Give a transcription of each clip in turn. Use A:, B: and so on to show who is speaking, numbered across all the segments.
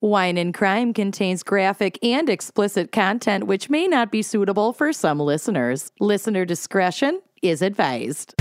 A: Wine and Crime contains graphic and explicit content which may not be suitable for some listeners. Listener discretion is advised.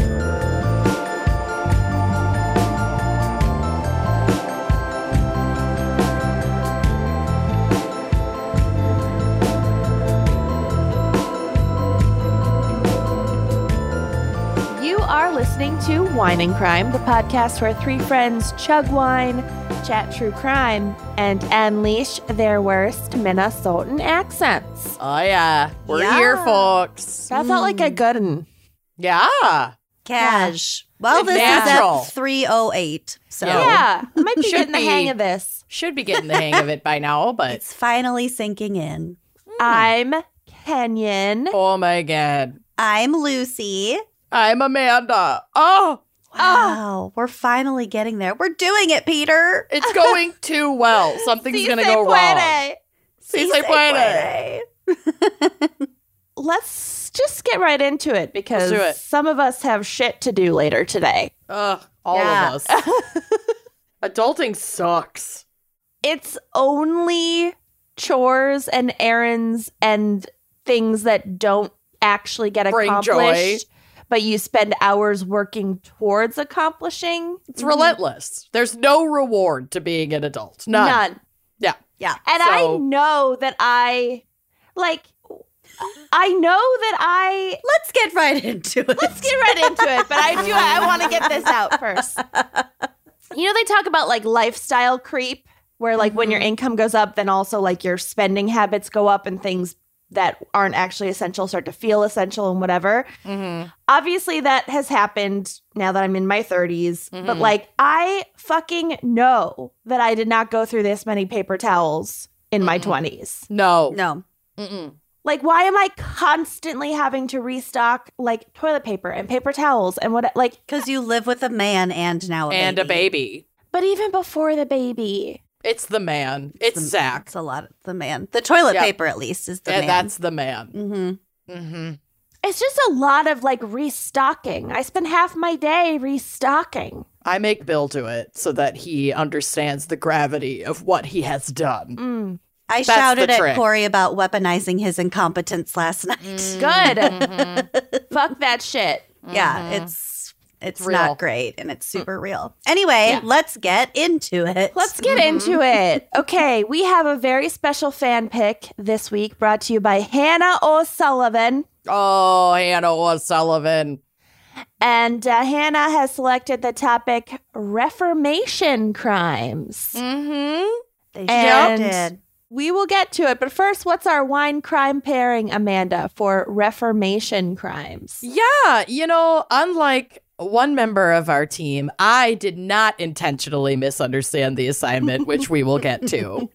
B: You are listening to Wine and Crime, the podcast where three friends chug wine, chat true crime, and unleash their worst Minnesotan accents.
C: Oh yeah, we're
D: Yeah.
C: here, folks.
B: That felt like a
C: Mm.
B: good one.
C: Yeah,
D: Cash. Well, this
C: Natural.
D: is at 308. So
B: Yeah, I might be
C: Should
B: getting the hang
C: be.
B: of this.
C: should be getting the hang of it by now, but
D: it's finally sinking in.
B: I'm Kenyon.
C: Hmm. oh my god,
D: I'm Lucy.
C: I'm Amanda. Oh,
D: Wow. We're finally getting there. We're doing it, Peter.
C: it's going too well. Something's
B: Si
C: gonna
B: se
C: go wrong.
B: puede.
C: Si
D: Sí
C: se
D: se
C: puede.
B: Let's just get right into it because
C: do it.
B: some of us have shit to do later today.
C: Ugh, all
D: Yeah.
C: of us. Adulting sucks.
B: it's only chores and errands and things that don't actually get
C: Bring joy.
B: accomplished but you spend hours working towards accomplishing
C: It's relentless. There's no reward to being an adult. None. Yeah.
D: Yeah.
B: and i
C: So-
B: know that i like i know that i
D: Let's get right into it.
B: let's get right into it but i do i want to get this out first you know they talk about like lifestyle creep where like when your income goes up then also like your spending habits go up and things that aren't actually essential start to feel essential and whatever
C: Mm-hmm.
B: obviously that has happened now that i'm in my 30s but
C: Mhm.
B: like i fucking know that i did not go through this many paper towels in my
C: Mhm.
B: 20s
C: No.
D: No.
C: Mm-mm.
B: like why am i constantly having to restock like toilet paper and paper towels and what like
D: Because you live with a man and now a
C: And a baby.
B: but even before the baby
C: It's the man. It's
D: the-
C: Zach.
D: It's a lot. The man. The toilet
C: Yeah.
D: paper, at least, is the
C: Yeah,
D: man.
C: that's the man.
D: hmm
C: Mm-hmm.
B: It's just a lot of like restocking. I spend half my day restocking.
C: I make Bill do it so that he understands the gravity of what he has done.
B: Mm.
D: I
C: That's the
D: shouted at
C: trick.
D: Corey about weaponizing his incompetence last night.
B: Good. Fuck that shit.
D: Yeah, it's it's
C: Real.
D: not great and it's super real. Anyway,
C: Yeah.
D: let's get into it.
B: Let's get into it. Okay, we have a very special fan pick this week brought to you by Hannah O'Sullivan.
C: Oh, Hannah O'Sullivan.
B: And uh, Hannah has selected the topic Reformation crimes.
C: Mm-hmm.
D: They
B: And-
D: sure did.
B: We will get to it, but first, what's our wine crime pairing, Amanda, for Reformation crimes?
C: Yeah, you know, unlike one member of our team, I did not intentionally misunderstand the assignment, which we will get to.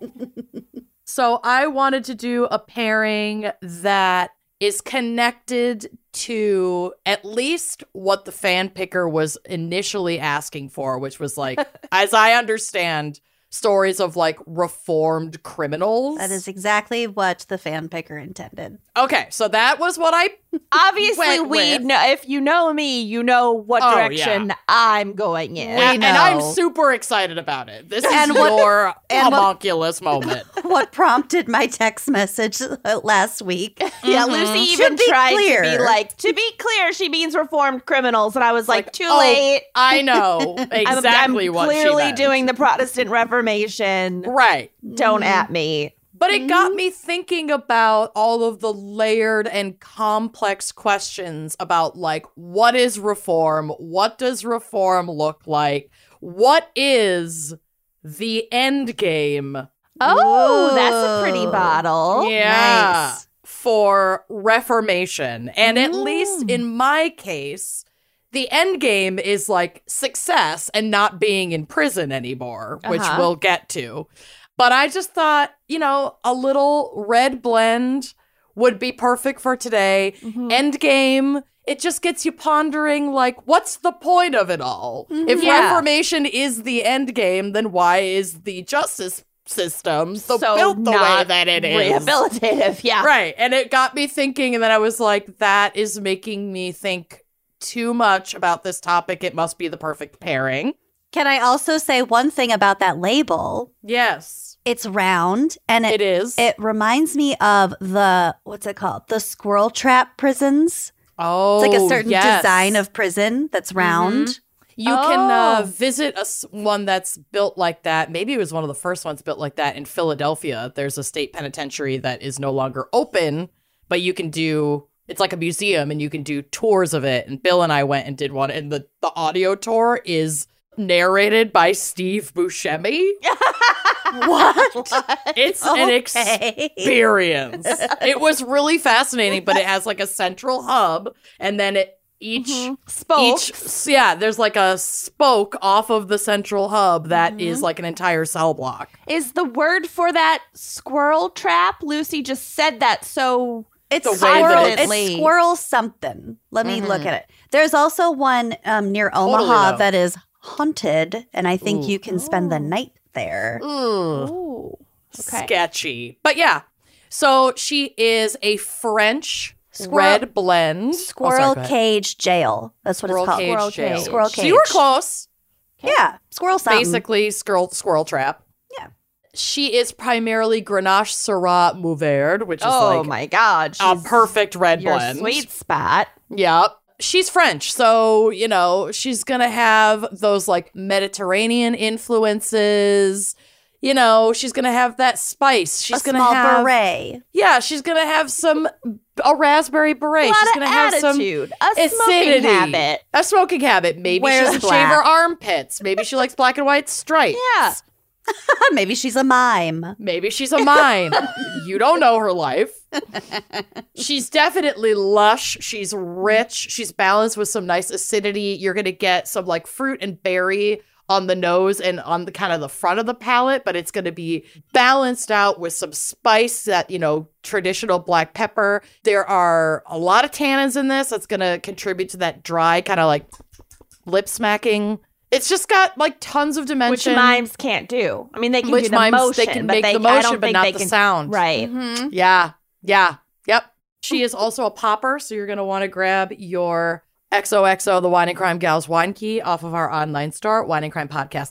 C: So I wanted to do a pairing that is connected to at least what the fan picker was initially asking for, which was like, as I understand, stories of like reformed criminals.
D: That is exactly what the fan picker intended.
C: okay. So that was what I
B: Obviously,
C: went
B: we
C: with.
B: know if you know me, you know what
C: Oh,
B: direction I'm going in.
D: We
C: and I'm
D: know.
C: super excited about it. This is
D: And what-
C: your
D: and what-
C: homunculus moment.
D: what prompted my text message uh, last week?
B: Yeah,
C: mm-hmm.
B: Lucy even
D: Should be
B: tried to be
D: clear.
B: like, to be clear, she means reformed criminals, and I was like,
C: like,
B: too
C: oh,
B: late.
C: I know
B: I'm-
C: exactly
B: I'm
C: what
B: clearly
C: she meant.
B: doing the Protestant Reformation.
C: Right. Mm-hmm.
B: Don't at me.
C: But it
B: Mm-hmm.
C: got me thinking about all of the layered and complex questions about like what is reform? What does reform look like? What is the end game?
B: Oh, that's a pretty
D: Whoa.
B: bottle.
C: yeah.
D: nice.
C: For reformation. And at least
B: Mm.
C: in my case, the end game is like success and not being in prison anymore, which
B: Uh-huh.
C: we'll get to. But I just thought, you know, a little red blend would be perfect for today.
B: Mhm.
C: End game. It just gets you pondering, like, what's the point of it all? If
B: Mm-hmm. Yeah.
C: reformation is the end game, then why is the justice system so,
B: So
C: built the way
B: not
C: that it is?
B: Rehabilitative, yeah.
C: Right. And it got me thinking, and then I was like, that is making me think too much about this topic. It must be the perfect pairing.
D: Can I also say one thing about that label?
C: Yes.
D: It's round and it,
C: It is.
D: it reminds me of the what's it called? The squirrel trap prisons.
C: oh,
D: It's like a certain
C: yes.
D: design of prison that's round.
C: You can uh,
A: Oh.
C: visit a s- one that's built like that. Maybe it was one of the first ones built like that in Philadelphia. There's a state penitentiary that is no longer open, but you can do. It's like a museum, and you can do tours of it. And Bill and I went and did one, and the the audio tour is narrated by Steve Buscemi.
D: What?
C: It's an ex- experience. it was really fascinating, but it has like a central hub, and then it each
B: Mhm. Spoke.
C: each yeah, there's like a spoke off of the central hub
D: Mm-hmm.
C: that is like an entire cell block.
B: Is the word for that squirrel trap? Lucy just said that, so
D: It's
C: The way that
D: squirrel.
C: it's- Mm-hmm.
D: It's squirrel something. Let me look at it. There's also one um, near
C: Totally,
D: Omaha
C: though.
D: that is haunted, and I think
C: Ooh.
D: you can spend the night there.
C: Ugh,
B: Ooh. Okay.
C: sketchy. But yeah. So she is a French
D: Squirrel-
C: red blend. Oh,
D: Squirrel cage jail. That's what
C: Squirrel
D: it's called.
C: cage
B: Squirrel
C: jail.
B: cage.
D: Squirrel
C: So you were
D: cage.
C: close.
D: Yeah, squirrel something.
C: basically squirrel squirrel trap.
D: Yeah.
C: She is primarily Grenache Syrah Mourvèdre, which is
B: oh
C: like
B: my God!
C: a
B: she's
C: perfect red
B: your
C: blend.
B: sweet spot.
C: Yep. She's French, so you know, she's gonna have those like Mediterranean influences. You know, she's gonna have that spice.
D: a
C: She's gonna
D: small
C: have
D: beret.
C: Yeah, she's gonna have some a raspberry beret.
B: A lot
C: she's
B: of
C: gonna have some
B: attitude. a
C: acidity.
B: smoking habit.
C: a smoking habit. Maybe
D: Wears
C: she doesn't
D: black.
C: shave her armpits. Maybe she likes black and white stripes.
B: Yeah.
D: Maybe she's a mime.
C: Maybe she's a mime. you don't know her life. She's definitely lush. She's rich. She's balanced with some nice acidity. You're going to get some like fruit and berry on the nose and on the kind of the front of the palate, but it's going to be balanced out with some spice that, you know, traditional black pepper. There are a lot of tannins in this that's going to contribute to that dry kind of like lip smacking. It's just got like tons of
B: Which
C: dimension.
B: mimes can't do. I mean, they can
C: Which
B: do the
C: mimes,
B: motion,
C: they can
B: but
C: make
B: they,
C: the
B: I
C: motion,
B: don't
C: but
B: think
C: not
B: they
C: the
B: can,
C: sound.
B: Right.
C: Mm-hmm.
B: Hmm.
C: Yeah. Yeah. Yep. She is also a popper, so you're going to want to grab your XOXO, the Wine and Crime Gals wine key off of our online store,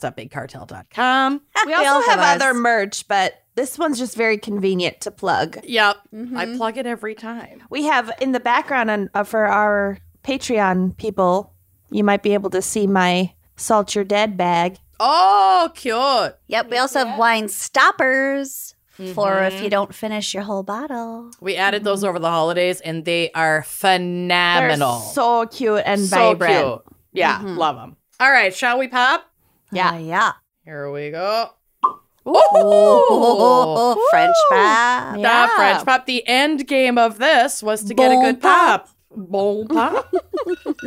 C: wineandcrimepodcast.bigcartel.com.
B: We
D: They all
B: also have
D: have
B: other
D: us.
B: merch, but this one's just very convenient to plug.
C: Yep. I
B: Mm-hmm.
D: Mhm.
C: plug it every time.
B: We have in the background on, uh, for our Patreon people, you might be able to see my Salt Your Dead bag.
C: Oh, cute.
D: Yep. We also have wine stoppers for if
C: Mhm.
D: you don't finish your whole bottle.
C: We added
B: Mm-hmm.
C: those over the holidays and they are
B: They're
C: phenomenal.
B: so cute and
C: So
B: vibrant. Mm-hmm.
C: cute. Yeah.
D: Mhm.
C: Love them. All right. Shall we pop?
B: Yeah.
D: Uh, yeah.
C: Here we go. Ooh.
D: Oh, French pop.
C: The
B: Yeah.
C: French pop. The end game of this was to get a
D: Bon
C: good pop. Bon pop.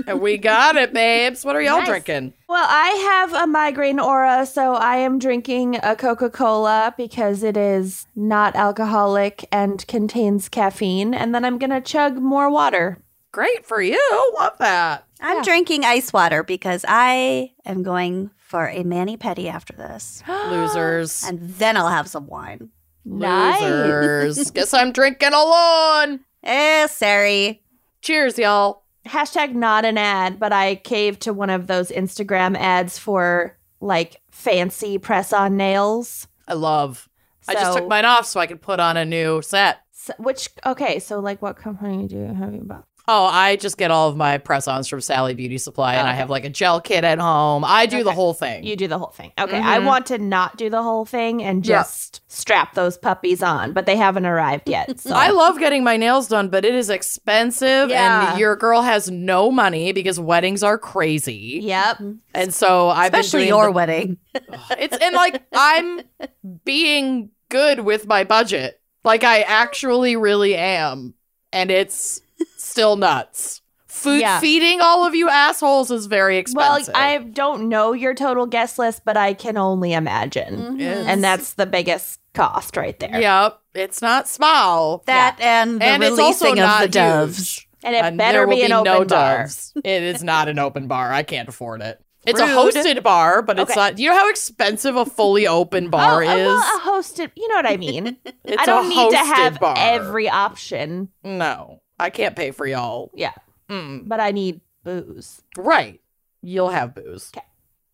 C: and we got it, babes. What are y'all
B: Nice.
C: drinking?
B: Well, I have a migraine aura, so I am drinking a Coca Cola because it is not alcoholic and contains caffeine. And then I'm going to chug more water.
C: Great for you. Love that.
D: I'm drinking ice water because I am going for a mani pedi after this,
C: Losers.
D: and then I'll have some wine.
B: Nice.
C: Losers. Guess I'm drinking alone.
D: Eh, sorry.
C: Cheers, y'all.
B: Hashtag not an ad, but I caved to one of those Instagram ads for like fancy press on nails.
C: I love. I just
B: So-
C: took mine off so I could put on a new set.
B: So- which, okay, so like what company do you have you bought?
C: Oh, I just get all of my press ons from Sally Beauty Supply, and I
B: Okay.
C: have like a gel kit at home. I do the
B: Okay.
C: whole thing.
B: You do the whole thing. Okay, I
C: Mhm.
B: want to not do the whole thing and
C: Yeah.
B: just strap those puppies on, but they haven't arrived yet. So
D: Oh.
C: I love getting my nails done, but it is expensive,
B: Yeah.
C: and your girl has no money because weddings are crazy.
B: Yep.
C: And so I've been
D: Especially
C: doing
D: your wedding.
C: the- it's and like I'm being good with my budget, like I actually really am, and it's still nuts. Food
B: Yeah.
C: feeding all of you assholes is very expensive.
B: Well, I don't know your total guest list, but I can only imagine.
C: It's-
B: And that's the biggest cost right there.
C: yep, it's not small.
D: that and the
C: and it's also
D: releasing of
C: not
D: the doves.
C: huge.
B: And it
C: And
B: better
C: there will
B: be an open
C: no
B: bar.
C: doves. It is not an open bar. I can't afford it. It's a
B: Rude.
C: hosted bar, but it's
B: Okay.
C: not. You know how expensive a fully open bar
B: oh,
C: is.
B: uh, well, a hosted. You know what I mean.
C: it's
B: I
C: a
B: don't need to
C: hosted
B: have
C: bar.
B: every option,
C: No, I can't pay for y'all.
B: Yeah.
C: Mm.
B: but I need booze.
C: Right. You'll have booze.
B: 'Kay.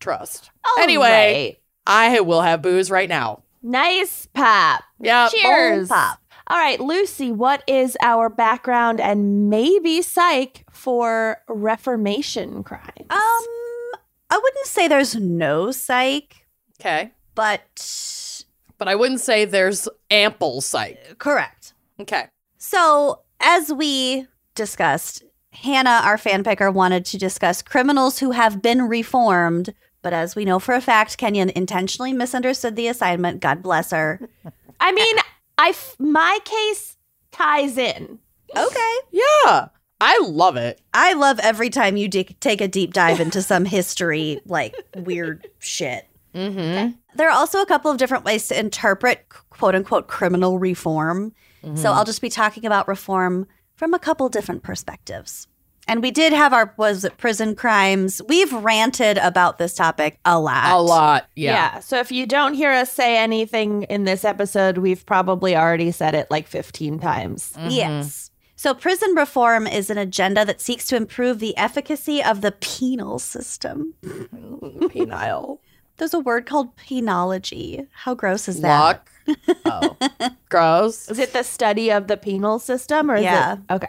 C: Trust.
B: All
C: Anyway.
B: Oh, right.
C: I will have booze right now.
B: Nice pop.
C: Yeah.
B: Cheers.
D: pop.
B: All right, Lucy, what is our background and maybe psych for Reformation crimes?
D: Um, I wouldn't say there's no psych,
C: Okay.
D: but
C: But I wouldn't say there's ample psych.
B: Uh,
D: correct.
C: Okay.
D: So, as we discussed, Hannah, our fan picker, wanted to discuss criminals who have been reformed. But as we know for a fact, Kenyon intentionally misunderstood the assignment. God bless her.
B: I mean, I f- my case ties in.
D: Okay.
C: Yeah. I love it.
D: I love every time you de- take a deep dive into some history, like weird shit.
C: Mm-hmm.
D: There are also a couple of different ways to interpret quote unquote criminal reform. So I'll just be talking about reform from a couple different perspectives. And we did have our was it prison crimes. We've ranted about this topic a lot.
C: A lot. Yeah.
B: So if you don't hear us say anything in this episode, we've probably already said it like 15 times.
D: Yes. So prison reform is an agenda that seeks to improve the efficacy of the penal system.
C: Penile.
D: There's a word called penology. How gross is that?
C: Lock. Oh. Gross.
B: Is it the study of the penal system or
D: Yeah.
B: is it Okay.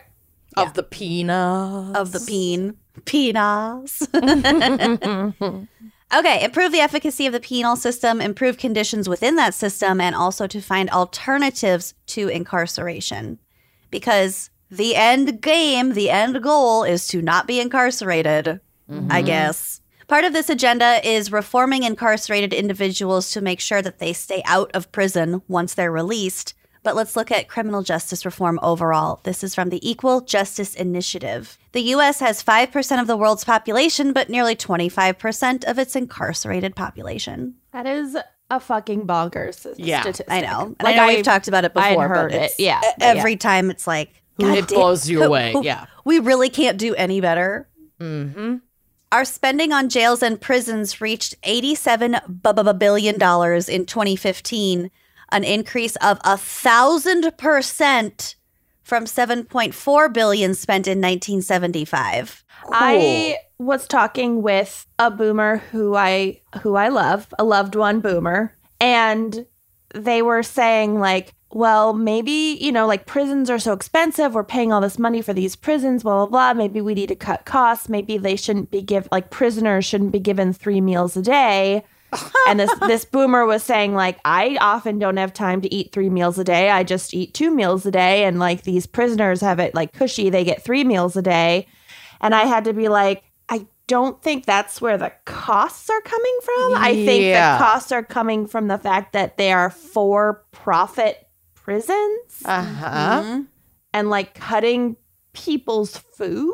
C: Of the penis.
D: of the peen. Penas. okay, improve the efficacy of the penal system, improve conditions within that system, and also to find alternatives to incarceration. Because the end game, the end goal is to not be incarcerated, I guess. Part of this agenda is reforming incarcerated individuals to make sure that they stay out of prison once they're released. But let's look at criminal justice reform overall. This is from the Equal Justice Initiative. The U.S. has 5% of the world's population, but nearly 25% of its incarcerated population.
B: That is a fucking bonkers
C: Yeah, I
B: statistic.
D: I know.
B: Like
D: I know
B: I-
D: we've talked about it
B: I'd
D: before.
B: heard
D: but
B: it.
D: it's-
B: Yeah.
D: e- Every time it's like, God
C: it
D: damn,
C: blows you away. Yeah.
D: We really can't do any better.
C: Mm-hmm.
D: Our spending on jails and prisons reached $87 bu- bu- bu- billion dollars in 2015, an increase of a thousand percent from 7.4 billion spent in 1975.
B: I was talking with a boomer who I who I love, a loved one boomer, and they were saying like, well, maybe, you know, like prisons are so expensive, we're paying all this money for these prisons, blah blah blah, maybe we need to cut costs, maybe they shouldn't be give like prisoners shouldn't be given 3 meals a day. and this this boomer was saying like I often don't have time to eat 3 meals a day. I just eat 2 meals a day and like these prisoners have it like cushy, they get 3 meals a day. And I had to be like, I don't think that's where the costs are coming from. I think
C: Yeah.
B: the costs are coming from the fact that they are for profit prisons
C: Uh-huh.
D: Mhm.
B: and like cutting people's food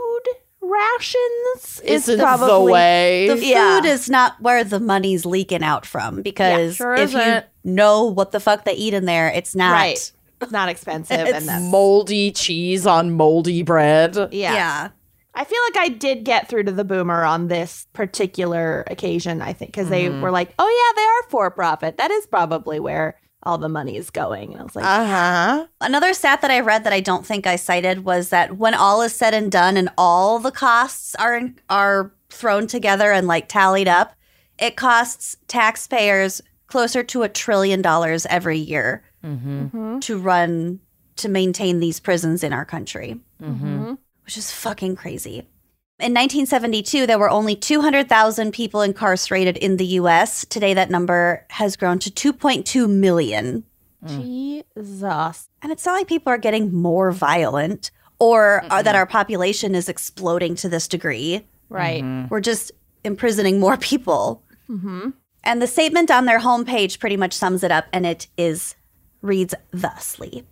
B: rations is
C: Isn't the
B: probably
C: way.
D: The food
B: Yeah.
D: is not where the money's leaking out from because
C: sure
D: if
C: isn't.
D: you know what the fuck they eat in there, it's not.
B: Right. it's not expensive
D: It's
B: and that's
C: moldy cheese on moldy bread.
B: yeah. I feel like I did get through to the boomer on this particular occasion, I think, because they were like, oh, yeah, they are for profit. That is probably where all the money is going. And I was like,
C: Uh-huh.
D: Another stat that I read that I don't think I cited was that when all is said and done and all the costs are are thrown together and like tallied up, it costs taxpayers closer to a trillion dollars every year
B: "Mm-hmm,
D: to run to maintain these prisons in our country,
B: mm-hmm.
D: which is fucking crazy. In 1972, there were only 200,000 people incarcerated in the US. Today, that number has grown to 2.2 million.
B: Jesus.
D: And it's not like people are getting more violent or are, that our population is exploding to this degree.
B: Right.
D: We're just imprisoning more people. And the statement on their homepage pretty much sums it up, and it is reads thusly.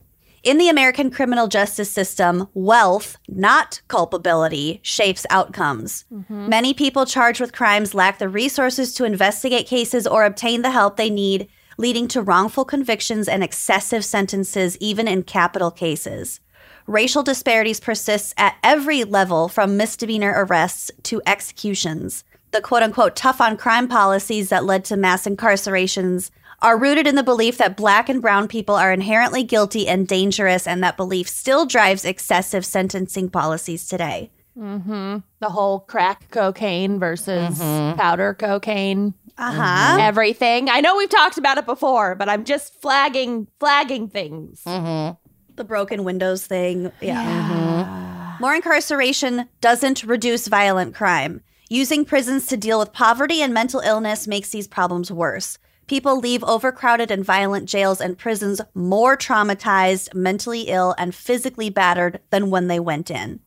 D: In the American criminal justice system, wealth, not culpability, shapes outcomes. Many people charged with crimes lack the resources to investigate cases or obtain the help they need, leading to wrongful convictions and excessive sentences, even in capital cases. Racial disparities persist at every level from misdemeanor arrests to executions. The quote unquote tough on crime policies that led to mass incarcerations are rooted in the belief that black and brown people are inherently guilty and dangerous, and that belief still drives excessive sentencing policies today.
B: The whole crack cocaine versus powder cocaine
D: Uh huh.
B: everything. I know we've talked about it before, but I'm just flagging flagging things.
D: The broken windows thing. Yeah. Mm-hmm. More incarceration doesn't reduce violent crime. Using prisons to deal with poverty and mental illness makes these problems worse. People leave overcrowded and violent jails and prisons more traumatized, mentally ill, and physically battered than when they went in.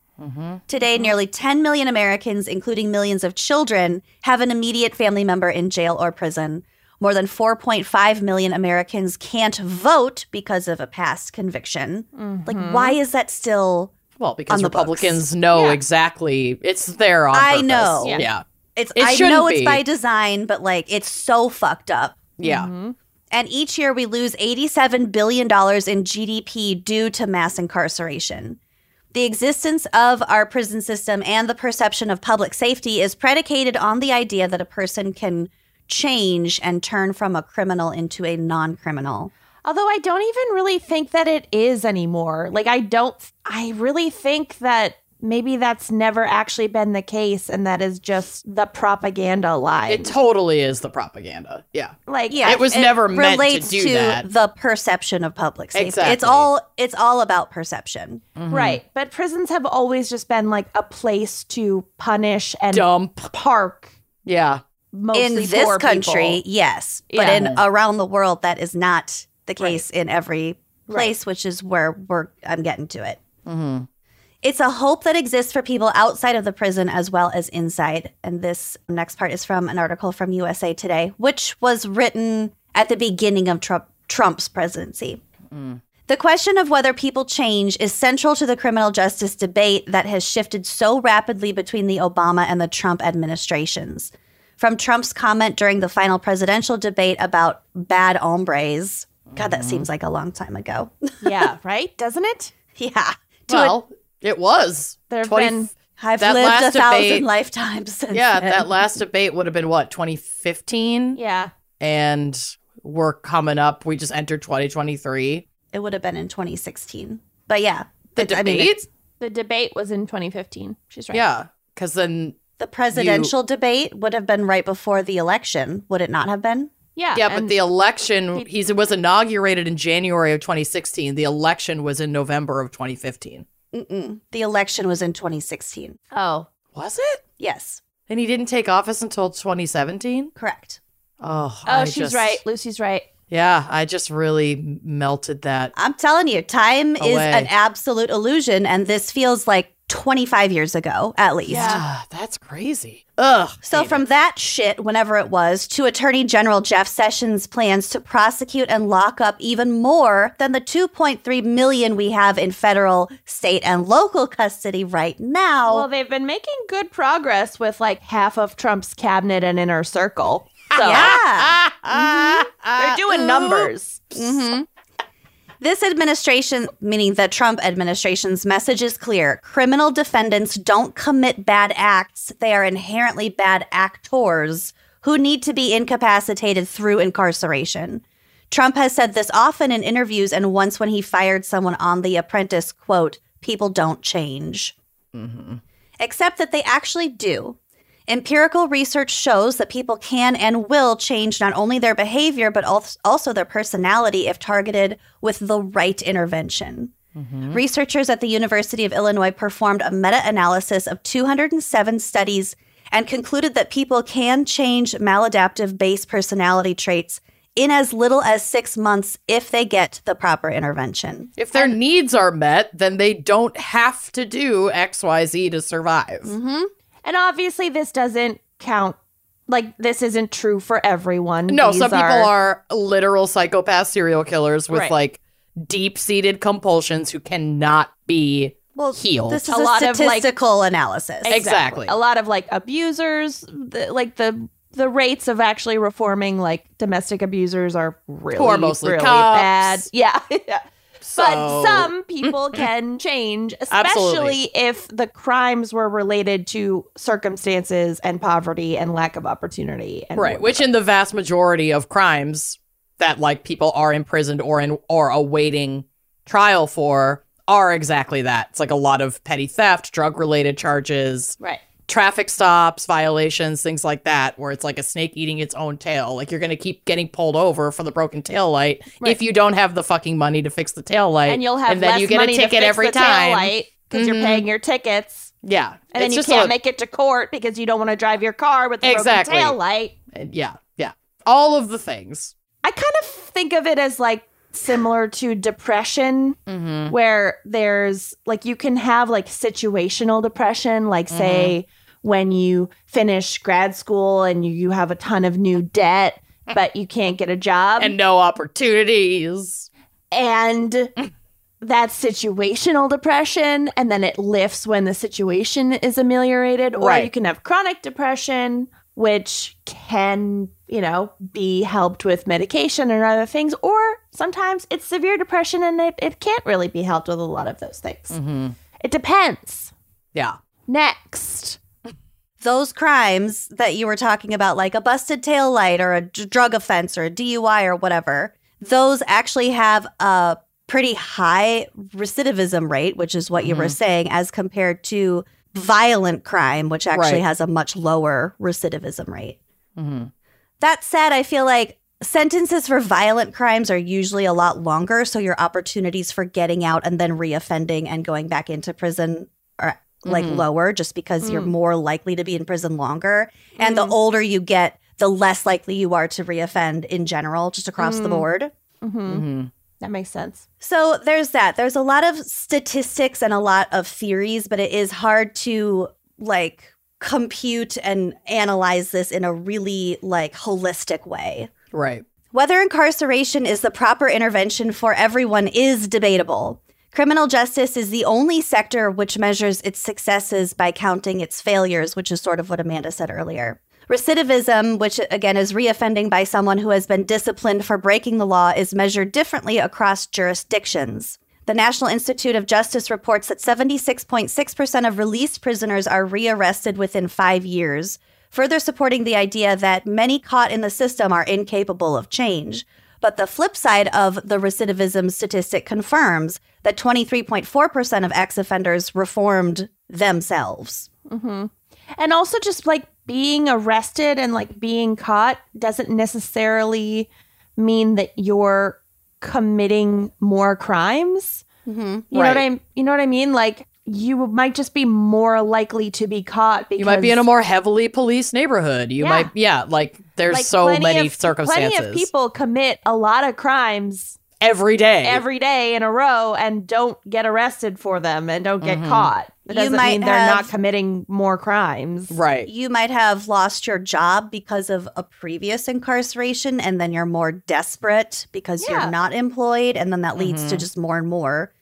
D: Today, nearly 10 million Americans, including millions of children, have an immediate family member in jail or prison. More than 4.5 million Americans can't vote because of a past conviction.
C: Mm-hmm.
D: Like, why is that still?
C: Well, because
D: On the
C: Republicans know exactly it's there on
D: I
C: purpose.
D: know.
C: Yeah.
D: Yeah.
C: Yeah.
D: It's
C: It
D: I
C: shouldn't
D: know it's
C: be.
D: by design, but like it's so fucked up. And each year we lose $87 billion in GDP due to mass incarceration. The existence of our prison system and the perception of public safety is predicated on the idea that a person can change and turn from a criminal into a non criminal.
B: Although I don't even really think that it is anymore. Like I don't I really think that maybe that's never actually been the case and that is just the propaganda lie.
C: It totally is the propaganda. Yeah.
B: like
D: Yeah,
B: yeah.
C: It was never meant to
D: relates
C: do that.
D: the perception of public safety. It's
C: Exactly.
D: all it's all about perception.
B: Right.
C: Mm-hmm.
B: But prisons have always just been like a place to punish and
C: Dump.
B: park
C: Yeah.
B: mostly
D: in this
B: poor
D: country,
B: people.
D: yes, but
B: Yeah.
D: in around the world, that is not the case in every place, which is where we're. I'm getting to it.
B: Mm-hmm.
D: It's a hope that exists for people outside of the prison as well as inside. And this next part is from an article from USA Today, which was written at the beginning of Trump, Trump's presidency. The question of whether people change is central to the criminal justice debate that has shifted so rapidly between the Obama and the Trump administrations. From Trump's comment during the final presidential debate about bad hombres, God, that seems like a long time ago.
B: yeah, right? Doesn't it?
D: yeah. To a-
C: Well, it was.
B: There have
C: 20
B: been
D: I've
C: That
D: lived a
C: last
D: thousand
C: debate-
D: lifetimes since
C: Yeah,
D: then.
C: that last debate would have been what, 2015?
B: Yeah.
C: And we're coming up. We just entered 2023.
D: it would have been in 2016. But yeah,
C: The
D: It's-
C: debate?
D: I mean, it's-
B: The debate was in 2015. She's right.
C: yeah. Because then,
D: the presidential debate would have been right before the election, would it not have been?
B: Yeah.
C: yeah,
B: and-
C: but the election, he was inaugurated in January of 2016. The election was in November of 2015.
D: Mm-mm. The election was in 2016.
B: Oh.
C: Was it?
D: Yes,
C: And he didn't take office until 2017?
D: correct.
C: Oh,
B: Oh,
C: I
B: she's
C: just-
B: right. Lucy's right.
C: Yeah, I just really m- melted that.
D: I'm telling you, time is
C: Away.
D: an absolute illusion, and this feels like 25 years ago at least.
C: Ah, that's crazy. Ugh.
D: So, from that shit, whenever it was, to Attorney General Jeff Sessions' plans to prosecute and lock up even more than the 2.3 million we have in federal, state, and local custody right now.
B: Well, they've been making good progress with like half of Trump's cabinet and inner circle. So
D: yeah.
B: they're doing numbers.
C: Mm-hmm.
D: This administration, meaning the Trump administration's message is clear. Criminal defendants don't commit bad acts. They are inherently bad actors who need to be incapacitated through incarceration. Trump has said this often in interviews and once when he fired someone on The Apprentice, quote, people don't change. Except that they actually do. Empirical research shows that people can and will change not only their behavior, but al- also their personality if targeted with the right intervention.
B: Mm-hmm.
D: Researchers at the University of Illinois performed a meta analysis of 207 studies and concluded that people can change maladaptive base personality traits in as little as six months if they get the proper intervention.
C: If their needs are met, then they don't have to do XYZ to survive.
D: Mm-hmm.
B: And obviously, this doesn't count. Like, this isn't true for everyone.
C: No,
B: These
C: some people are literal psychopath serial killers with
B: Right.
C: like deep seated compulsions who cannot be
D: Well,
C: healed.
D: This is
B: A
D: a,
B: lot of, like-
D: statistical analysis.
C: Exactly.
B: A lot of like abusers, the, like the the rates of actually reforming like domestic abusers are really,
C: Who are mostly
B: really
C: cops.
B: bad. Yeah. yeah.
C: So-
B: But some people can change, especially
C: Absolutely.
B: if the crimes were related to circumstances and poverty and lack of opportunity. And
C: right, which in the vast majority of crimes that like people are imprisoned or in or awaiting trial for are exactly that. It's like a lot of petty theft, drug related charges,
B: Right.
C: traffic stops, violations, things like that, where it's like a snake eating its own tail. Like you're going to keep getting pulled over for the broken tail light
B: Right.
C: if you don't have the fucking money to fix the tail light.
B: and you'll have
C: and then
B: less
C: you get
B: money
C: a ticket
B: to fix
C: every
B: the
C: time.
B: taillight because you're paying your tickets,
C: Yeah.
B: and then
C: It's
B: you
C: just
B: can't
C: a-
B: make it to court because you don't want to drive your car with the
C: Exactly.
B: broken taillight.
C: and uh, yeah, yeah. All of the things.
B: I kind of think of it as like similar to depression
C: Mm-hmm.
B: where there's like you can have like situational depression like
C: Mm-hmm.
B: say when you finish grad school and you, you have a ton of new debt but you can't get a job
C: And no opportunities.
B: and
C: Mm.
B: that's situational depression and then it lifts when the situation is ameliorated or
C: Right.
B: you can have chronic depression which can you know be helped with medication and other things or sometimes it's severe depression and it, it can't really be helped with a lot of those things it depends
C: Yeah.
B: next
D: Those crimes that you were talking about, like a busted taillight or a d- drug offense or a DUI or whatever, those actually have a pretty high recidivism rate, which is what you were saying, as compared to violent crime, which actually
C: Right.
D: has a much lower recidivism rate.
C: Mm-hmm.
D: That said, I feel like sentences for violent crimes are usually a lot longer, so your opportunities for getting out and then reoffending and going back into prison are like
C: Mhm.
D: lower just because you're
B: Mm-hmm. Mm.
D: more likely to be in prison longer. And the older you get, the less likely you are to reoffend in general, just across the
B: Mm.
D: board.
B: hmm
C: Mm-hmm.
B: that makes sense
D: So there's that. There's a lot of statistics and a lot of theories, but it is hard to like compute and analyze this in a really like holistic way.
C: Right.
D: Whether incarceration is the proper intervention for everyone is debatable. Criminal justice is the only sector which measures its successes by counting its failures, which is sort of what Amanda said earlier. Recidivism, which again is reoffending by someone who has been disciplined for breaking the law, is measured differently across jurisdictions. The National Institute of Justice reports that 76.6% of released prisoners are rearrested within five years, further supporting the idea that many caught in the system are incapable of change. But the flip side of the recidivism statistic confirms that 23.4% of ex offenders reformed themselves.
B: Mm-hmm. And also just like being arrested and like being caught doesn't necessarily mean that you're committing more crimes.
D: Mm-hmm.
B: You know what
C: Right.
B: I you know what I mean? Like you might just be more likely to be caught because
C: You might be in a more heavily policed neighborhood. You
B: Yeah.
C: might, yeah, like there's
B: like,
C: so
B: plenty
C: many
B: of-
C: circumstances
B: Plenty of people commit a lot of crimes
C: every day.
B: every day in a row and don't get arrested for them and don't get
C: Mhm.
B: caught. That
D: Mm-hmm. You
B: doesn't
D: might
B: mean they're
D: have-
B: not committing more crimes.
C: right.
D: You might have lost your job because of a previous incarceration, and then you're more desperate because
B: Yeah.
D: you're not employed, and then that leads to
C: Mhm.
D: just more and more.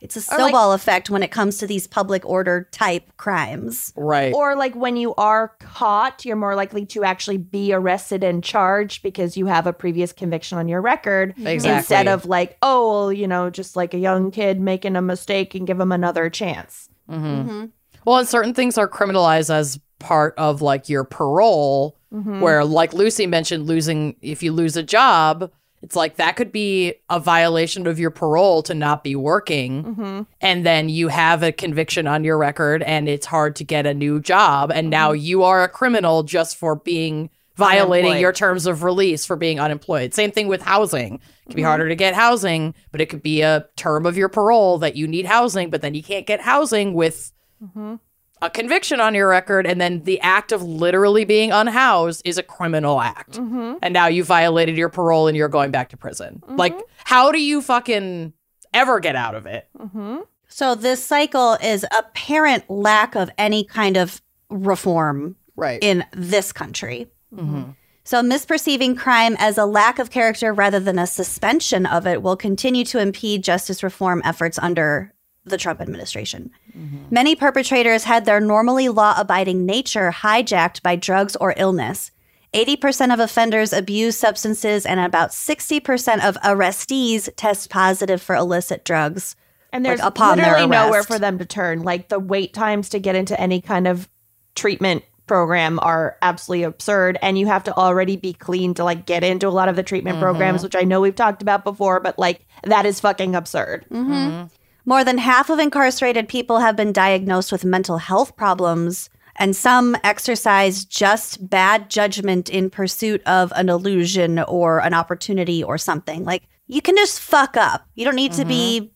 D: It's a
B: like-
D: snowball effect when it comes to these public order type crimes.
C: Right.
B: Or like when you are caught, you're more likely to actually be arrested and charged because you have a previous conviction on your record
C: exactly.
B: instead of like, oh, well, you know, just like a young kid making a mistake and give him another chance.
C: Mhm.
D: Mm-hmm.
C: Well, and certain things are criminalized as part of like your parole,
B: Mhm.
C: where like Lucy mentioned, losing if you lose a job, it's like that could be a violation of your parole to not be working,
B: Mhm.
C: and then you have a conviction on your record, and it's hard to get a new job, and now you are a criminal just for being violating
B: Unemployed.
C: your terms of release for being unemployed. Same thing with housing. It could be harder to get housing, but it could be a term of your parole that you need housing, but then you can't get housing with
B: Mhm.
C: a conviction on your record and then the act of literally being unhoused is a criminal act.
B: Mhm.
C: And now you violated your parole and you're going back to prison.
B: Mm-hmm.
C: Like how do you fucking ever get out of it?
B: Mhm.
D: So this cycle is apparent lack of any kind of reform
C: Right.
D: in this country.
C: Mhm.
D: So misperceiving crime as a lack of character rather than a suspension of it will continue to impede justice reform efforts under the Trump administration. Many perpetrators had their normally law abiding nature hijacked by drugs or illness. 80% of offenders abuse substances, and about 60% of arrestees test positive for illicit drugs.
B: And
D: Like,
B: there's
D: upon their
B: literally nowhere
D: arrest.
B: for them to turn. Like the wait times to get into any kind of treatment program are absolutely absurd and you have to already be clean to like get into a lot of the treatment
D: Mm-hmm.
B: programs which I know we've talked about before but like that is fucking absurd.
D: More than half of incarcerated people have been diagnosed with mental health problems, and some exercise just bad judgment in pursuit of an illusion or an opportunity or something. Like you can just fuck up. You don't need to be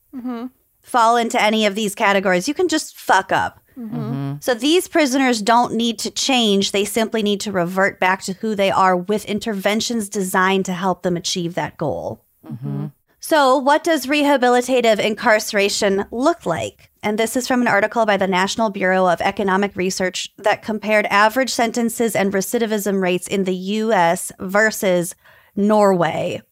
D: fall into any of these categories. You can just fuck up. So these prisoners don't need to change. They simply need to revert back to who they are with interventions designed to help them achieve that goal. So, what does rehabilitative incarceration look like? And this is from an article by the National Bureau of Economic Research that compared average sentences and recidivism rates in the US versus Norway.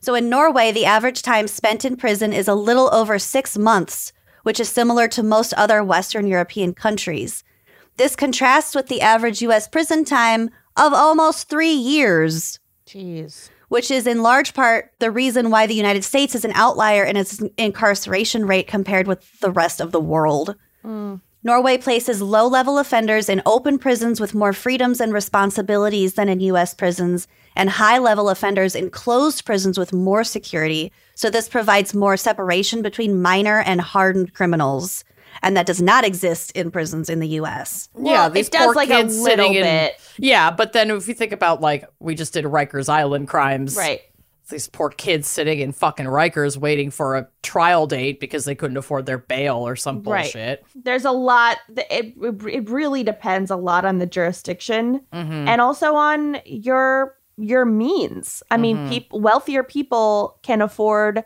D: So, in Norway, the average time spent in prison is a little over six months, which is similar to most other Western European countries. This contrasts with the average US prison time of almost three years
B: Jeez.
D: which is in large part the reason why the United States is an outlier in its incarceration rate compared with the rest of the world. Norway places low level offenders in open prisons with more freedoms and responsibilities than in US prisons, and high level offenders in closed prisons with more security. So, this provides more separation between minor and hardened criminals. And that does not exist in prisons in the US.
B: Well, it does, like, a little bit.
C: Yeah, but then if you think about like we just did Rikers Island crimes,
B: Right.
C: These poor kids sitting in fucking Rikers waiting for a trial date because they couldn't afford their bail or some
B: Right.
C: bullshit.
B: There's a lot. th- It, it it really depends a lot on the jurisdiction
D: Mm-hmm.
C: Mm-hmm.
B: and also on your your means. I
D: Mm-hmm.
B: mean, people wealthier people can afford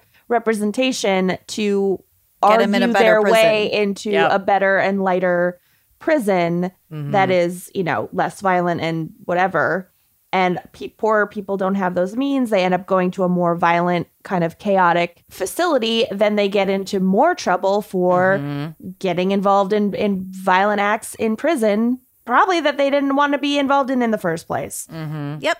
B: representation to
D: Get 'em
B: argue
D: in a better
B: their
D: prison.
B: way into
C: Yep.
B: a better and lighter prison
C: Mm-hmm.
D: Mm-hmm.
B: that is, you know, less violent and whatever. And pe- poorer people don't have those means. They end up going to a more violent, kind of chaotic facility. Then they get into more trouble
D: Mm-hmm.
B: for
C: Mm-hmm.
B: getting involved in, in violent acts in prison, probably that they didn't want to be involved in in the first place.
C: Mm-hmm.
D: Yep.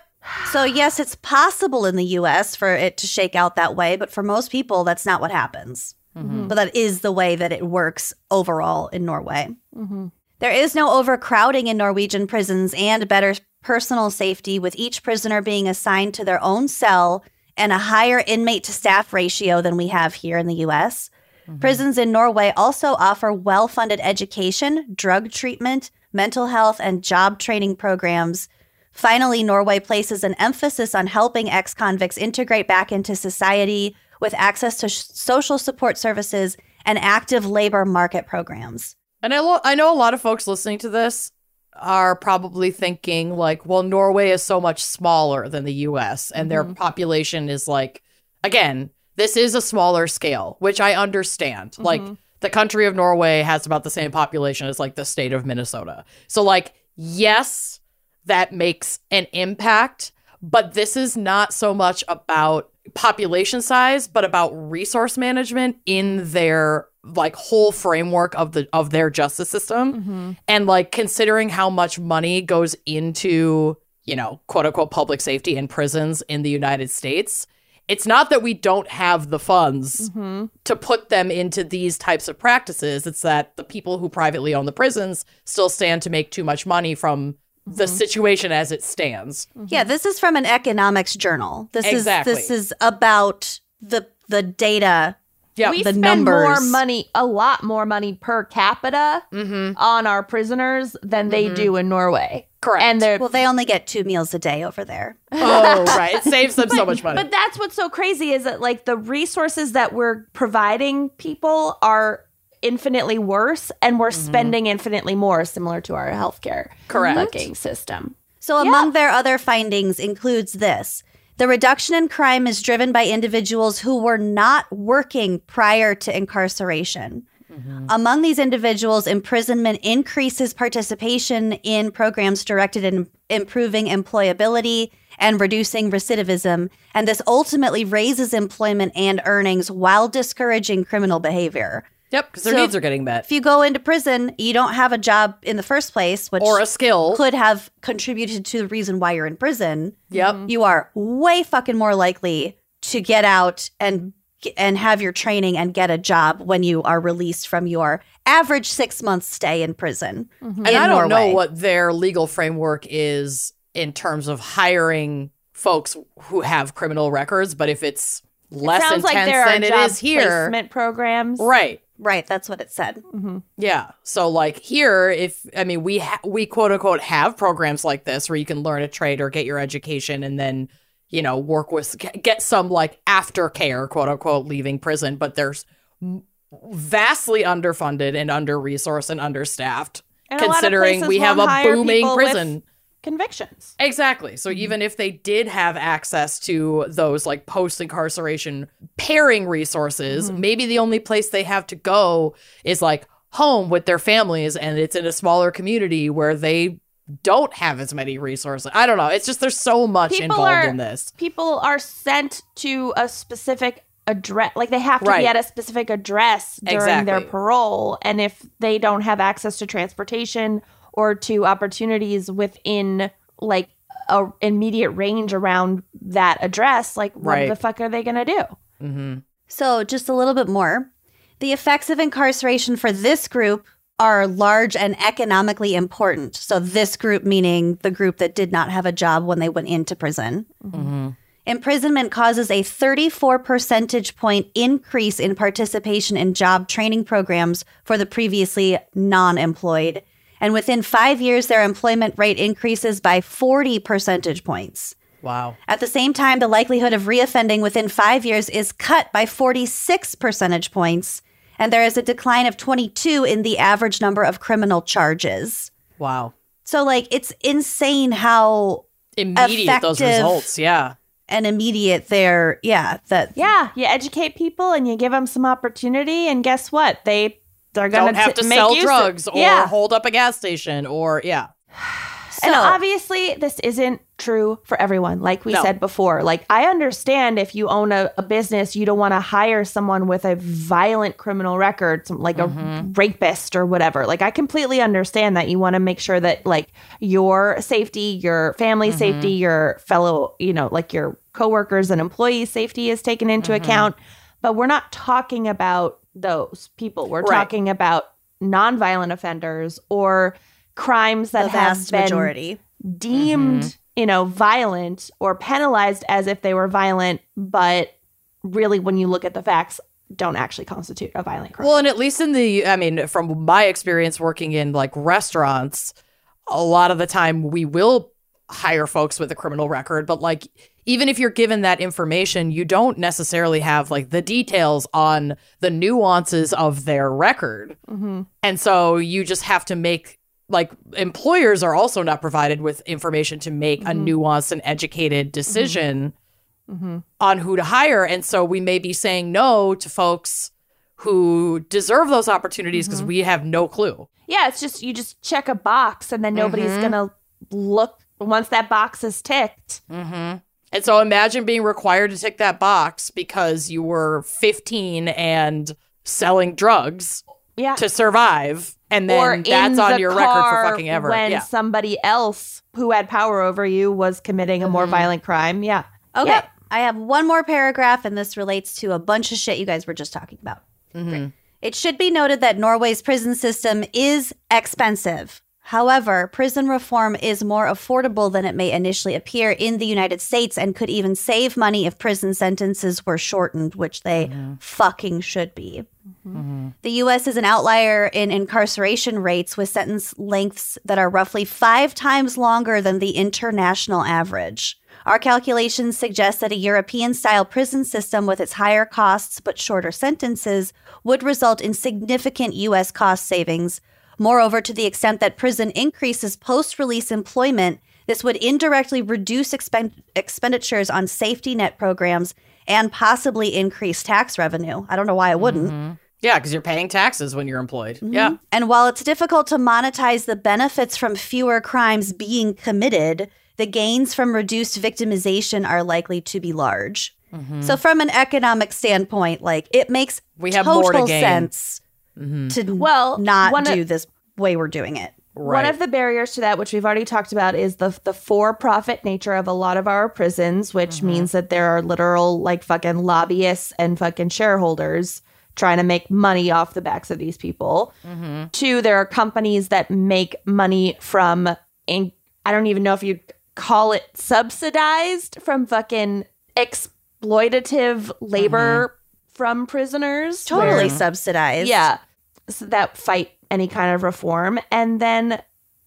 D: So, yes, it's possible in the US for it to shake out that way, but for most people, that's not what happens.
B: Mm-hmm.
D: But that is the way that it works overall in Norway.
B: Mm-hmm.
D: There is no overcrowding in Norwegian prisons and better personal safety, with each prisoner being assigned to their own cell and a higher inmate to staff ratio than we have here in the US. Prisons in Norway also offer well funded education, drug treatment, mental health, and job training programs. Finally, Norway places an emphasis on helping ex convicts integrate back into society with access to sh- social support services and active labor market programs.
C: And I, lo- I know a lot of folks listening to this are probably thinking like, well, Norway is so much smaller than the U.S. and their population is like, again, this is a smaller scale, which I understand. Like the country of Norway has about the same population as like the state of Minnesota. So like, yes, that makes an impact, but this is not so much about population size, but about resource management in their like whole framework of the of their justice system
B: Mm. Mm-hmm.
C: and like considering how much money goes into you know quote unquote public safety and prisons in the united states it's not that we don't have the
B: Mm.
C: funds
B: Mm-hmm.
C: to put them into these types of practices it's that the people who privately own the prisons still stand to make too much money from
B: Mm-hmm.
C: the situation as it stands
D: Yeah, this is from an economics journal. This
C: Exactly.
D: is this is about the the data.
C: yeah
B: we
D: the
B: spend more
D: numbers.
B: money, a lot more money per capita
C: Mm-hmm.
B: on our prisoners than they do in Norway.
C: Correct.
B: And they're
D: Well, they only get two meals a day over there.
C: oh right it saves them so much money
B: But that's what's so crazy is that like the resources that we're providing people are infinitely worse and we're spending infinitely more similar to our healthcare
C: Mm-hmm. Correct.
B: fucking system.
D: So, among their other findings includes this the reduction in crime is driven by individuals who were not working prior to incarceration.
C: Mm-hmm.
D: Among these individuals, imprisonment increases participation in programs directed in improving employability and reducing recidivism. And this ultimately raises employment and earnings while discouraging criminal behavior.
C: yep because their
D: So-
C: needs are getting met
D: If you go into prison, you don't have a job in the first place, which
C: or a skill
D: could have contributed to the reason why you're in prison,
C: yep
B: Mm-hmm.
D: you are way fucking more likely to get out and and have your training and get a job when you are released from your average 6 month stay in prison.
C: And
D: in
C: I don't know
D: Norway.
C: what their legal framework is in terms of hiring folks who have criminal records, but if it's less
B: Sounds
C: intense
B: like there are
C: than it
B: job
C: is here,
B: placement programs. Mm-hmm.
C: right?
D: Right, that's what it said.
C: Yeah. So like here, if I mean we ha- we quote unquote have programs like this where you can learn a trade or get your education and then you know work with get some like aftercare quote unquote leaving prison, but there's vastly underfunded and under resourced and understaffed
B: And a lot of
C: considering
B: places
C: we have
B: won't
C: a
B: hire
C: booming
B: people with-
C: prison.
B: Convictions.
C: Exactly.
B: Mm-hmm.
C: So even if they did have access to those like post incarceration pairing resources,
B: Mm-hmm.
C: maybe the only place they have to go is like home with their families and it's in a smaller community where they don't have as many resources. I don't know. It's just there's so much
B: People
C: involved
B: are-
C: in this.
B: People are sent to a specific address. Like they have to
C: Right.
B: be at a specific address during their
C: Exactly.
B: parole. And if they don't have access to transportation or to opportunities within like a immediate range around that address, like what
C: Right.
B: the fuck are they gonna do?
C: Mm-hmm.
D: So, just a little bit more. The effects of incarceration for this group are large and economically important. So, this group meaning the group that did not have a job when they went into prison. Imprisonment causes a 34 percentage point increase in participation in job training programs for the previously non employed. And within five years, their employment rate increases by 40 percentage points.
C: Wow.
D: At the same time, the likelihood of reoffending within five years is cut by 46 percentage points, and there is a decline of 22 in the average number of criminal charges.
C: Wow.
D: So, like, it's insane how
C: Immediate those
D: Effective.
C: results. Yeah.
D: an immediate there, yeah, that
B: Yeah, you educate people and you give them some opportunity, and guess what? They they're gonna
C: Don't have
B: t-
C: to
B: make
C: sell
B: use of-
C: drugs or
B: yeah.
C: hold up a gas station or yeah.
D: so,
B: and obviously, this isn't true for everyone. Like we
C: No.
B: said before, like I understand if you own a, a business, you don't want to hire someone with a violent criminal record, some, like
D: Mm-hmm.
B: a rapist or whatever. Like I completely understand that you want to make sure that like your safety, your family
D: Mm-hmm.
B: safety, your fellow, you know, like your coworkers and employees' safety is taken into
D: Mm-hmm.
B: account. But we're not talking about those people. We're
C: Right.
B: talking about nonviolent offenders or crimes that
D: the
B: have
D: vast
B: been
D: majority.
B: deemed,
C: Mm-hmm.
B: you know, violent or penalized as if they were violent, but really when you look at the facts, don't actually constitute a violent crime.
C: Well, and at least in the, I mean, from my experience working in like restaurants, a lot of the time we will hire folks with a criminal record, but like, even if you're given that information, you don't necessarily have like the details on the nuances of their record.
D: Mm-hmm,
B: Mhm.
C: And so you just have to make like employers are also not provided with information to make a nuanced and educated decision
D: mm-hmm.
C: on who to hire. And so we may be saying no to folks who deserve those opportunities
B: Mm-hmm.
C: because we have no clue.
B: Yeah, it's just you just check a box and then nobody's
C: Mm-hmm.
B: going to look once that box is ticked. Mm-hmm.
C: And so imagine being required to tick that box because you were 15 and selling drugs
B: Yeah.
C: to survive. And then
B: or
C: that's
B: in
C: on
B: the
C: your record for
B: car
C: fucking ever.
B: When
C: Yeah.
B: somebody else who had power over you was committing a more
C: Mm-hmm.
B: violent crime. Yeah.
D: Okay,
B: Yeah.
D: I have one more paragraph, and this relates to a bunch of shit you guys were just talking about. Great. It should be noted that Norway's prison system is expensive. However, prison reform is more affordable than it may initially appear in the United States and could even save money if prison sentences were shortened, which they fucking should be. The US is an outlier in incarceration rates with sentence lengths that are roughly five times longer than the international average. Our calculations suggest that a European style prison system with its higher costs but shorter sentences would result in significant US cost savings. Moreover, to the extent that prison increases post release employment, this would indirectly reduce expen- expenditures on safety net programs and possibly increase tax revenue. I don't know why it wouldn't.
C: Yeah, because you're paying taxes when you're employed.
B: Mm-hmm.
C: Yeah.
D: Mm-hmm. And while it's difficult to monetize the benefits from fewer crimes being committed, the gains from reduced victimization are likely to be large. So, from an economic standpoint, like it makes
C: Mm-hmm. We have
D: total
C: more to gain. Mm-hmm.
D: sense to
B: Well,
D: not
B: one of-
D: do this way we're doing it.
C: Right.
B: One of the barriers to that, which we've already talked about, is the the for profit nature of a lot of our prisons, which means that there are literal like fucking lobbyists and fucking shareholders trying to make money off the backs of these people.
C: Mm-hmm.
B: Two, there are companies that make money from in, I don't even know if you'd call it subsidized from fucking exploitative labor from prisoners.
D: Totally subsidized.
B: Yeah. So that fight any kind of reform. And then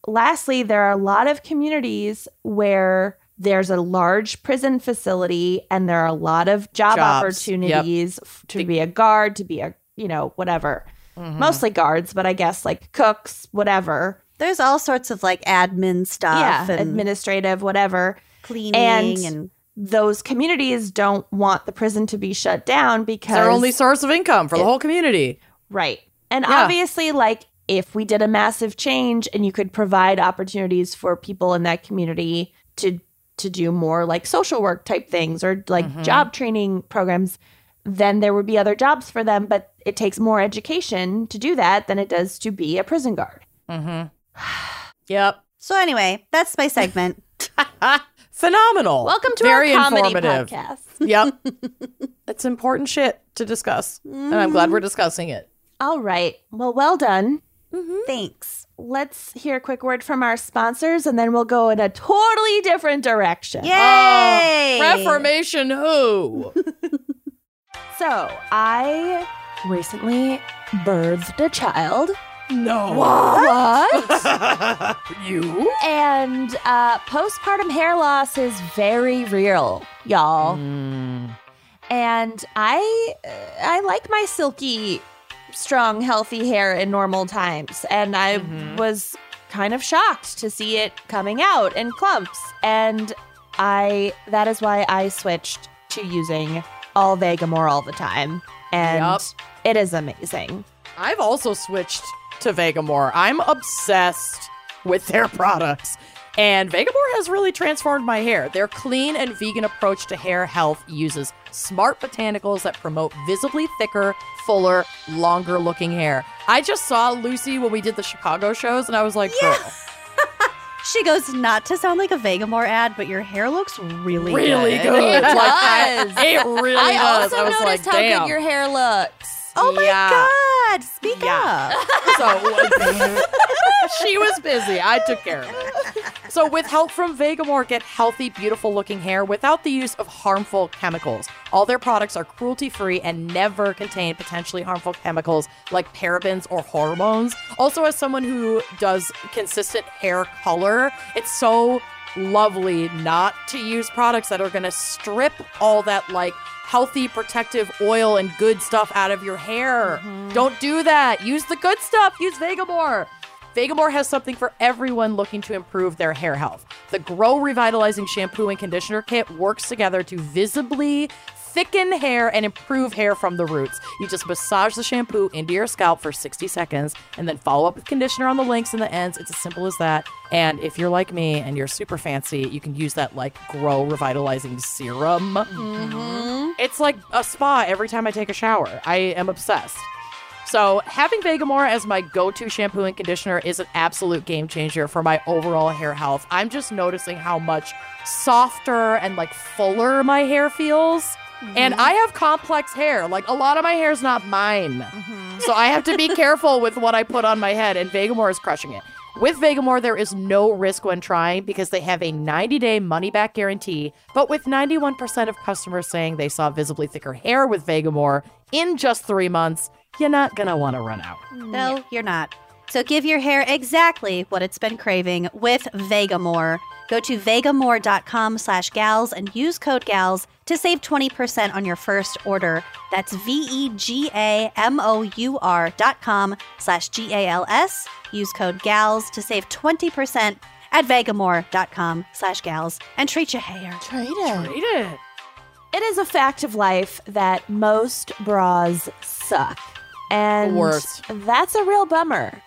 B: lastly, there are a lot of communities where there's a large prison facility and there are a lot of job
C: Jobs. Yep.
B: opportunities f- to be a guard, to be a, you know, whatever.
C: Mm-hmm. Hmm.
B: Mostly guards, but I guess like cooks, whatever.
D: There's all sorts of like admin stuff
B: yeah,
D: and
B: administrative, whatever.
D: cleaning
B: and-
D: and
B: Those communities don't want the prison to be shut down because
C: It's their only source of income for the whole community.
B: Right. And
C: Yeah.
B: obviously, like, if we did a massive change and you could provide opportunities for people in that community to to do more like social work type things or like
C: Mm-hmm.
B: job training programs, then there would be other jobs for them. But it takes more education to do that than it does to be a prison guard.
C: Mm-hmm. Yep.
D: so anyway, that's my segment.
C: Ah, phenomenal.
B: Welcome to
C: Very
B: our comedy
C: informative.
B: podcast.
C: Yep. it's important shit to discuss. And I'm glad we're discussing it.
B: All right. Well, well done.
D: Thanks.
B: Let's hear a quick word from our sponsors and then we'll go in a totally different direction.
D: Yay!
C: Reformation who?
B: So I recently birthed a child.
C: no.
B: What?
C: You?
B: and uh, postpartum hair loss is very real, y'all. And I, uh, I like my silky, strong, healthy hair in normal times, and I
C: Mm-hmm.
B: was kind of shocked to see it coming out in clumps. And I, that is why I switched to using all Vegamore all the time, and
C: Yup.
B: it is amazing.
C: I've also switched to Vegamore. I'm obsessed with their products. And Vegamore has really transformed my hair. Their clean and vegan approach to hair health uses smart botanicals that promote visibly thicker, fuller, longer looking hair. I just saw Lucy when we did the Chicago shows, and I was like, girl,
D: She goes, not to sound like a Vegamore ad, but your hair looks really,
C: really
D: good.
C: good. Like, I-
B: does.
C: it really does. I was like, damn.
B: hair looks.
D: Oh my
C: Yeah.
D: god! Speak up.
C: So she was busy. I took care of it. So, with help from Vegamore, get healthy, beautiful looking hair without the use of harmful chemicals. All their products are cruelty free and never contain potentially harmful chemicals like parabens or hormones. Also, as someone who does consistent hair color, it's so lovely not to use products that are going to strip all that, like, healthy protective oil and good stuff out of your hair. Don't do that. Use the good stuff. Use Vegamore. Vegamore has something for everyone looking to improve their hair health. The Grow Revitalizing Shampoo and Conditioner Kit works together to visibly thicken hair and improve hair from the roots. You just massage the shampoo into your scalp for 60 seconds and then follow up with conditioner on the links and the ends. It's as simple as that. And if you're like me and you're super fancy, you can use that like Grow Revitalizing Serum. It's like a spa every time I take a shower. I am obsessed. So, having Vegamore as my go to shampoo and conditioner is an absolute game changer for my overall hair health. I'm just noticing how much softer and like fuller my hair feels. And I have complex hair. Like, a lot of my hair is not mine. So, I have to be careful with what I put on my head, and Vegamore is crushing it. With Vegamore, there is no risk when trying because they have a 90 day money back guarantee. But with 91% of customers saying they saw visibly thicker hair with Vegamore in just three months, you're not going to want to run out.
D: No, you're not. So give your hair exactly what it's been craving with Vegamore. Go to vegamore.com slash gals and use code gals to save 20% on your first order. That's E V-E-G-A-M-O-U-R dot com slash G-A-L-S. Use code gals to save 20% at vegamore.com slash gals and treat your hair.
C: Read it.
B: It is a fact of life that most bras suck. And
C: The worst.
B: that's a real bummer.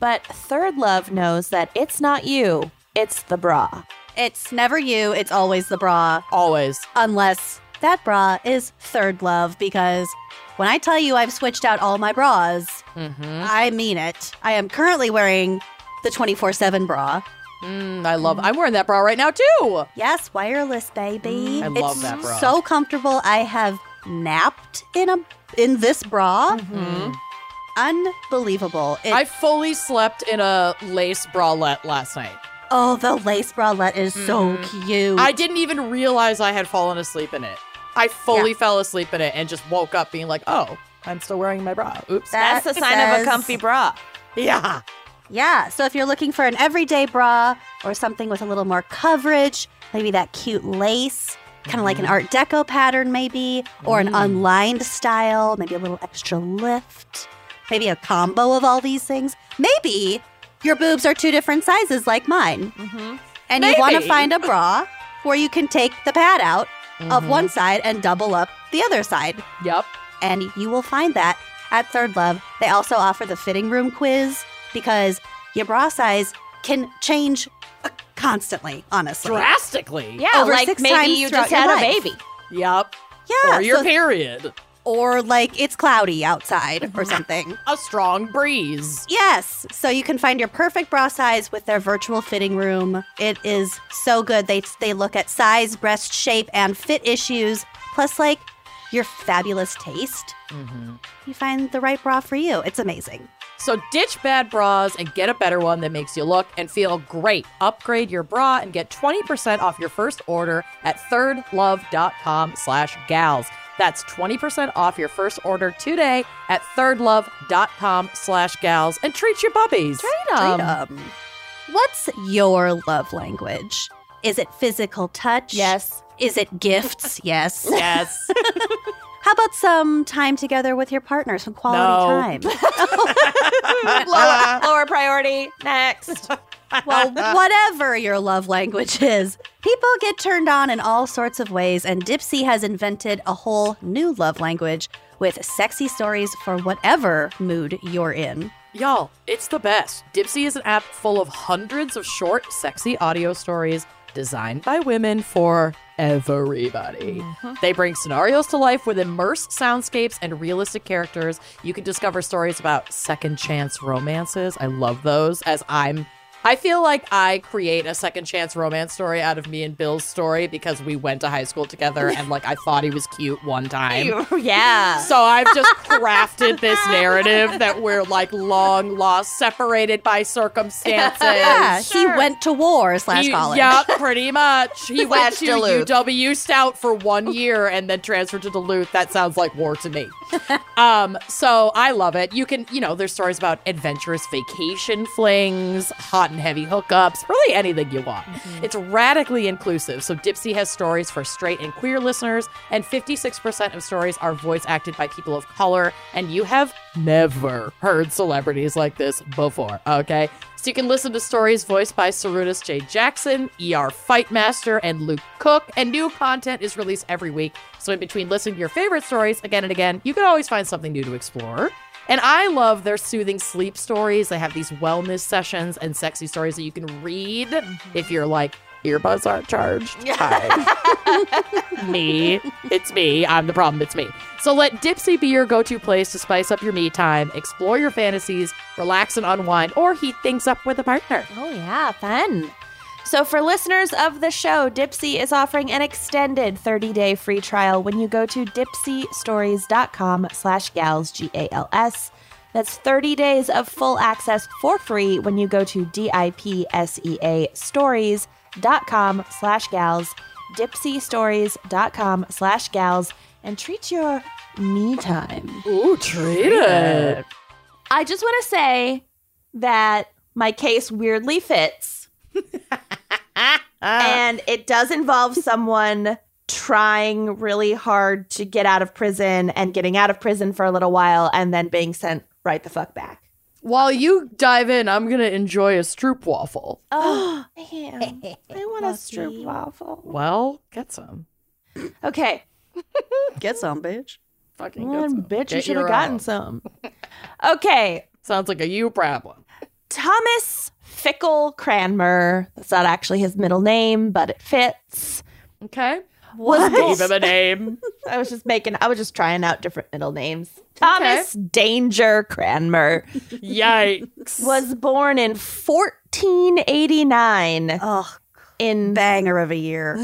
B: But Third Love knows that it's not you, it's the bra.
D: It's never you, it's always the bra.
C: Always.
D: unless that bra is third love because when I tell you I've switched out all my bras,
C: Mm-hmm.
D: I mean it. I am currently wearing the 24 7 bra.
C: Mm, I love I'm wearing that bra right now, too.
D: Yes, wireless, baby.
C: I
D: Mm. it's
C: love that bra.
D: so comfortable. I have napped in a in this bra. Unbelievable. It,
C: I fully slept in a lace bralette last night.
D: oh, the lace bralette is so cute.
C: I didn't even realize I had fallen asleep in it. I fully fell asleep in it and just woke up being like, oh, I'm still wearing my bra. Oops.
B: That's the
D: That
B: sign of a
D: says-
B: comfy bra.
C: yeah.
D: Yeah. So if you're looking for an everyday bra or something with a little more coverage, maybe that cute lace, kind of like an Art Deco pattern, maybe, or an unlined style, maybe a little extra lift, maybe a combo of all these things. Maybe your boobs are two different sizes like mine.
B: Mm-hmm.
D: And you want to
C: Maybe.
D: find a bra where you can take the pad out of one side and double up the other side
C: Yep.
D: and you will find that at Third Love. They also offer the fitting room quiz because your bra size can change uh, constantly, honestly.
C: Drastically.
B: Yeah,
D: Over
B: like
D: six
B: maybe
D: times
B: you
D: throughout
B: just had
D: your
B: a
D: life.
B: baby.
C: Yep.
D: Yeah,
C: or your
D: so-
C: period.
D: or like it's cloudy outside or something.
C: A strong breeze.
D: Yes, so you can find your perfect bra size with their virtual fitting room. It is so good. They they look at size, breast shape, and fit issues, plus like your fabulous taste. You find the right bra for you. It's amazing.
C: Mm-hmm. So ditch bad bras and get a better one that makes you look and feel great. Upgrade your bra and get 20% off your first order at thirdlove.com slash gals. That's 20% off your first order today at thirdlove.com slash gals and treat your puppies. Treat
D: Freedom. What's your love language? Is it physical touch?
B: Yes.
D: Is it gifts? yes.
C: Yes.
D: How about some time together with your partner, some quality time?
B: lower, lower priority. Next.
D: well, whatever your love language is, people get turned on in all sorts of ways, and Dipsy has invented a whole new love language with sexy stories for whatever mood you're in.
C: Y'all, it's the best. Dipsy is an app full of hundreds of short, sexy audio stories designed by women for everybody. They bring scenarios to life with immersed soundscapes and realistic characters. You can discover stories about second chance romances. I love those as I'm I feel like I create a second chance romance story out of me and Bill's story because we went to high school together and like I thought he was cute one time.
B: yeah.
C: So I've just crafted this narrative that we're like long lost, separated by circumstances.
D: Yeah, he went to war slash
C: Oh, He-
D: college.
C: yeah, pretty much. He went
B: Slash
C: to
B: Duluth.
C: UW Stout for one year and then transferred to Duluth. That sounds like war to me. um, so I love it. You can, you know, there's stories about adventurous vacation flings, hot and heavy hookups, really anything you want. It's radically inclusive. So Dipsy has stories for straight and queer listeners, and 56% of stories are voice acted by people of color. And you have never heard celebrities like this before, okay? So you can listen to stories voiced by Sarunas J. Jackson, ER Fightmaster, and Luke Cook. And new content is released every week. So in between listening to your favorite stories again and again, you can always find something new to explore. And I love their soothing sleep stories. They have these wellness sessions and sexy stories that you can read if you're like, earbuds aren't charged. Hi. me. It's me. I'm the problem. It's me. So let Dipsy be your go to place to spice up your me time, explore your fantasies, relax and unwind, or heat things up with a partner.
B: Oh, yeah. Fun. So, for listeners of the show, Dipsy is offering an extended 30-day free trial when you go to dipsystories.com slash gals, G-A-L-S. That's 30 days of full access for free when you go to D-I-P-S-E-A stories.com slash gals, dipsystories.com slash gals, and treat your me time.
C: Ooh, treat it.
B: I just want to say that my case weirdly fits.
C: Uh,
B: and it does involve someone trying really hard to get out of prison and getting out of prison for a little while and then being sent right the fuck back.
C: While you dive in, I'm going to enjoy a stroop waffle.
B: Oh, man. I want a stroop waffle.
C: Well, get some.
B: Okay.
D: Get some, bitch.
C: Fucking get
B: Man,
C: some.
B: bitch, you
C: Get
B: should have
C: your
B: gotten
C: own.
B: some. Okay.
C: Sounds like a you problem.
B: Thomas Fickle Cranmer. That's not actually his middle name, but it fits.
C: Okay.
B: was
C: Give him a name.
B: I was just making I was just trying out different middle names. Thomas Danger Cranmer
C: Yikes.
B: was born in 1489
D: Oh,
B: in
D: banger of a year.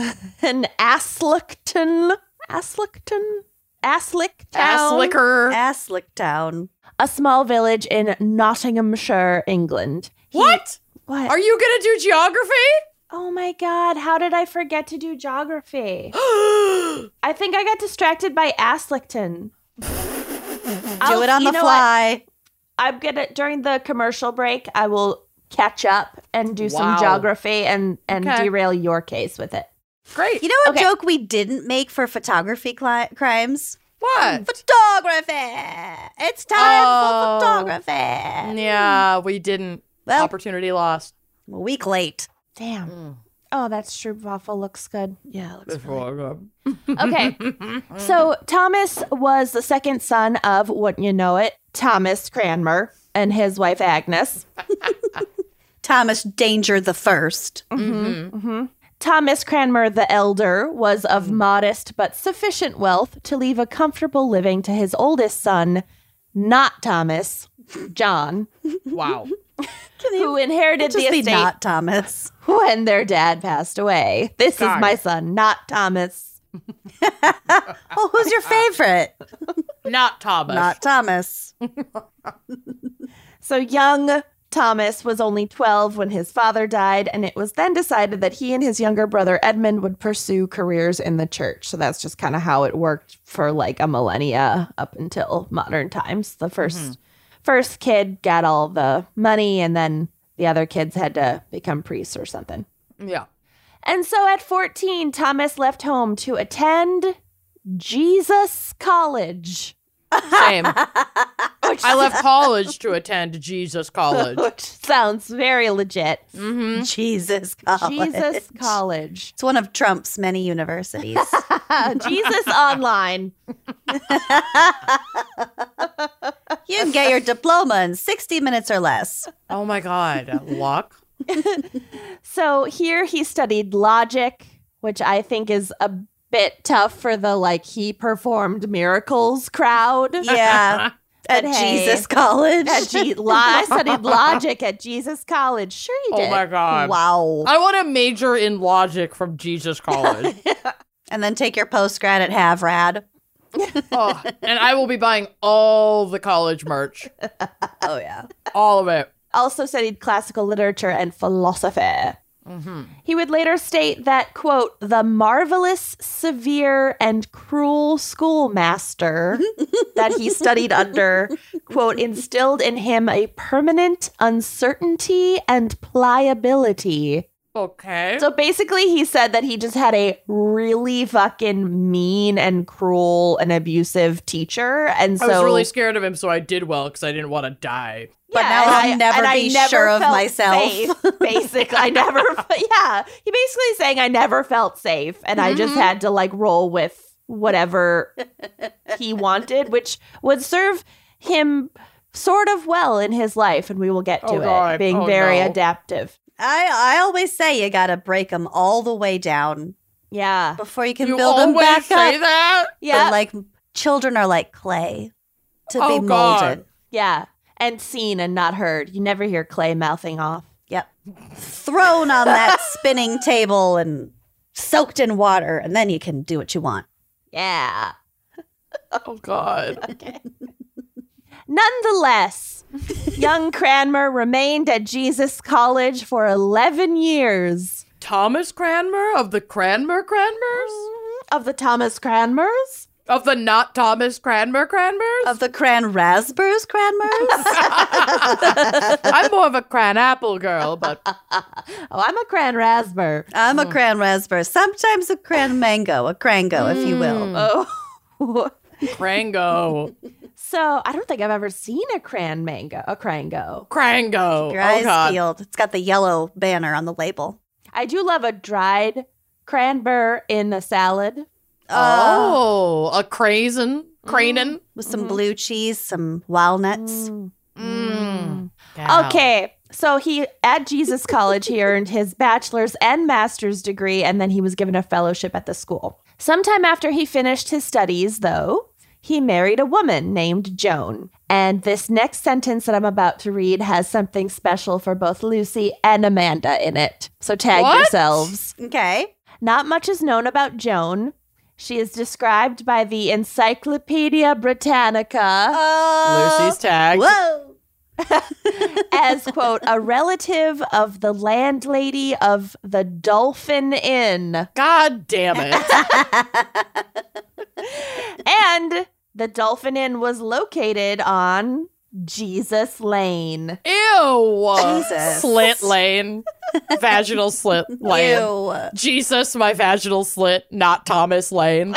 B: in Aslickton, Aslickton, Aslick
C: Ass
B: Town,
C: liquor.
D: Aslicktown.
B: a small village in Nottinghamshire, England. He-
C: What?
B: What?
C: Are you going to do geography?
B: Oh my God, how did I forget to do geography? I think I got distracted by Aslington.
D: Do it on the fly.
B: I'm gonna during the commercial break. I will catch up and do some
C: Wow.
B: geography and and
C: Okay.
B: derail your case with it.
C: Great.
D: You know what
B: Okay.
D: joke we didn't make for photography cli- crimes?
C: what?
D: Photography. It's time
C: Oh.
D: for photography.
C: Yeah, we didn't.
D: Well-
C: Opportunity lost.
D: A week late.
B: Damn. Oh, that stroopwafel looks good.
D: Yeah.
B: Mm-hmm. Okay. so Thomas was the second son of, wouldn't you know it, Thomas Cranmer and his wife Agnes.
D: Thomas Danger the first.
C: Mm-hmm.
B: Thomas Cranmer the Elder was of modest but sufficient wealth to leave a comfortable living to his oldest son, not Thomas, John,
C: Wow.
B: who inherited the
D: Just be
B: estate
D: not Thomas.
B: when their dad passed away. This
C: Got
B: is my
C: it.
B: son, not Thomas.
D: Oh, who's your favorite?
C: Not Thomas.
D: not Thomas.
B: So young Thomas was only 12 when his father died, and it was then decided that he and his younger brother Edmund would pursue careers in the church. So that's just kind of how it worked for like a millennia up until modern times. The 1st
C: Mm-hmm.
B: first kid got all the money, and then the other kids had to become priests or something.
C: yeah.
B: And so at 14, Thomas left home to attend Jesus College.
C: Same. I left college to attend Jesus College.
B: Which sounds very legit.
C: Mm-hmm.
D: Jesus College.
B: Jesus College.
D: It's one of Trump's many universities.
B: Jesus Online.
D: you can get your diploma in 60 minutes or less.
C: Oh my God. Luck.
B: So here he studied logic, which I think is a bit tough for the like he performed miracles crowd.
D: Yeah. At
B: But hey.
D: Jesus College.
B: At G- lo- I studied logic at Jesus College. Sure he did.
C: Oh my God.
D: wow.
C: I want to major in logic from Jesus College.
D: And then take your post grad at Havrad.
C: oh, and I will be buying all the college merch,
D: Oh, yeah.
C: all of it.
B: Also studied classical literature and philosophy.
C: Mm-hmm.
B: He would later state that, quote, the marvelous, severe, and cruel schoolmaster that he studied under, quote, instilled in him a permanent uncertainty and pliability.
C: Okay.
B: So basically, he said that he just had a really fucking mean and cruel and abusive teacher. And so.
C: I was really scared of him, so I did well because I didn't want to die.
D: But now
B: and
D: I'll never
B: and
D: be sure of
B: felt
D: myself.
B: Safe, basically, I never. fe- Yeah, he basically saying I never felt safe, and I
D: Mm-hmm.
B: just had to like roll with whatever he wanted, which would serve him sort of well in his life, and we will get to
C: Oh,
B: it.
C: God.
B: Being
C: Oh,
B: very
C: no.
B: adaptive.
D: I, I always say you got to break them all the way down
B: Yeah,
D: before you can
C: you
D: build them
C: always
D: back
C: say
D: up.
C: that.
B: yeah,
D: But like children are like clay to
C: Oh,
D: be
C: God.
D: molded.
B: yeah. And seen and not heard. You never hear Clay mouthing off.
D: Yep. Thrown on that spinning table and soaked in water, and then you can do what you want.
B: Yeah.
C: Oh God.
B: Nonetheless, young Cranmer remained at Jesus College for 11 years.
C: Thomas Cranmer of the Cranmer Cranmers
B: Of the Thomas Cranmers?
C: of the not Thomas Cranmer Cranmers.
D: Of the Cran Raspers, Cranmers?
C: I'm more of a cran apple girl, but
B: Oh, I'm a Cran Rasmer.
D: I'm a Cran Rasper, sometimes a Cran Mango, a Crango, if you will.
B: Oh.
C: Mm, Crango,
B: so I don't think I've ever seen a Cran mango, a Crango.
C: Crango.
D: Your
C: oh
D: eyes
C: God.
D: peeled. It's got the yellow banner on the label.
B: I do love a dried cranber in a salad.
D: Uh,
C: Oh, a crazen, cranin.
D: With some blue cheese, some walnuts.
C: Mm.
B: Okay. So he at Jesus College he earned his bachelor's and master's degree and then he was given a fellowship at the school. Sometime after he finished his studies though, he married a woman named Joan. And this next sentence that I'm about to read has something special for both Lucy and Amanda in it. So tag
C: What?
B: yourselves.
D: Mm. Okay.
B: Not much is known about Joan. She is described by the Encyclopedia Britannica
D: Oh.
C: Lucy's tagged.
D: Whoa.
B: as quote a relative of the landlady of the Dolphin Inn
C: God damn it.
B: and the Dolphin Inn was located on Jesus Lane.
C: Ew.
D: Jesus.
C: Slit lane. Vaginal slit lane.
D: Ew.
C: Jesus, my vaginal slit, not Thomas Lane.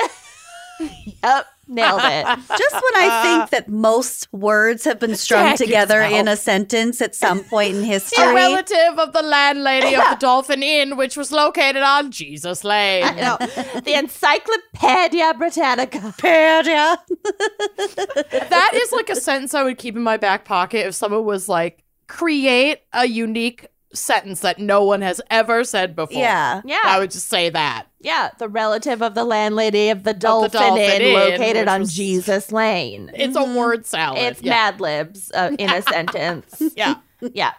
B: Yep, nailed it.
D: Just when I think that most words have been strung
C: Check
D: together
C: yourself.
D: in a sentence at some point in
C: A
D: history.
C: relative of the landlady of the Dolphin Inn, which was located on Jesus Lane.
B: No, the Encyclopedia Britannica.
D: Paria.
C: That is like a sentence I would keep in my back pocket if someone was like, create a unique sentence that no one has ever said before.
D: Yeah.
B: Yeah,
C: I would just say that.
B: yeah, the relative of the landlady of the Dolphin,
C: Dolphin
B: Inn,
C: Inn,
B: located
C: which
B: on
C: was-
B: Jesus Lane.
C: It's a word salad.
B: Mm-hmm. It's
C: yeah.
B: Mad Libs uh, in a sentence.
C: yeah.
B: Yeah.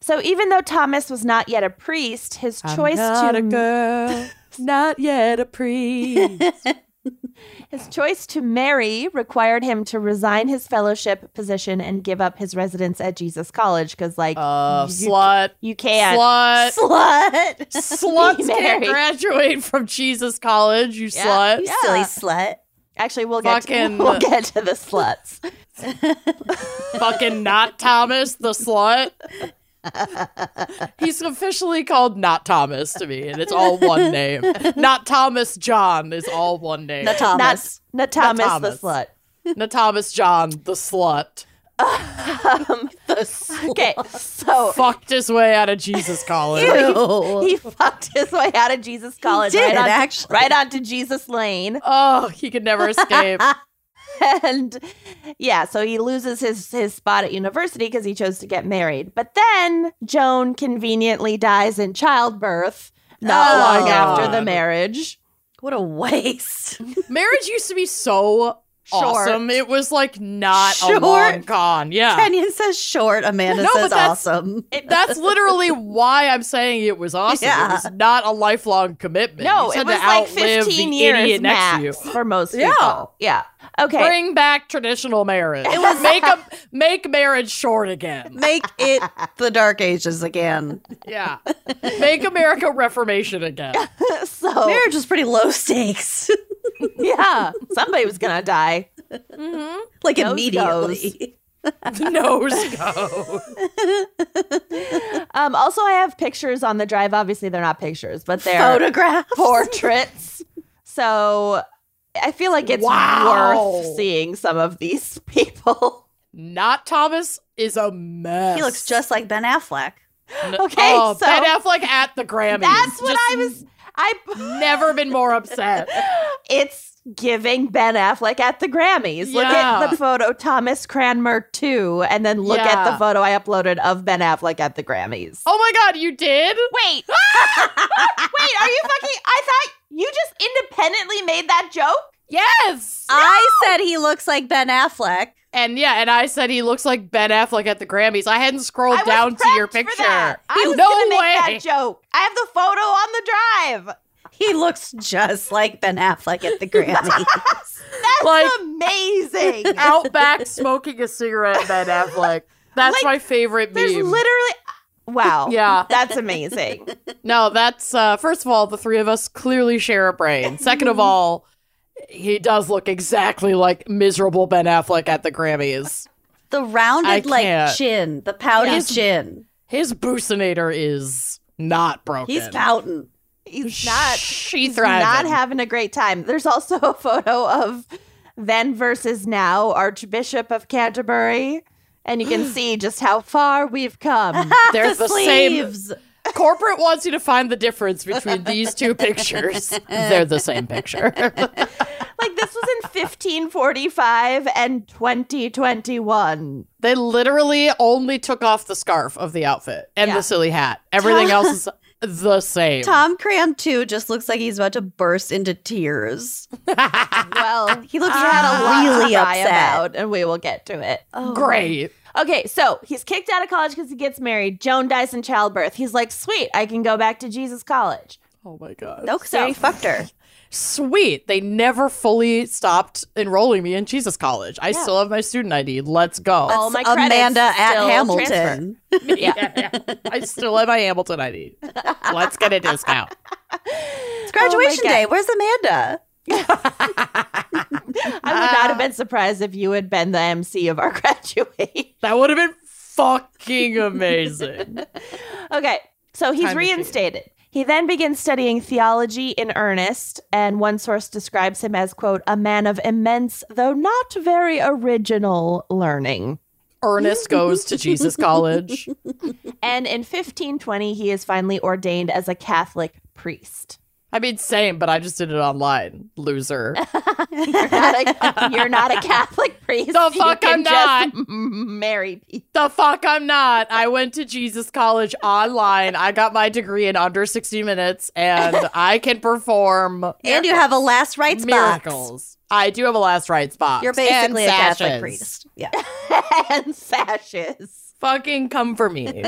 B: So even though Thomas was not yet a priest, his choice to
C: girl, not yet a priest.
B: His choice to marry required him to resign his fellowship position and give up his residence at Jesus College because, like,
C: Uh,
B: you,
C: slut.
B: you can't.
C: Slut.
D: Slut.
C: Sluts can't
B: married.
C: graduate from Jesus College, you
B: Yeah.
C: slut.
D: You
B: Yeah.
D: silly slut.
B: Actually, we'll get, to,
C: Fucking-
B: we'll get to the sluts.
C: Fucking not Thomas, the slut. He's officially called Not Thomas to me, and it's all one name. Not Thomas John is all one name.
D: The Thomas.
B: Not, not Thomas,
C: Thomas.
B: the slut.
C: Not Thomas John, the slut.
B: Okay, so
C: Fucked his way out of Jesus College.
D: Ew.
B: he fucked his way out of Jesus College
D: did,
B: right, on,
D: actually.
B: right onto Jesus Lane.
C: oh, he could never escape.
B: and yeah, so he loses his his spot at university because he chose to get married. But then Joan conveniently dies in childbirth not
D: Oh.
B: long after the
C: God.
B: marriage.
D: What a waste.
C: Marriage used to be so awesome. It was like not
D: Short.
C: a long con. Yeah.
D: Kenyon says short. Amanda
C: No,
D: says
C: but that's-
D: awesome.
C: That's literally why I'm saying it was awesome.
D: Yeah.
C: It was not a lifelong commitment.
B: No,
C: You
B: it
C: had
B: was
C: to
B: like
C: outlive
B: 15
C: the
B: years
C: idiot
B: max
C: next to you.
B: for most
C: Yeah.
B: people. Yeah. Okay.
C: Bring back traditional marriage. It was make a, make marriage short again.
D: Make it the Dark Ages again.
C: Yeah, make America Reformation again.
B: so
D: Marriage was pretty low stakes,
B: yeah, somebody was going to die.
D: like
B: Nose
D: immediately.
C: The nose go.
B: Um also I have pictures on the drive. Obviously they're not pictures, but they're
D: Photographs.
B: portraits. So I feel like it's
C: Wow.
B: worth seeing some of these people.
C: Not Thomas is a mess.
D: He looks just like Ben Affleck.
C: N-
B: okay,
C: Oh,
B: so-
C: Ben Affleck at the Grammys.
B: That's what
C: Just
B: I was. I.
C: Never been more upset.
B: It's giving Ben Affleck at the Grammys. Look
C: Yeah.
B: at the photo Thomas Cranmer too, and then look at
C: Yeah.
B: the photo I uploaded of Ben Affleck at the Grammys.
C: Oh my god, you did?
B: Wait, wait, are you fucking? I thought you just independently made that joke.
C: Yes.
D: I said he looks like Ben Affleck.
C: Uh, And yeah, and I said he looks like Ben Affleck at the Grammys. I hadn't scrolled
B: I was
C: down to your
B: prepped
C: picture.
B: For that. I was
C: no
B: gonna make
C: way.
B: that joke. I have the photo on the drive.
D: He looks just like Ben Affleck at the Grammys.
B: That's
C: Like-
B: amazing.
C: Out back smoking a cigarette, Ben Affleck. That's
B: Like,
C: my favorite
B: There's
C: meme.
B: literally. Wow.
C: Yeah.
B: That's amazing.
C: no, that's uh, first of all, the three of us clearly share a brain. Second of all, he does look exactly like miserable Ben Affleck at the Grammys.
D: the rounded
C: I
D: like
C: can't.
D: chin, the pouty
C: Yeah.
D: chin.
C: His boosinator is not broken.
D: He's pouting.
B: He's not.
C: She
B: he's not
C: thriving.
B: having a great time. There's also a photo of then versus now Archbishop of Canterbury, and you can see just how far we've come.
C: There's the same
D: Sleeves.
C: Corporate wants you to find the difference between these two pictures. They're the same picture.
B: like this was in 1545 and 2021.
C: they literally only took off the scarf of the outfit and
B: Yeah.
C: the silly hat. Everything else is the same.
D: Tom Cram too just looks like he's about to burst into tears.
B: Well,
D: He looks
B: I had a lot
D: really
B: to cry
D: upset.
B: about, and we will get to it.
C: Oh. Great.
B: Okay, so he's kicked out of college because he gets married. Joan dies in childbirth. He's like, sweet, I can go back to Jesus College.
C: Oh my god.
D: No, because I already fucked her.
C: sweet. They never fully stopped enrolling me in Jesus College. I still have my student ID. Let's go.
D: Um,
B: All my credits
D: Amanda at
B: still
D: Hamilton.
B: transfer. Yeah.
C: I still have my Hamilton ID. Let's get a discount.
D: It's graduation day. Where's Amanda?
B: I would not
C: Ah.
B: have been surprised if you had been the MC of our graduation.
C: That would have been fucking amazing.
B: Okay, so he's
C: Time machine.
B: reinstated. He then begins studying theology in earnest, and one source describes him as, quote, a man of immense, though not very original, learning.
C: Ernest goes to Jesus College.
B: And in 1520, he is finally ordained as a Catholic priest.
C: I mean, same, but I just did it online. Loser.
B: You're not a, you're not a Catholic priest.
C: The fuck
B: you
C: I'm
B: can just m- marry people.
C: the fuck I'm not. I went to Jesus College online. I got my degree in under 60 minutes and I can perform
D: And you have a last rites box.
C: miracles. I do have a last rites box.
D: You're basically a
C: and
D: Catholic
C: sashes.
D: priest. Yeah.
B: and sashes.
C: Fucking come for me.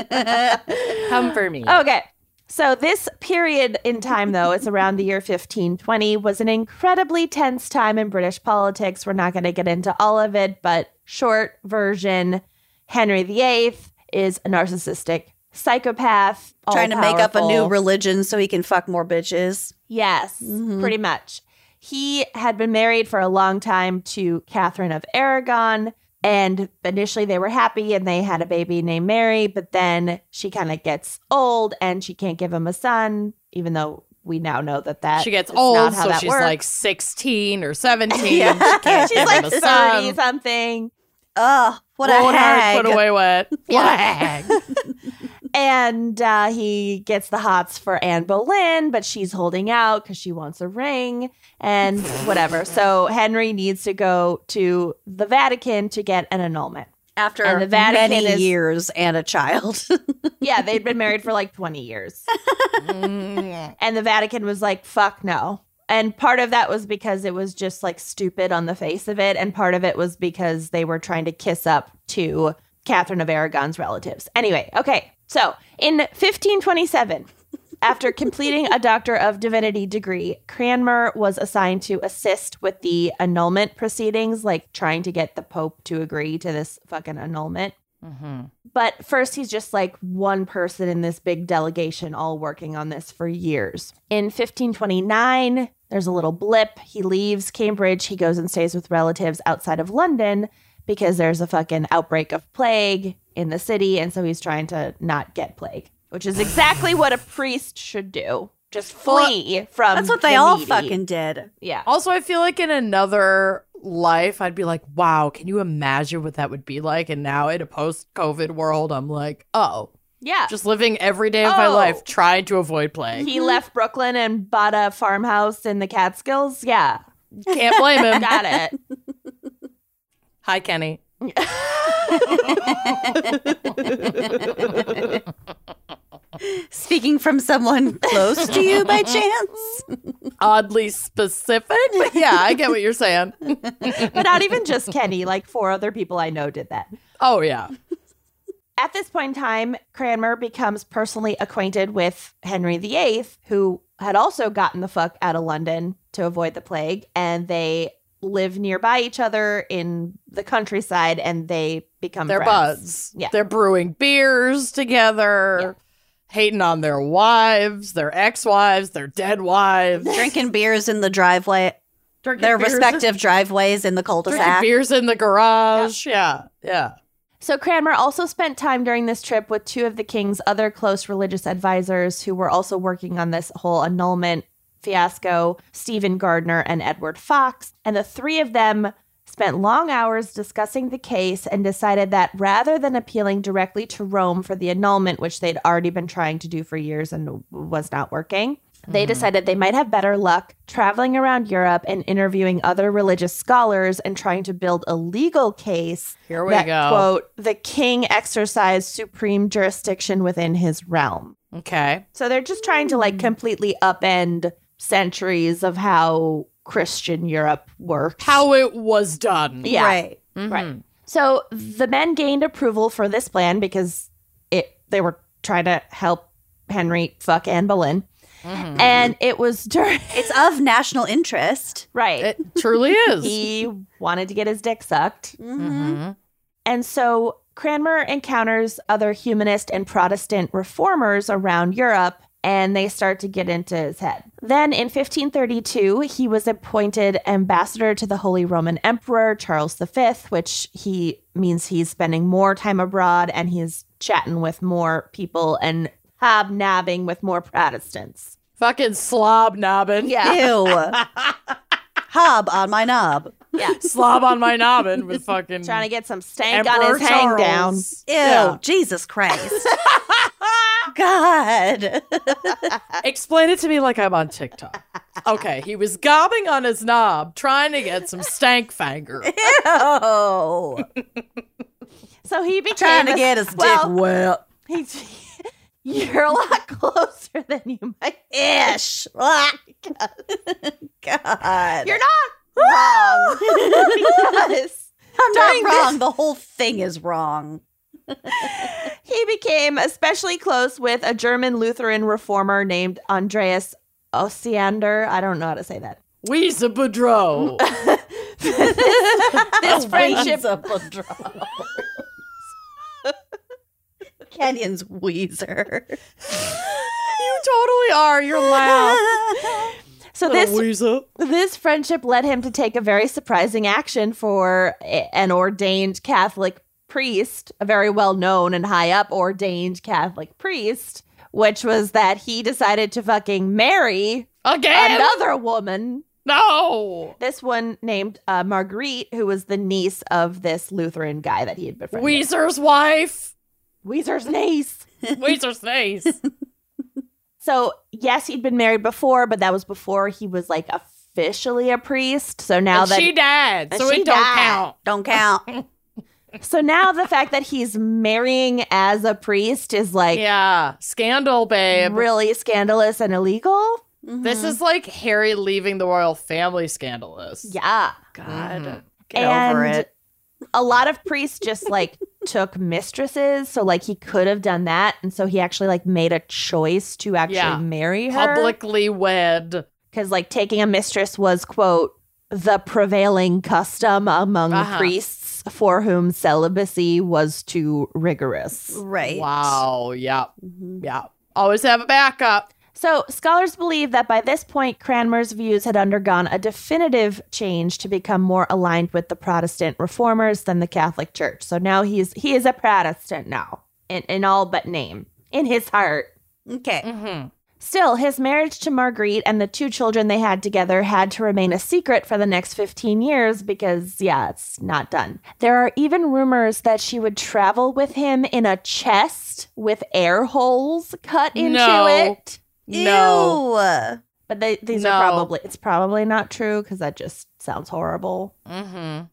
C: come for me.
B: Okay. So this period in time though, it's around the year 1520, was an incredibly tense time in British politics. We're not going to get into all of it, but short version, Henry VIII is a narcissistic psychopath
D: Trying to make up a new
B: all-powerful.
D: religion so he can fuck more bitches.
B: Yes,
C: Mm-hmm.
B: pretty much. He had been married for a long time to Catherine of Aragon, and initially they were happy and they had a baby named Mary, but then she kind of gets old and she can't give him a son, even though we now know that that
C: She gets
B: is
C: old,
B: not how
C: so
B: that
C: she's
B: works.
C: like 16 or 17.
D: Yeah.
C: She can't
B: she's
C: give
B: like
C: him a son.
B: thirty something,
D: Ugh, what
C: Blowing
D: a
C: hard,
D: hag.
C: put away wet. What a hag.
B: and uh, he gets the hots for Anne Boleyn, but she's holding out because she wants a ring and whatever. So Henry needs to go to the Vatican to get an annulment.
D: After
B: And the Vatican
D: many
B: is-
D: years and a child.
B: Yeah, they'd been married for like 20 years.
C: Mm.
B: And the Vatican was like, fuck no. And part of that was because it was just like stupid on the face of it. And part of it was because they were trying to kiss up to Catherine of Aragon's relatives. Anyway, okay. So in 1527, after completing a Doctor of Divinity degree, Cranmer was assigned to assist with the annulment proceedings, like trying to get the Pope to agree to this fucking annulment.
C: Mhm.
B: But first, he's just like one person in this big delegation, all working on this for years. In 1529, there's a little blip. He leaves Cambridge. He goes and stays with relatives outside of London because there's a fucking outbreak of plague in the city. And so he's trying to not get plague, which is exactly what a priest should do just flee from.
D: That's what they
B: the
D: all
B: needy.
D: fucking did.
B: Yeah.
C: Also, I feel like in another life, I'd be like, wow, can you imagine what that would be like? And now in a post COVID world, I'm like, oh,
B: Yeah.
C: just living every day of my
B: Oh.
C: life trying to avoid plague.
B: He left Brooklyn and bought a farmhouse in the Catskills. Yeah.
C: Can't blame him.
B: Got it.
C: Hi, Kenny.
D: Speaking from someone close to you by chance.
C: Oddly specific, but yeah, I get what you're saying.
B: but not even just Kenny, like four other people I know did that.
C: Oh, yeah.
B: At this point in time, Cranmer becomes personally acquainted with Henry VIII, who had also gotten the fuck out of London to avoid the plague, and they live nearby each other in the countryside and they become
C: They're
B: friends.
C: buds.
B: Yeah.
C: They're brewing beers together, hating on their wives, their ex wives, their dead wives,
D: Drinking beers in the driveway,
C: drinking
D: their
C: beers-
D: respective driveways in the
C: drinking
D: cul-de-sac.
C: beers in the garage. Yeah. Yeah.
B: So Cranmer also spent time during this trip with two of the king's other close religious advisors who were also working on this whole annulment fiasco, Stephen Gardner and Edward Fox, and the three of them spent long hours discussing the case and decided that rather than appealing directly to Rome for the annulment which they'd already been trying to do for years and was not working, they decided they might have better luck traveling around Europe and interviewing other religious scholars and trying to build a legal case
C: Here we
B: that
C: go.
B: quote the king exercised supreme jurisdiction within his realm
C: Okay.
B: so they're just trying to
C: Hmm.
B: like completely upend centuries of how christian europe worked
C: How it was done. Mm-hmm.
B: yeah
D: Right.
B: Right. so the men gained approval for this
C: Mm-hmm.
B: plan because it they were trying to help henry fuck anne boleyn and it was during
D: It's of national interest.
B: right.
C: It truly is. Mm-hmm.
B: he wanted to get his dick sucked.
D: Mm-hmm.
B: And so Cranmer encounters other humanist and Protestant reformers around Europe, and they start to get into his head. Then in 1532, he was appointed ambassador to the Holy Roman Emperor Charles V, which he means he's spending more time abroad and he's chatting with more people and hobnabbing with more Protestants.
C: Fucking slob knobbing.
B: Yeah.
D: Ew. Hob on my knob.
B: Yeah.
C: Slob on my knobbing with fucking
B: Trying to get some stank on his hang down.
D: Ew. Jesus Christ. God.
C: Explain it to me like I'm on TikTok. Okay, he was gobbing on his knob, trying to get some stank finger.
D: Ew.
B: So he became
D: Trying to
B: a-
D: get his
B: well,
D: dick wet.
B: He's, you're a lot closer than you might.
D: Ish. Ah. God.
B: You're not wrong because
D: I'm
B: doing
D: not
B: this-
D: wrong. The whole thing is wrong.
B: he became especially close with a German Lutheran reformer named Andreas Osiander. I don't know how to say that.
C: Weeza Boudreaux.
D: Oh,
B: This friendship,
D: Weezer Boudreaux. Kenyon's Weezer.
C: you totally are. You're loud.
B: so
C: Little
B: this
C: Weeza.
B: this friendship led him to take a very surprising action for a- an ordained Catholic priest, a very well known and high up ordained Catholic priest, which was that he decided to fucking marry
C: Again?
B: another woman.
C: no.
B: This one named uh, Marguerite, who was the niece of this Lutheran guy that he had befriended.
C: Weezer's wife.
B: Weezer's niece.
C: Weezer's niece.
B: So, yes, he'd been married before, but that was before he was like officially a priest. So now
C: and
B: that
C: she died,
B: and
C: so
B: she
C: it don't
B: died.
C: count.
D: Don't count.
B: so now the fact that he's marrying as a priest is like
C: Yeah. Scandal, babe.
B: really scandalous and illegal.
D: Mm-hmm.
B: Mm-hmm.
C: This is like Harry leaving the royal family scandalous.
B: Yeah.
C: God.
D: Mm-hmm. Get over it.
B: a lot of priests just like took mistresses, so like he could have done that, and so he actually like made a choice to actually
C: Yeah.
B: marry her.
C: Publicly wed.
B: because like taking a mistress was quote the prevailing custom among
C: Uh-huh.
B: priests for whom celibacy was too rigorous.
D: Right.
C: Wow. Yeah.
D: Mhm.
C: Yeah. Always have a backup.
B: So, scholars believe that by this point, Cranmer's views had undergone a definitive change to become more aligned with the Protestant reformers than the Catholic Church. So now he's he is a Protestant now, in, in all but name, in his heart.
D: Okay.
C: Mm-hmm.
B: Still, his marriage to Marguerite and the two children they had together had to remain a secret for the next 15 years because, yeah, it's not done. There are even rumors that she would travel with him in a chest with air holes cut into
C: No.
B: it.
C: No.
D: Ew.
B: But they, these
C: No.
B: are probably, it's probably not true because that just sounds horrible.
C: Mm-hmm.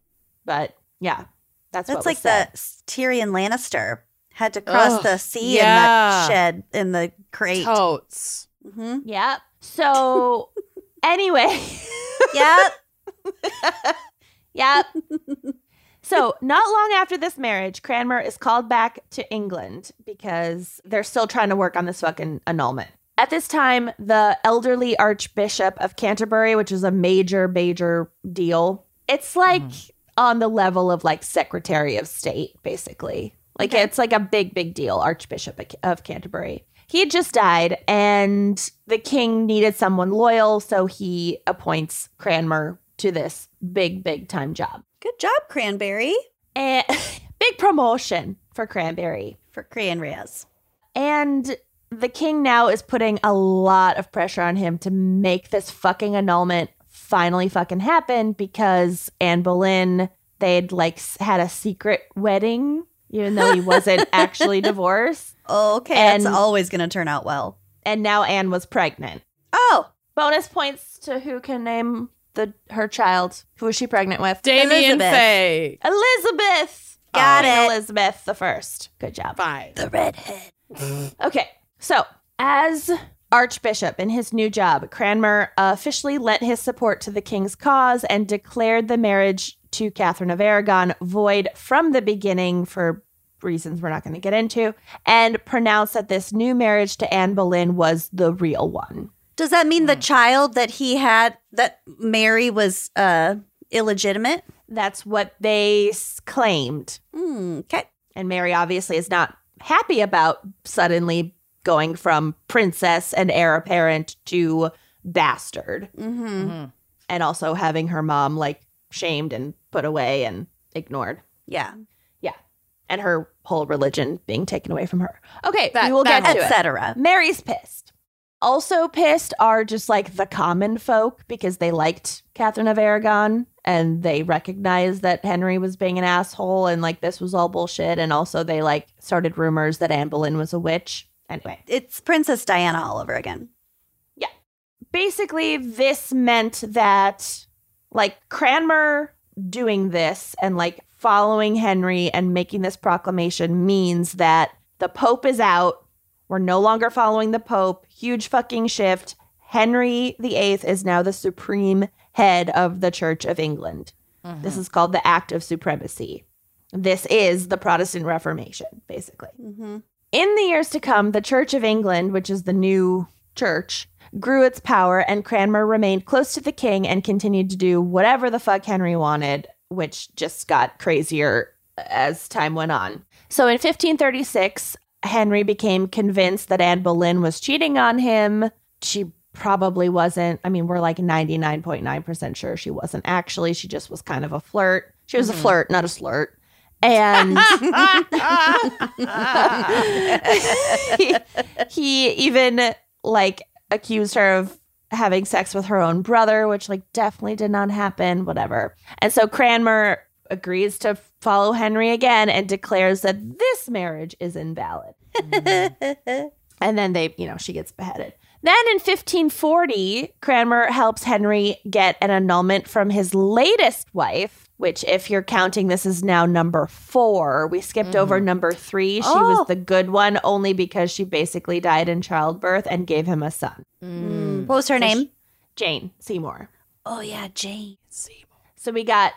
B: But yeah, that's,
D: That's
B: what
D: like
B: was said.
D: the Tyrion Lannister had to cross
C: Ugh,
D: the sea
C: yeah.
D: in that shed in the crate.
C: Totes.
D: hmm
B: Yep. So, anyway.
D: Yep.
B: Yep. so, not long after this marriage, Cranmer is called back to England because they're still trying to work on this fucking annulment. At this time, the elderly Archbishop of Canterbury, which is a major, major deal, it's like on the level of like Secretary of State, basically. Like it's like a big, big deal, Archbishop of- of Canterbury. He had just died, and the king needed someone loyal, so he appoints Cranmer to this big, big time job.
D: Good job, Cranberry.
B: And big promotion for Cranberry.
D: For Cranrias.
B: And the king now is putting a lot of pressure on him to make this fucking annulment finally fucking happen because Anne Boleyn, they'd like s- had a secret wedding, even though he wasn't actually divorced.
D: Okay.
B: And-
D: that's always going to turn out well.
B: And now Anne was pregnant.
D: Oh,
B: Bonus points to who can name the her child. Who was she pregnant with?
C: Damien
D: Elizabeth.
C: Faye.
B: Elizabeth.
D: Got
B: Queen
D: it.
B: Oh. Elizabeth the first. Good job.
C: Fine.
D: the redhead.
B: Okay. So, as Archbishop in his new job, Cranmer officially lent his support to the king's cause and declared the marriage to Catherine of Aragon void from the beginning for reasons we're not going to get into, and pronounced that this new marriage to Anne Boleyn was the real one.
D: Does that mean the child that he had that Mary was uh illegitimate?
B: That's what they s- claimed.
D: Hmm, Okay.
B: And Mary obviously is not happy about suddenly going from princess and heir apparent to bastard.
D: Mm-hmm.
B: And also having her mom like shamed and put away and ignored.
D: Yeah.
B: And her whole religion being taken away from her. Okay, we will get to it.
D: Etc.
B: Mary's pissed. Also pissed are just like the common folk because they liked Catherine of Aragon and they recognized that Henry was being an asshole and like this was all bullshit. And also they like started rumors that Anne Boleyn was a witch. Anyway,
D: It's Princess Diana all over again.
B: basically this meant that like Cranmer doing this and like following Henry and making this proclamation means that the Pope is out. We're no longer following the Pope. Huge fucking shift. Henry VIII is now the supreme head of the Church of England. This
C: Mm-hmm.
B: is called the Act of Supremacy. This is the Protestant Reformation, basically.
D: Mm-hmm.
B: In the years to come, the Church of England, which is the new church, grew its power, and Cranmer remained close to the king and continued to do whatever the fuck Henry wanted, which just got crazier as time went on. So in 1536, Henry became convinced that Anne Boleyn was cheating on him. She probably wasn't. I mean, we're like 99.9% sure she wasn't actually. She just was kind of a flirt. She was a flirt, not a slurt. And he, he even like accused her of having sex with her own brother, which like definitely did not happen, whatever. And so Cranmer agrees to follow Henry again and declares that this marriage is invalid.
C: Mm-hmm.
B: And then they, you know, she gets beheaded. Then in 1540, Cranmer helps Henry get an annulment from his latest wife, which, if you're counting, this is now number four. We skipped over number three. She
D: Mm-hmm. Oh.
B: was the good one only because she basically died in childbirth and gave him a son,
C: Mm.
D: What was her name?
B: Jane Seymour.
D: oh yeah, Jane.
B: So we got,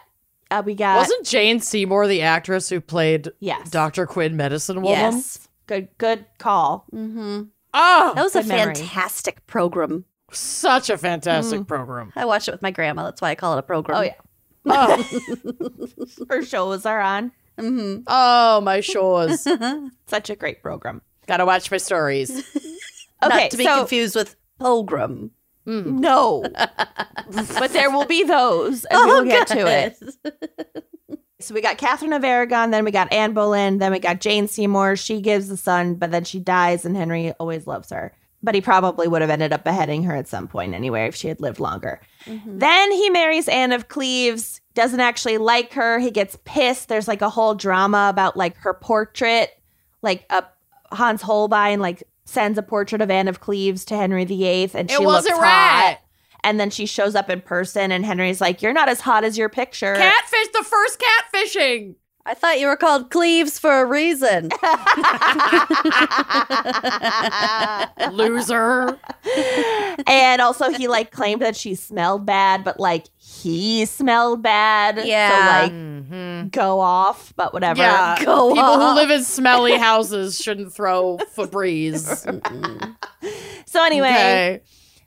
B: uh, we got,
C: Wasn't Jane Seymour the actress who played
B: yes,
C: Dr. Quinn Medicine Woman?
B: yes, good, good call.
D: Mm-hmm.
C: Oh,
D: That was a
B: Good memory.
D: fantastic program.
C: such a
B: Mm.
C: fantastic program.
D: I watched it with my grandma. That's why I call it a program.
B: Oh yeah,
C: Oh,
B: her shows are on.
D: Mm-hmm.
C: oh my shores.
B: Such a great program.
C: Gotta watch my stories.
B: Okay,
D: Not to be
B: so-
D: confused with Pilgrim.
C: Mm.
B: No. but there will be those, and
D: Oh,
B: we'll get to it. So we got Catherine of Aragon, then we got Anne Boleyn, then we got Jane Seymour. She gives the son, but then she dies, and Henry always loves her. But he probably would have ended up beheading her at some point anyway if she had lived longer. Then he marries Anne of Cleves, doesn't actually like her. He gets pissed. There's like a whole drama about like her portrait. Like a Hans Holbein like sends a portrait of Anne of Cleves to Henry VIII, and
C: It
B: she
C: wasn't
B: looks
C: right.
B: hot. And then she shows up in person, and Henry's like, "You're not as hot as your picture."
C: Catfish, the first catfishing.
D: I thought you were called Cleves for a reason.
C: Loser.
B: and also he like claimed that she smelled bad, but like he smelled bad. So
D: Yeah.
B: like go off, but whatever.
C: Yeah.
D: Go
C: Mm-hmm. People
D: on.
C: who live in smelly houses shouldn't throw Febreze.
B: So anyway,
C: Okay.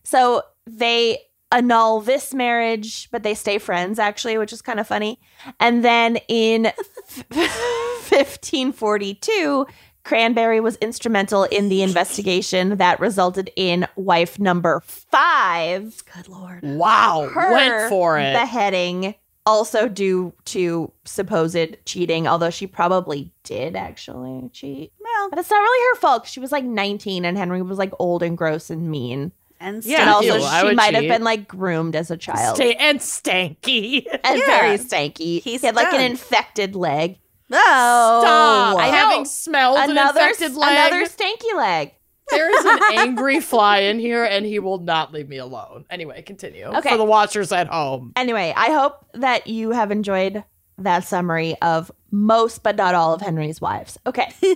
B: so they annul this marriage, but they stay friends actually, which is kind of funny. And then in 1542, Cranberry was instrumental in the investigation that resulted in wife number 5
D: Good lord.
C: Wow.
B: her
C: Went for it.
B: beheading also due to supposed cheating although she probably did actually cheat
D: Well,
B: but it's not really her fault 'cause she was like 19 and henry was like old and gross and mean
D: and
C: Yeah,
B: and
D: still-
B: also
C: ew, I
B: she
C: would
B: might have
C: cheat.
B: been like groomed as a child
C: Sta- and stanky.
B: and
D: Yeah.
B: very stanky
D: He's
B: he had like an
D: done.
B: infected leg
D: Oh,
C: Stop
B: I know.
C: having smelled
B: another
C: an infected leg.
B: another stanky leg
C: There is an angry fly in here, and he will not leave me alone. Anyway, continue
B: Okay.
C: for the watchers at home.
B: anyway, I hope that you have enjoyed that summary of most but not all of Henry's wives. Okay.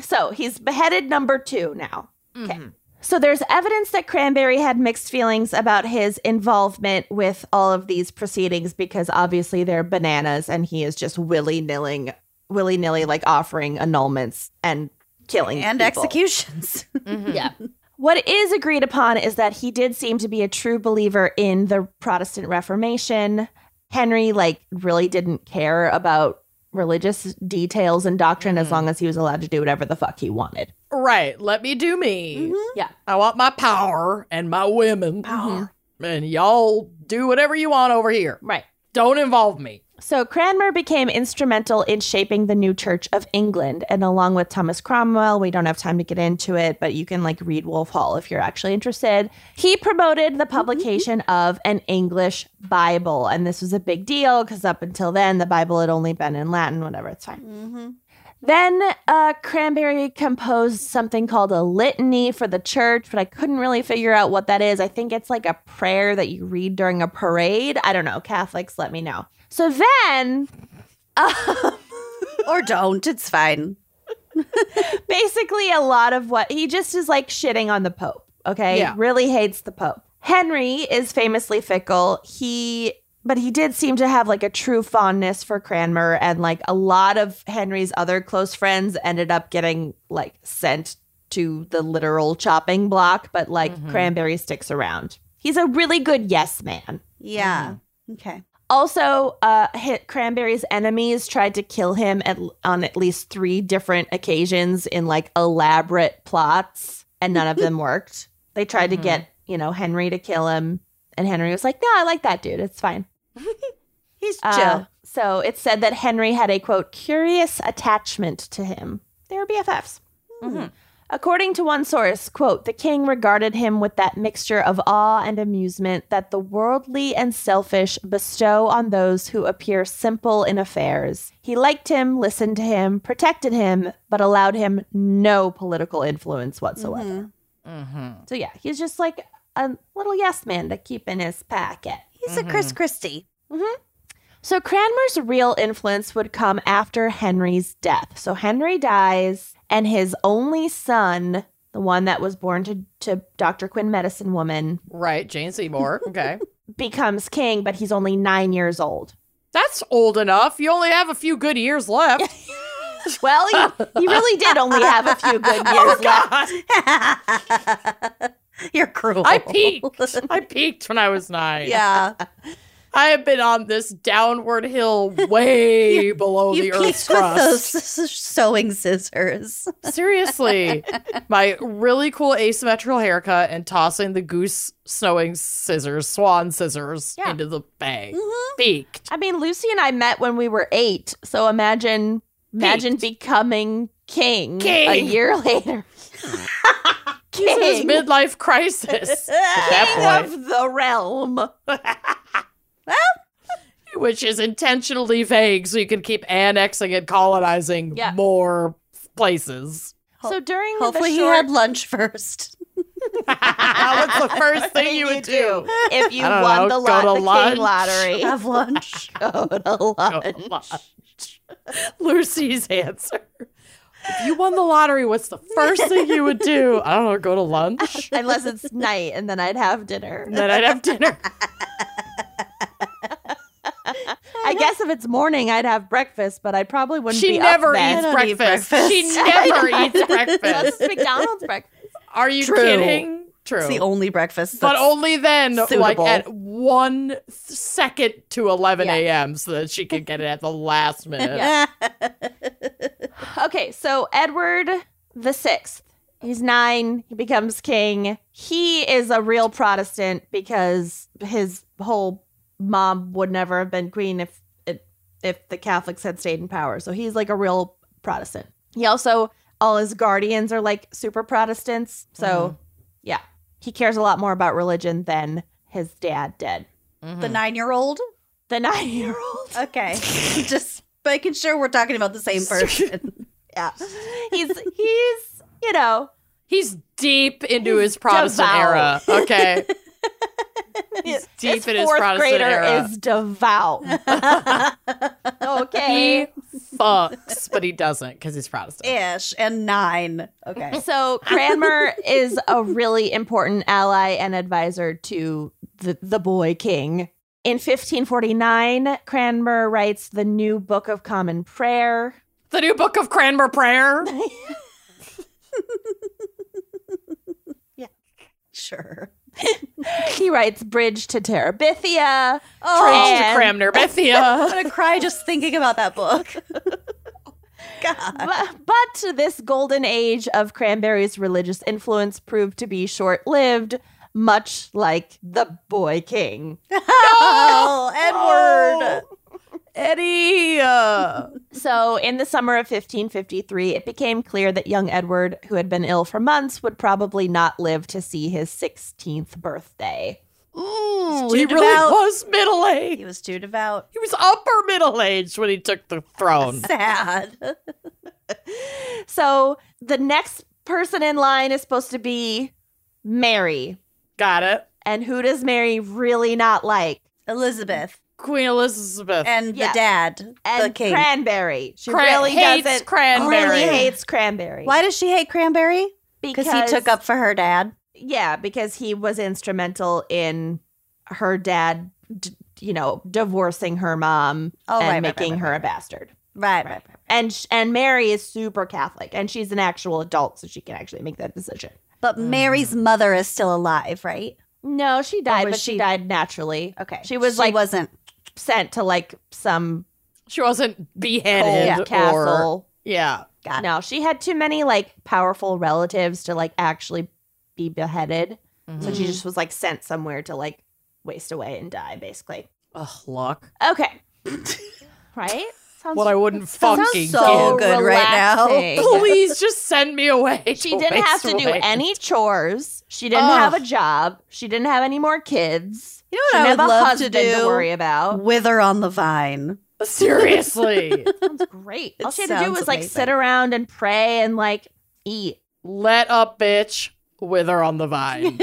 B: so he's beheaded number two now. Okay. So there's evidence that Cranberry had mixed feelings about his involvement with all of these proceedings because obviously they're bananas and he is just willy nilling, willy nilly, like offering annulments and killing
D: and
B: people.
D: executions.
B: Yeah. What is agreed upon is that he did seem to be a true believer in the Protestant Reformation. Henry, like, really didn't care about religious details and doctrine as long as he was allowed to do whatever the fuck he wanted.
C: Right. Let me do me.
D: Mm-hmm.
B: Yeah.
C: I want my power and my women. Power. And y'all do whatever you want over here.
B: Right.
C: Don't involve me.
B: So Cranmer became instrumental in shaping the new Church of England, and along with Thomas Cromwell, we don't have time to get into it, but you can like read Wolf Hall if you're actually interested. He promoted the publication of an English Bible, and this was a big deal because up until then the Bible had only been in Latin, whatever. It's fine. Then uh, Cranberry composed something called a litany for the church, but I couldn't really figure out what that is. I think it's like a prayer that you read during a parade. I don't know. Catholics, let me know. So then,
D: or don't. It's fine.
B: basically, a lot of what he just is like shitting on the Pope, okay?
C: Yeah.
B: Really hates the Pope. Henry is famously fickle. He. But he did seem to have like a true fondness for Cranmer, and like a lot of Henry's other close friends ended up getting like sent to the literal chopping block, but like Cranberry sticks around. He's a really good yes man.
D: Yeah.
B: Mm-hmm.
D: Okay.
B: Also, uh, hit Cranberry's enemies tried to kill him at, on at least three different occasions in like elaborate plots, and none of them worked. They tried to get, you know, Henry to kill him, and Henry was like, no, I like that dude. It's fine.
D: He's chill.
B: Uh, so it said that Henry had a quote, curious attachment to him. They were BFFs. According to one source, quote, the king regarded him with that mixture of awe and amusement that the worldly and selfish bestow on those who appear simple in affairs. He liked him, listened to him, protected him, but allowed him no political influence whatsoever.
D: Mm-hmm.
B: So, yeah, he's just like a little yes man to keep in his packet.
D: He's a
B: Mm-hmm.
D: Chris Christie.
B: So Cranmer's real influence would come after Henry's death. So Henry dies, and his only son, the one that was born to, to Dr. Quinn Medicine Woman,
C: Right. Jane Seymour. Okay.
B: becomes king, but he's only nine years old.
C: That's old enough. You only have a few good years left.
B: Well, he, he really did only have a few good years
D: Oh,
B: left.
D: You're cruel.
C: I peaked. I peaked when I was nine.
D: yeah.
C: I have been on this downward hill way below
D: You
C: Oh, the
D: peaked
C: earth's
D: with those
C: crust.
D: s- s- sewing scissors.
C: Seriously, my really cool asymmetrical haircut and tossing the goose snowing scissors, swan scissors,
B: Yeah.
C: into the bag. Peaked.
B: I mean, Lucy and I met when we were eight, so imagine imagine becoming king, a
C: King.
B: year later.
C: This is
B: king
C: midlife crisis. at that point,
B: of the realm.
C: which is intentionally vague, so you can keep annexing and colonizing
B: Yeah.
C: more places.
B: So during
D: Hopefully,
B: the
D: he
B: short
D: had lunch first.
C: What's the first thing you would do?
B: if you
C: I don't
B: won
C: know, go
B: the, lot,
C: to
B: the
C: lunch.
B: king lottery.
D: Have lunch.
B: go to lunch.
C: Oh, Lucy's answer. If you won the lottery, what's the first thing you would do? I don't know, go to lunch.
B: Unless it's night, and then I'd have dinner.
C: And then I'd have dinner.
B: I guess if it's morning, I'd have breakfast, but I probably wouldn't
C: She
B: be
C: never
B: up then.
C: eats
D: I don't eat
C: breakfast.
D: breakfast.
C: She never eats breakfast.
B: Unless it's McDonald's breakfast.
C: Are you
D: True.
C: kidding? True.
D: It's the only breakfast.
C: but
D: That's,
C: only then, like
D: suitable.
C: at one second to 11
B: Yeah.
C: a.m., so that she can get it at the last minute.
B: Okay, so Edward the Sixth. He's nine. He becomes king. He is a real Protestant because his whole mom would never have been queen if it, if the Catholics had stayed in power. So he's like a real Protestant. He also all his guardians are like super Protestants. So yeah, he cares a lot more about religion than his dad did.
C: Mm-hmm.
D: the
C: Hmm.
D: nine-year-old.
B: The nine year old.
D: Okay, just making sure we're talking about the same person.
B: Yeah, he's he's you know
C: He's deep into his Protestant
B: devout.
C: era. Okay. He's deep
B: This
C: in his
B: fourth
C: Protestant
B: grader
C: era.
B: is devout. okay.
C: fucks, but he doesn't because he's Protestant.
D: Ish and nine. Okay.
B: So Cranmer is a really important ally and advisor to the, the boy king. In 1549, Cranmer writes the New Book of Common Prayer.
C: The new book of Cranmer Prayer.
B: Yeah.
D: sure.
B: He writes Bridge to Terabithia.
D: Oh,
B: And-
C: Cramner Bethia.
D: I'm going to cry just thinking about that book. God.
B: Bu- But this golden age of Cranberry's religious influence proved to be short lived, much like the Boy King.
D: Oh, Edward.
C: Eddie. uh,
B: So, in the summer of 1553, it became clear that young Edward, who had been ill for months, would probably not live to see his 16th birthday.
C: mm, he
D: too
C: really
D: devout.
C: was middle
D: He
C: aged.
D: was too devout.
C: He was upper middle aged when he took the throne.
D: Sad.
B: So, the next person in line is supposed to be Mary.
C: Got it.
B: And who does Mary really not like?
D: Elizabeth
C: Queen Elizabeth.
D: and
B: Yeah.
D: the dad, the
B: And
D: king.
B: Cranberry. She
C: Cran-
B: really
C: hates
B: doesn't.
C: Cranberry.
B: Really hates Cranberry.
D: Why does she hate Cranberry? Because he took up for her dad.
B: yeah because he was instrumental in her dad d- you know divorcing her mom
D: Oh,
B: and
D: right, right,
B: making
D: right,
B: her
D: right,
B: a bastard
D: Right, right, right.
B: and sh- and mary is super catholic and she's an actual adult so she can actually make that decision
D: But
B: Mm.
D: Mary's mother is still alive, right?
B: no she died
D: was
B: but she,
D: she-
B: died naturally
D: Okay.
B: she was like
D: wasn't.
B: sent to like some
C: She wasn't
B: cold
C: beheaded or
B: castle
C: yeah.
D: Got
B: no she had too many like powerful relatives to like actually be beheaded Mm-hmm. so she
D: Mhm.
B: just was like sent somewhere to like waste away and die basically
C: Ugh, luck.
B: Okay. right? Sounds
C: What I wouldn't
D: sounds
C: fucking give.
D: so good right now.
B: relaxing.
C: Please just send me away.
B: She
C: to
B: didn't have to
C: waste
B: do
C: away.
B: any chores. She didn't
C: Ugh.
B: have a job. She didn't have any more kids.
D: You
B: She
D: know what I
B: didn't
D: would
B: have a
D: love to
B: husband to,
D: do?
B: worry about.
D: Wither on the vine.
C: Seriously.
B: Sounds great.
D: It
B: All she had to do
D: sounds
B: was like
D: amazing.
B: sit around and pray and like eat.
C: Let up, bitch. Wither on the vine.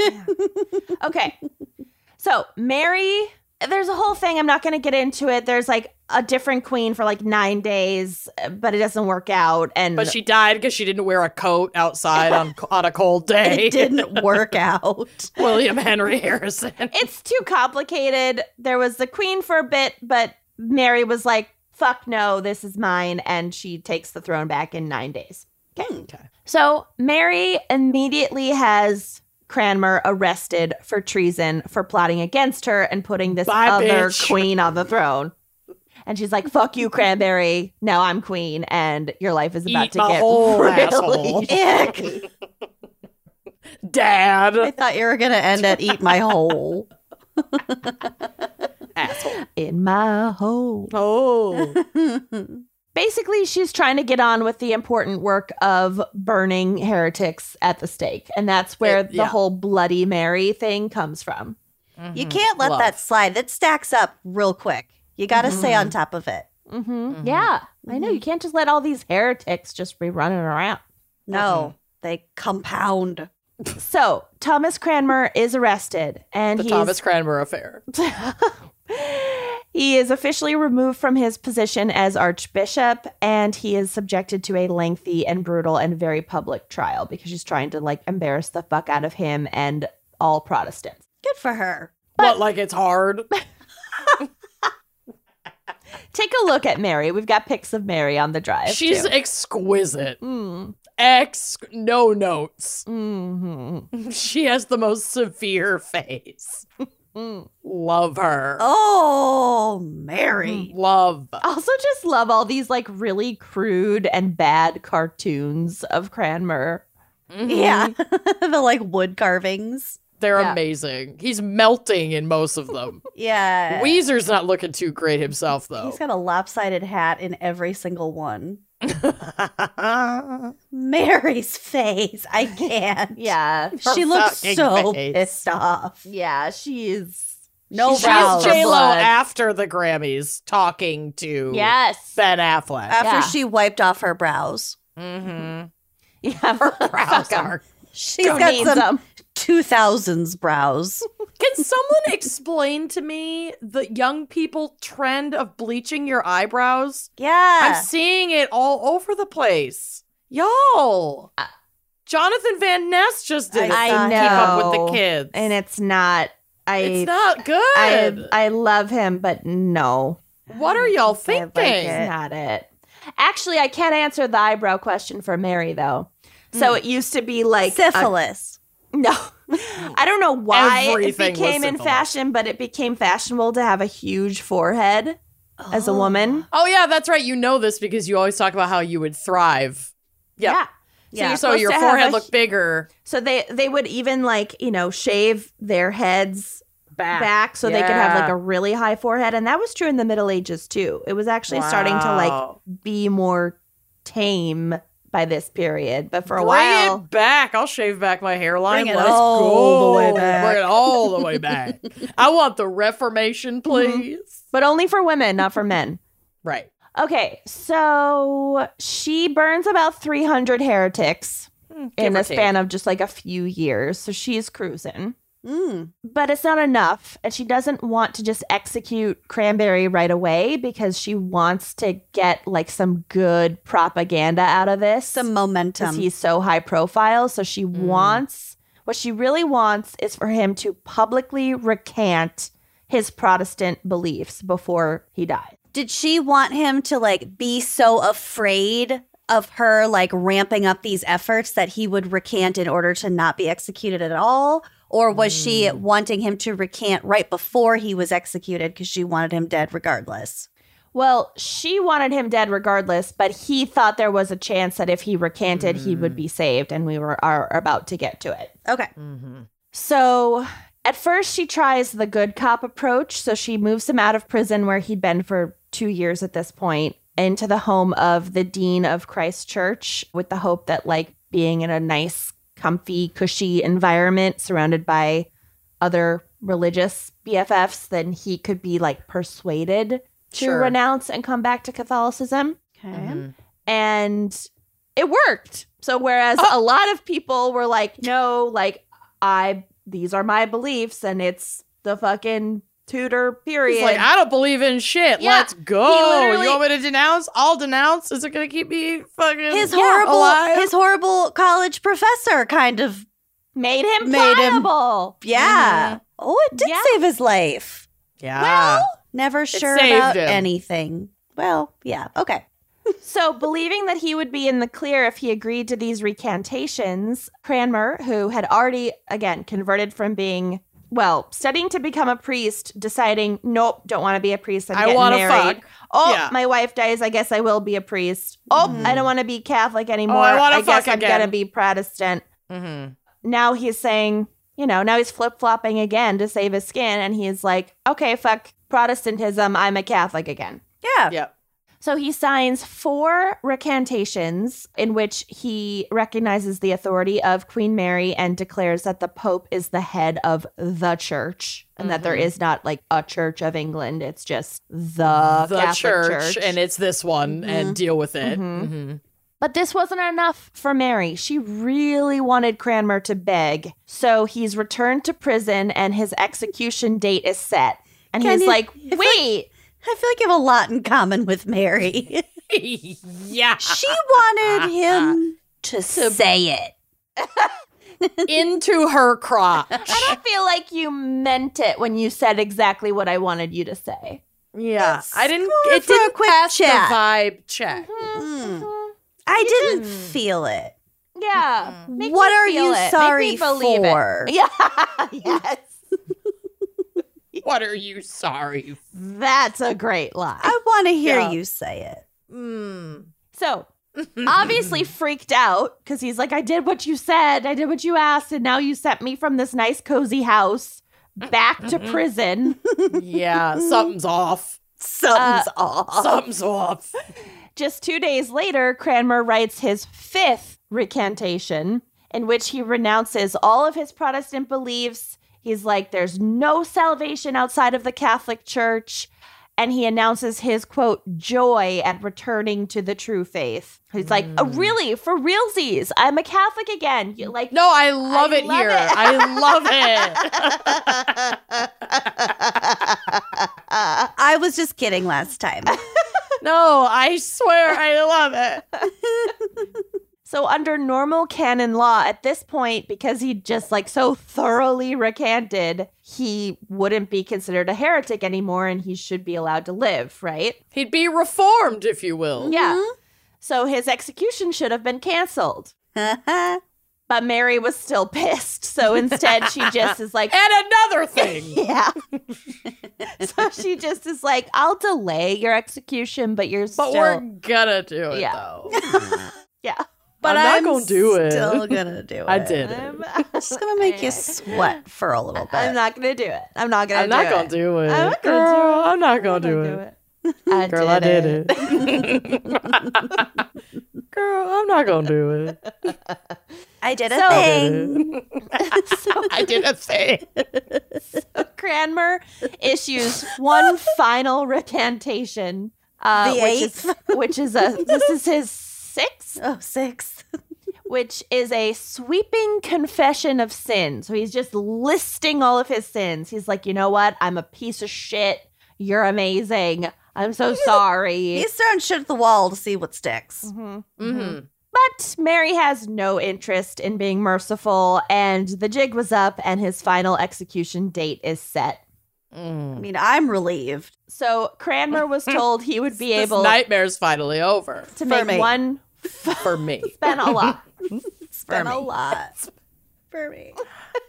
B: Okay. so Mary, there's a whole thing. I'm not going to get into it. There's like a different queen for like nine days, but it doesn't work out. And
C: But she died because she didn't wear a coat outside on on a cold day.
D: It didn't work out.
C: William Henry Harrison.
B: it's too complicated. There was the queen for a bit, but Mary was like, fuck no, this is mine. And she takes the throne back in nine days.
C: Okay.
B: So Mary immediately has Cranmer arrested for treason for plotting against her and putting this
C: Bye,
B: other
C: bitch.
B: queen on the throne. And she's like, fuck you, Cranberry. Now I'm queen, and your life is about
C: Eat
B: to
C: my
B: get
C: whole
B: really
C: asshole.
D: Ick. I
C: Dad.
D: thought you were going to end at eat my hole.
C: Asshole.
B: in my hole.
C: Oh.
B: basically she's trying to get on with the important work of burning heretics at the stake and that's where
C: It-
B: the
C: yeah.
B: whole bloody mary thing comes from
C: Mm-hmm.
D: You can't let
C: Love.
B: Mm-hmm.
D: that slide. That stacks up real quick. You got to stay on top of it.
B: hmm
C: Mm-hmm.
B: yeah i know you can't just let all these heretics just be running around
D: No, they compound.
B: so thomas cranmer is arrested and
C: The
B: he's
C: Thomas Cranmer affair.
B: He is officially removed from his position as archbishop and he is subjected to a lengthy and brutal and very public trial because she's trying to like embarrass the fuck out of him and all Protestants.
D: Good for her.
C: But like it's hard.
B: Take a look at Mary. We've got pics of Mary on the drive.
C: She's
B: too.
C: exquisite.
B: Mm,
C: Ex no notes.
B: mhm,
C: She has the most severe face.
B: mm.
C: Love her.
D: Oh, Mary.
C: Love.
B: Also, just love all these like really crude and bad cartoons of Cranmer. Mm-hmm.
D: Yeah. the like wood carvings.
C: They're
B: Yeah.
C: amazing. He's melting in most of them.
D: Yeah.
C: Weezer's not looking too great himself though.
D: He's got a lopsided hat in every single one. Mary's face. I can't.
B: Yeah,
D: She
C: Her
D: looks
C: fucking
D: so
C: face.
D: pissed off.
B: yeah, she is.
D: No
B: She's
C: She's
D: bowels.
B: just
C: J Lo
B: blood.
C: after the Grammys talking to
B: Yes.
C: Ben Affleck.
D: After
B: Yeah.
D: she wiped off her brows,
C: mm-hmm.
B: Yeah, her
C: Brows are.
D: she's got
B: Needs
D: some
B: them.
D: 2000s brows.
C: Can someone explain to me the young people trend of bleaching your eyebrows? I'm
D: Yeah.
C: seeing it all over the place. Y'all.
B: Uh,
C: Jonathan Van Ness just did it.
D: I
C: to
D: saw
C: Keep up
B: him.
C: with the kids.
B: and it's not. I
C: it's not good.
B: I I love him, but no,
C: what are y'all
B: I
C: thinking?
B: like it. not it. Actually, I can't answer
C: Hmm.
B: the eyebrow question for Mary though. So it used to be like a-
D: Syphilis.
B: no, I don't know why
C: Everything
B: it
C: was
B: became in
C: syphilis.
B: fashion, but it became fashionable to have a huge forehead as a woman.
C: Oh yeah, that's right. You know this because you always talk about how you would thrive. Yep.
B: Yeah.
D: Yeah.
B: you're
C: So
B: supposed
C: your
B: to have
C: forehead
B: a-
C: looked bigger.
B: So they they would even like, you know, shave their heads
C: Back.
B: back so they could have like
C: Yeah.
B: a really high forehead and that was true in the Middle Ages too. It was actually starting to like
C: Wow.
B: be more tame by this period, but for a
C: Bring
B: while
C: it back. I'll shave back my hairline.
D: Bring it
C: Let's
D: all
C: go.
D: the way back.
C: Bring it all the way back. I want the Reformation,
B: Mm-hmm.
C: please.
B: but only for women, not for men.
C: Right.
B: Okay, so she burns about 300 heretics Mm, in
C: give or
B: the
C: take.
B: span of just like a few years. So she's cruising,
D: Mm.
B: but it's not enough. And she doesn't want to just execute Cranberry right away because she wants to get like some good propaganda out of this.
D: Some
B: because
D: momentum.
B: he's so high profile. So she wants, what she really wants is for him to publicly recant his Protestant beliefs before he dies.
D: Did she want him to like be so afraid of her like ramping up these efforts that he would recant in order to not be executed at all? Or was she
C: Hmm.
D: wanting him to recant right before he was executed because she wanted him dead regardless?
B: Well, she wanted him dead regardless, but he thought there was a chance that if he recanted, he would be saved, and we were are about to get to it.
D: Okay.
C: Mm-hmm.
B: So at first, she tries the good cop approach. So she moves him out of prison where he'd been for two years at this point into the home of the dean of Christ Church with the hope that, like, being in a nice, comfy, cushy environment surrounded by other religious BFFs, then he could be, like, persuaded to
C: Sure. Mm-hmm.
B: renounce and come back to Catholicism
D: Okay.
B: and it worked. So whereas
C: Oh.
B: a lot of people were like, "No, like I these are my beliefs and it's the fucking Tudor period."
C: He's like, I don't believe in shit.
B: Yeah,
C: Let's go.
B: literally-
C: You want me to denounce? I'll denounce. Is it gonna keep me fucking
D: His
C: yeah,
D: horrible
C: alive?
D: his horrible college professor kind of
B: made him
D: Made him-
B: pliable.
D: yeah.
C: Mm-hmm.
D: Oh, it did
B: Yeah.
D: save his life.
C: yeah.
D: Never sure
C: saved
D: about
C: him.
D: anything. Well, yeah. Okay.
B: So, believing that he would be in the clear if he agreed to these recantations, Cranmer, who had already, again, converted from being, well, studying to become a priest, deciding, nope, don't want to be a priest. I'm
C: I
B: getting
C: wanna
B: married.
C: fuck.
B: Oh,
C: Yeah. Mm-hmm.
B: my wife dies. I guess I will be a priest. Oh, I don't want to be Catholic anymore.
C: Oh, wanna
B: guess
C: fuck
B: I'm
C: again.
B: going to be Protestant.
C: Mhm.
B: Now he's saying, you know, now he's flip flopping again to save his skin. And he's like, okay, fuck Protestantism. I'm a Catholic again.
D: Yeah.
C: Yep.
B: So he signs four recantations in which he recognizes the authority of Queen Mary and declares that the Pope is the head of the church and that
C: Mm-hmm.
B: there is not like a church of England. It's just the,
C: The
B: Catholic
C: church, and it's this one, and deal with it.
B: Mhm.
C: Mhm.
B: but this wasn't enough for Mary. She really wanted Cranmer to beg. So he's returned to prison and his execution date is set. And
D: Can
B: he's
D: you-
B: like,
D: if I-
B: wait.
D: I feel like you have a lot in common with Mary.
C: Mm-hmm. yeah.
D: she wanted him to say it.
C: Into her crotch.
B: I don't feel like you meant it when you said exactly what I wanted you to say.
C: Yeah. I didn't it
D: for a
C: didn't
D: quick
C: pass
D: chat.
C: the vibe check.
B: Mm-hmm.
D: Mm. I didn't feel it.
B: Yeah.
C: Mm-hmm.
B: Make
D: What
B: me
D: are
B: feel
D: you
B: it. Make me
D: sorry
B: believe
D: for?
B: It. Yeah. yes.
C: What are you sorry
B: That's a great lie.
D: I want to hear
C: Yeah.
D: you say it.
C: for? Mm.
B: So obviously freaked out because he's like, I did what you said. I did what you asked. And now you sent me from this nice, cozy house back to prison.
C: Yeah, something's off. Uh,
D: Something's off.
C: Something's off.
B: Just two days later, Cranmer writes his fifth recantation, in which he renounces all of his Protestant beliefs. He's like, there's no salvation outside of the Catholic Church. And he announces his quote, joy at returning to the true faith. He's like, oh, really? For realsies, I'm a Catholic again. You like,
C: No, I love
B: I
C: it
B: love
C: here.
B: it.
C: I love it.
D: I was just kidding last time.
C: no, I swear I love it.
B: So under normal canon law at this point because he just like so thoroughly recanted, he wouldn't be considered a heretic anymore and he should be allowed to live, right?
C: He'd be reformed, if you will.
D: Mm-hmm.
B: Yeah. So his execution should have been canceled. But Mary was still pissed. So instead, she just is like,
C: And another thing.
B: yeah. so she just is like, I'll delay your execution, but you're
C: But
B: still.
C: we're gonna do it
B: Yeah.
C: though.
B: yeah.
C: But Oh, I'm not gonna do it.
D: Still gonna do it.
C: I did it.
B: I'm,
D: It's gonna make you sweat for a little bit.
B: I'm not going to do it. I'm not going to
C: I'm
B: do
C: not
B: it.
C: gonna do it.
B: I'm not gonna do
C: Girl, I'm not gonna do it.
B: I
C: Girl, I did it. Girl, I'm not gonna do it.
D: I did a
B: So-
D: thing.
C: I did a thing.
B: Cranmer issues one final recantation, uh,
D: The
B: which is which is a this is his sixth,
D: Oh, six.
B: which is a sweeping confession of sin. So he's just listing all of his sins. He's like, you know what? I'm a piece of shit. You're amazing. I'm so sorry.
D: He's throwing shit at the wall to see what sticks.
B: Mhm.
C: Mhm.
B: But Mary has no interest in being merciful, and the jig was up, and his final execution date is set.
D: I
C: Mm-hmm.
D: mean, I'm relieved.
B: So Cranmer was told he would be
C: This
B: able
C: nightmare's finally over
B: to
D: for
B: make
D: me.
B: one
C: for me.
B: fenala.
D: It's been
B: me.
D: a lot. For me.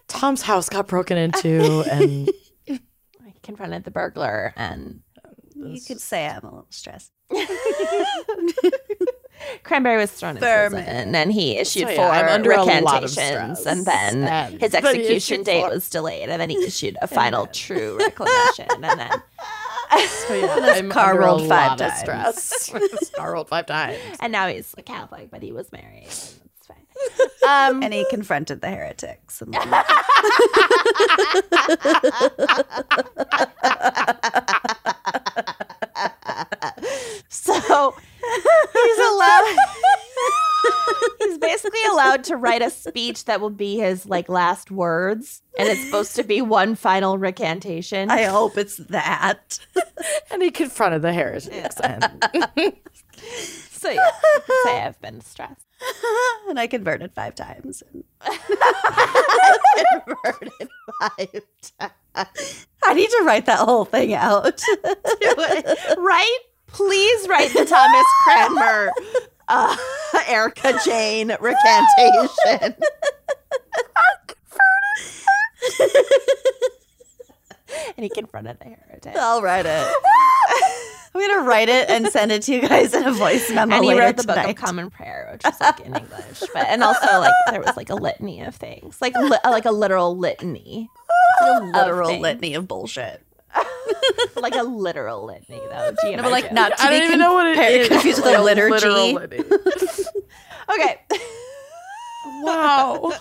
C: Tom's house got broken into, and
B: I confronted the burglar and
D: You could say I'm a little stressed.
B: Cranberry was thrown in
D: Thurman.
B: prison, and he issued
C: So,
B: 4
C: yeah, I'm under a lot of
B: recantations,
C: stress.
B: and then
C: And-
B: his
C: but he
B: execution
C: issued
B: date
C: four.
B: was delayed, and then he issued a final true reclamation, and then
C: so yeah, I'm
D: car
C: under
D: rolled
C: a
D: five
C: lot of
D: times.
C: stress. This car rolled five times.
B: and now he's a Catholic, but he was married. and It's fine. Um,
D: And he confronted the heretics. And
B: So he's allowed. he's basically allowed to write a speech that will be his like last words, and it's supposed to be one final recantation.
D: I hope it's that.
C: And he confronted the heretics. And
B: so yeah, you could say I've been stressed.
D: and I converted five times. And
B: Converted five times.
D: I need to write that whole thing out.
B: right? Please write the Thomas Cranmer, uh, Erica Jane recantation. and he confronted the heretic.
D: I'll write it. I'm gonna write it and send it to you guys in a voice memo.
B: and he
D: later
B: wrote the
D: tonight.
B: Book of Common Prayer, which is like in English, but and also like there was like a litany of things, like li- like a literal litany,
D: a literal
B: thing.
D: litany of bullshit.
B: like a literal litany though. Do you
D: No, but like
B: imagine?
D: not to
C: I
D: be
C: don't even know what it
D: compared-
C: is.
D: confused with
C: Like
D: like
C: a literal
D: liturgy.
C: litany.
B: okay.
C: Wow.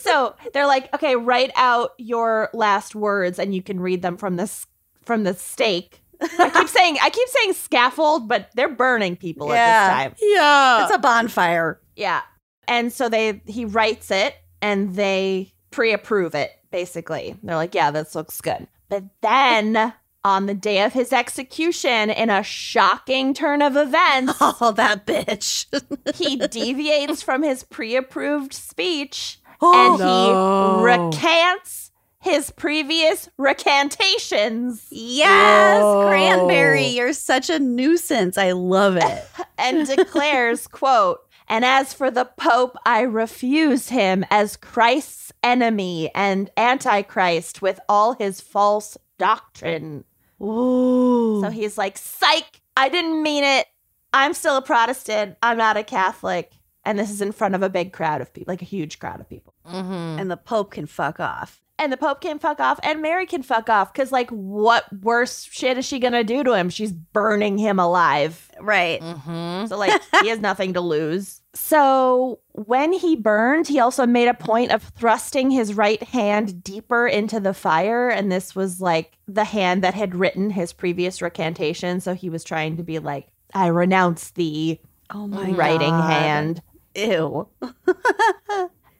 B: So they're like, okay, write out your last words, and you can read them from this from the stake. I keep saying I keep saying scaffold, but they're burning people
D: Yeah.
B: at this time.
C: Yeah.
D: It's a bonfire.
B: Yeah, and so they he writes it, and they pre-approve it. Basically, they're like, yeah, this looks good. But then on the day of his execution, in a shocking turn of events,
D: Oh, that bitch.
B: he deviates from his pre-approved speech
D: Oh,
B: and
C: No.
B: he recants his previous recantations
D: yes,
C: Whoa.
D: Cranberry, you're such a nuisance. I love it.
B: and declares quote and as for the pope i refuse him as christ's enemy and antichrist with all his false doctrine so he's like psych i didn't mean it i'm still a protestant i'm not a catholic and this is in front of a big crowd of people like a huge crowd of people
C: Mhm.
D: and the Pope can fuck off.
B: and the Pope can fuck off, and Mary can fuck off. Cause like, what worse shit is she gonna do to him? She's burning him alive.
D: Right.
C: Mhm.
B: So like, he has nothing to lose. So when he burned, he also made a point of thrusting his right hand deeper into the fire, and this was like the hand that had written his previous recantation. So he was trying to be like, "I renounce thee,
D: Oh my
B: writing
D: God.
B: hand."
D: Ew.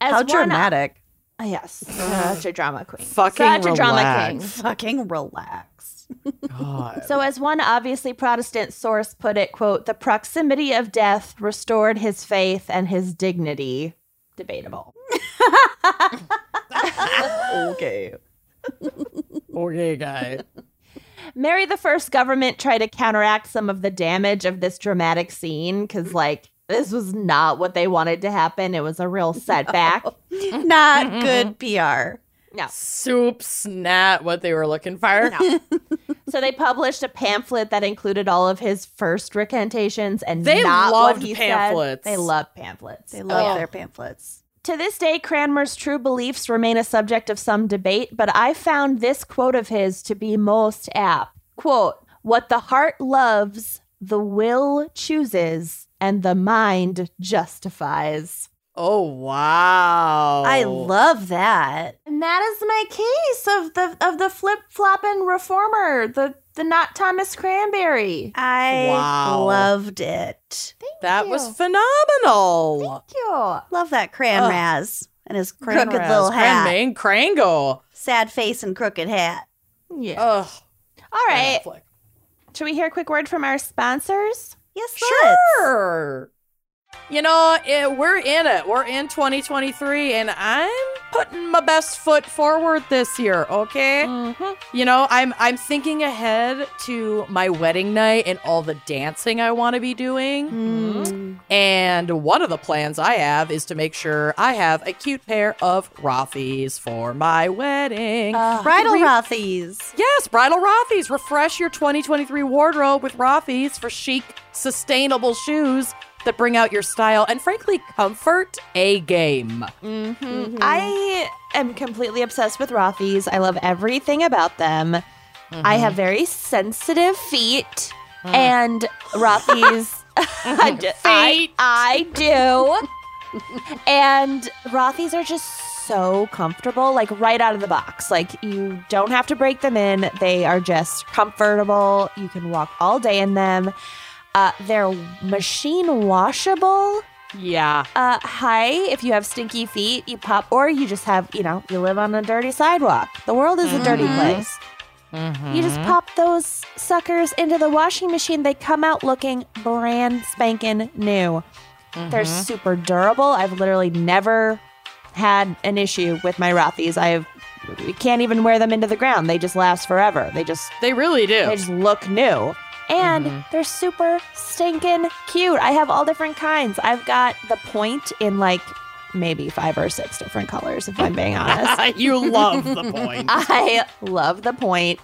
B: As
D: How
B: one-
D: dramatic. Uh-huh.
B: Yes, such a drama queen.
C: Fucking
B: such a drama king.
C: relax.
D: Fucking relax.
C: God.
B: So, as one obviously Protestant source put it, quote, the proximity of death restored his faith and his dignity. Debatable.
D: okay.
C: okay, guy.
B: Mary the First government tried to counteract some of the damage of this dramatic scene because, like, this was not what they wanted to happen. It was a real setback.
D: Not good PR.
B: No.
C: Soup's not what they were looking for.
B: So they published a pamphlet that included all of his first recantations and
C: They
B: not
C: loved
B: what he said.
C: pamphlets.
B: They love pamphlets.
D: They love their pamphlets.
B: To this day, Cranmer's true beliefs remain a subject of some debate, but I found this quote of his to be most apt. Quote, what the heart loves, the will chooses, and the mind justifies.
C: Oh wow.
D: I love that.
B: And that is my case of the of the flip flopping reformer, the the not Thomas Cranberry.
D: I
C: Wow.
D: loved it.
C: that
B: you.
C: was phenomenal.
B: Thank you.
D: Love that Cran
C: Ugh.
D: Raz and his crooked
C: Grand
D: little
C: Raz,
D: hat,
C: Grand Main Crangle.
D: sad face and crooked hat.
B: Yeah.
C: Ugh.
B: All right.
C: Ben Affleck.
B: Should we hear a quick word from our sponsors?
D: Yes, let's.
C: Sure. You know, it, we're in it. We're in 2023, and I'm putting my best foot forward this year. Okay.
B: Mm. Mm-hmm.
C: You know, I'm I'm thinking ahead to my wedding night and all the dancing I want to be doing.
B: Mm.
C: And one of the plans I have is to make sure I have a cute pair of Rothies for my wedding.
D: Bridal Rothies.
C: Yes, Bridal Rothy's. Refresh your 2023 wardrobe with Rothy's for chic, sustainable shoes that bring out your style and, frankly, comfort a game.
B: I am completely obsessed with Rothy's. I love everything about them. I have very sensitive feet, and Rothy's. I, ju- I, I do. and Rothy's are just so comfortable, like right out of the box. Like, you don't have to break them in, they are just comfortable. You can walk all day in them. Uh, they're machine washable.
C: Yeah.
B: uh, hi, if you have stinky feet, you pop, or you just have, you know, you live on a dirty sidewalk. The world is a dirty place. You just pop those suckers into the washing machine. They come out looking brand spanking new. They're super durable. I've literally never had an issue with my Rothies. I have, you can't even wear them into the ground. They just last forever. They just
C: They really do.
B: they just look new. And they're super stinking cute. I have all different kinds. I've got the point in like maybe five or six different colors, if I'm being honest.
C: you love the point.
B: I love the point.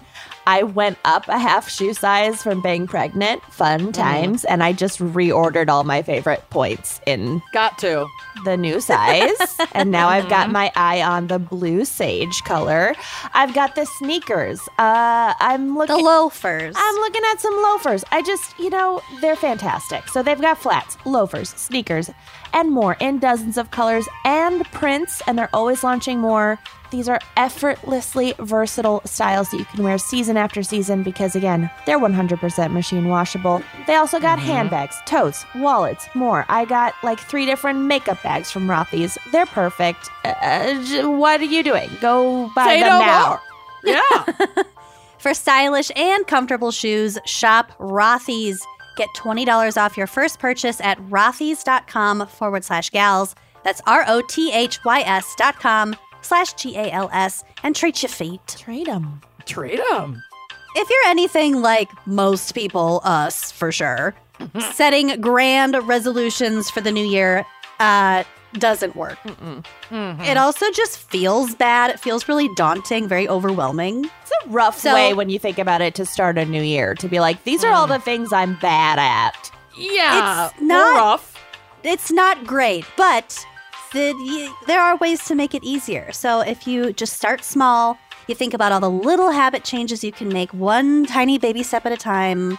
B: I went up a half shoe size from being pregnant, fun times, and I just reordered all my favorite points in
C: Got to.
B: the new size. and now I've got my eye on the blue sage color. I've got the sneakers. Uh, I'm
D: The
B: looking
D: loafers.
B: I'm looking at some loafers. I just, you know, they're fantastic. So they've got flats, loafers, sneakers, and more in dozens of colors and prints, and they're always launching more. These are effortlessly versatile styles that you can wear season after season because, again, they're 100% machine washable. They also got handbags, totes, wallets, more. I got like three different makeup bags from Rothy's. They're perfect. Uh, Uh, j- what are you doing? Go buy
C: Say
B: them
C: no
B: now.
C: more. Yeah.
D: For stylish and comfortable shoes, shop Rothy's. Get $20 off your first purchase at rothys.com forward slash gals. That's R O T H Y S dot com slash G A L S and treat your feet.
B: Trade them.
C: Trade them.
D: If you're anything like most people, us for sure, setting grand resolutions for the new year uh, doesn't work. It also just feels bad. It feels really daunting, very overwhelming.
B: It's a rough
D: So-
B: way when you think about it to start a new year to be like, these are all the things I'm bad at.
C: Yeah.
D: It's not-
C: We're rough.
D: it's not great, but the, y there are ways to make it easier. So if you just start small, you think about all the little habit changes you can make one tiny baby step at a time,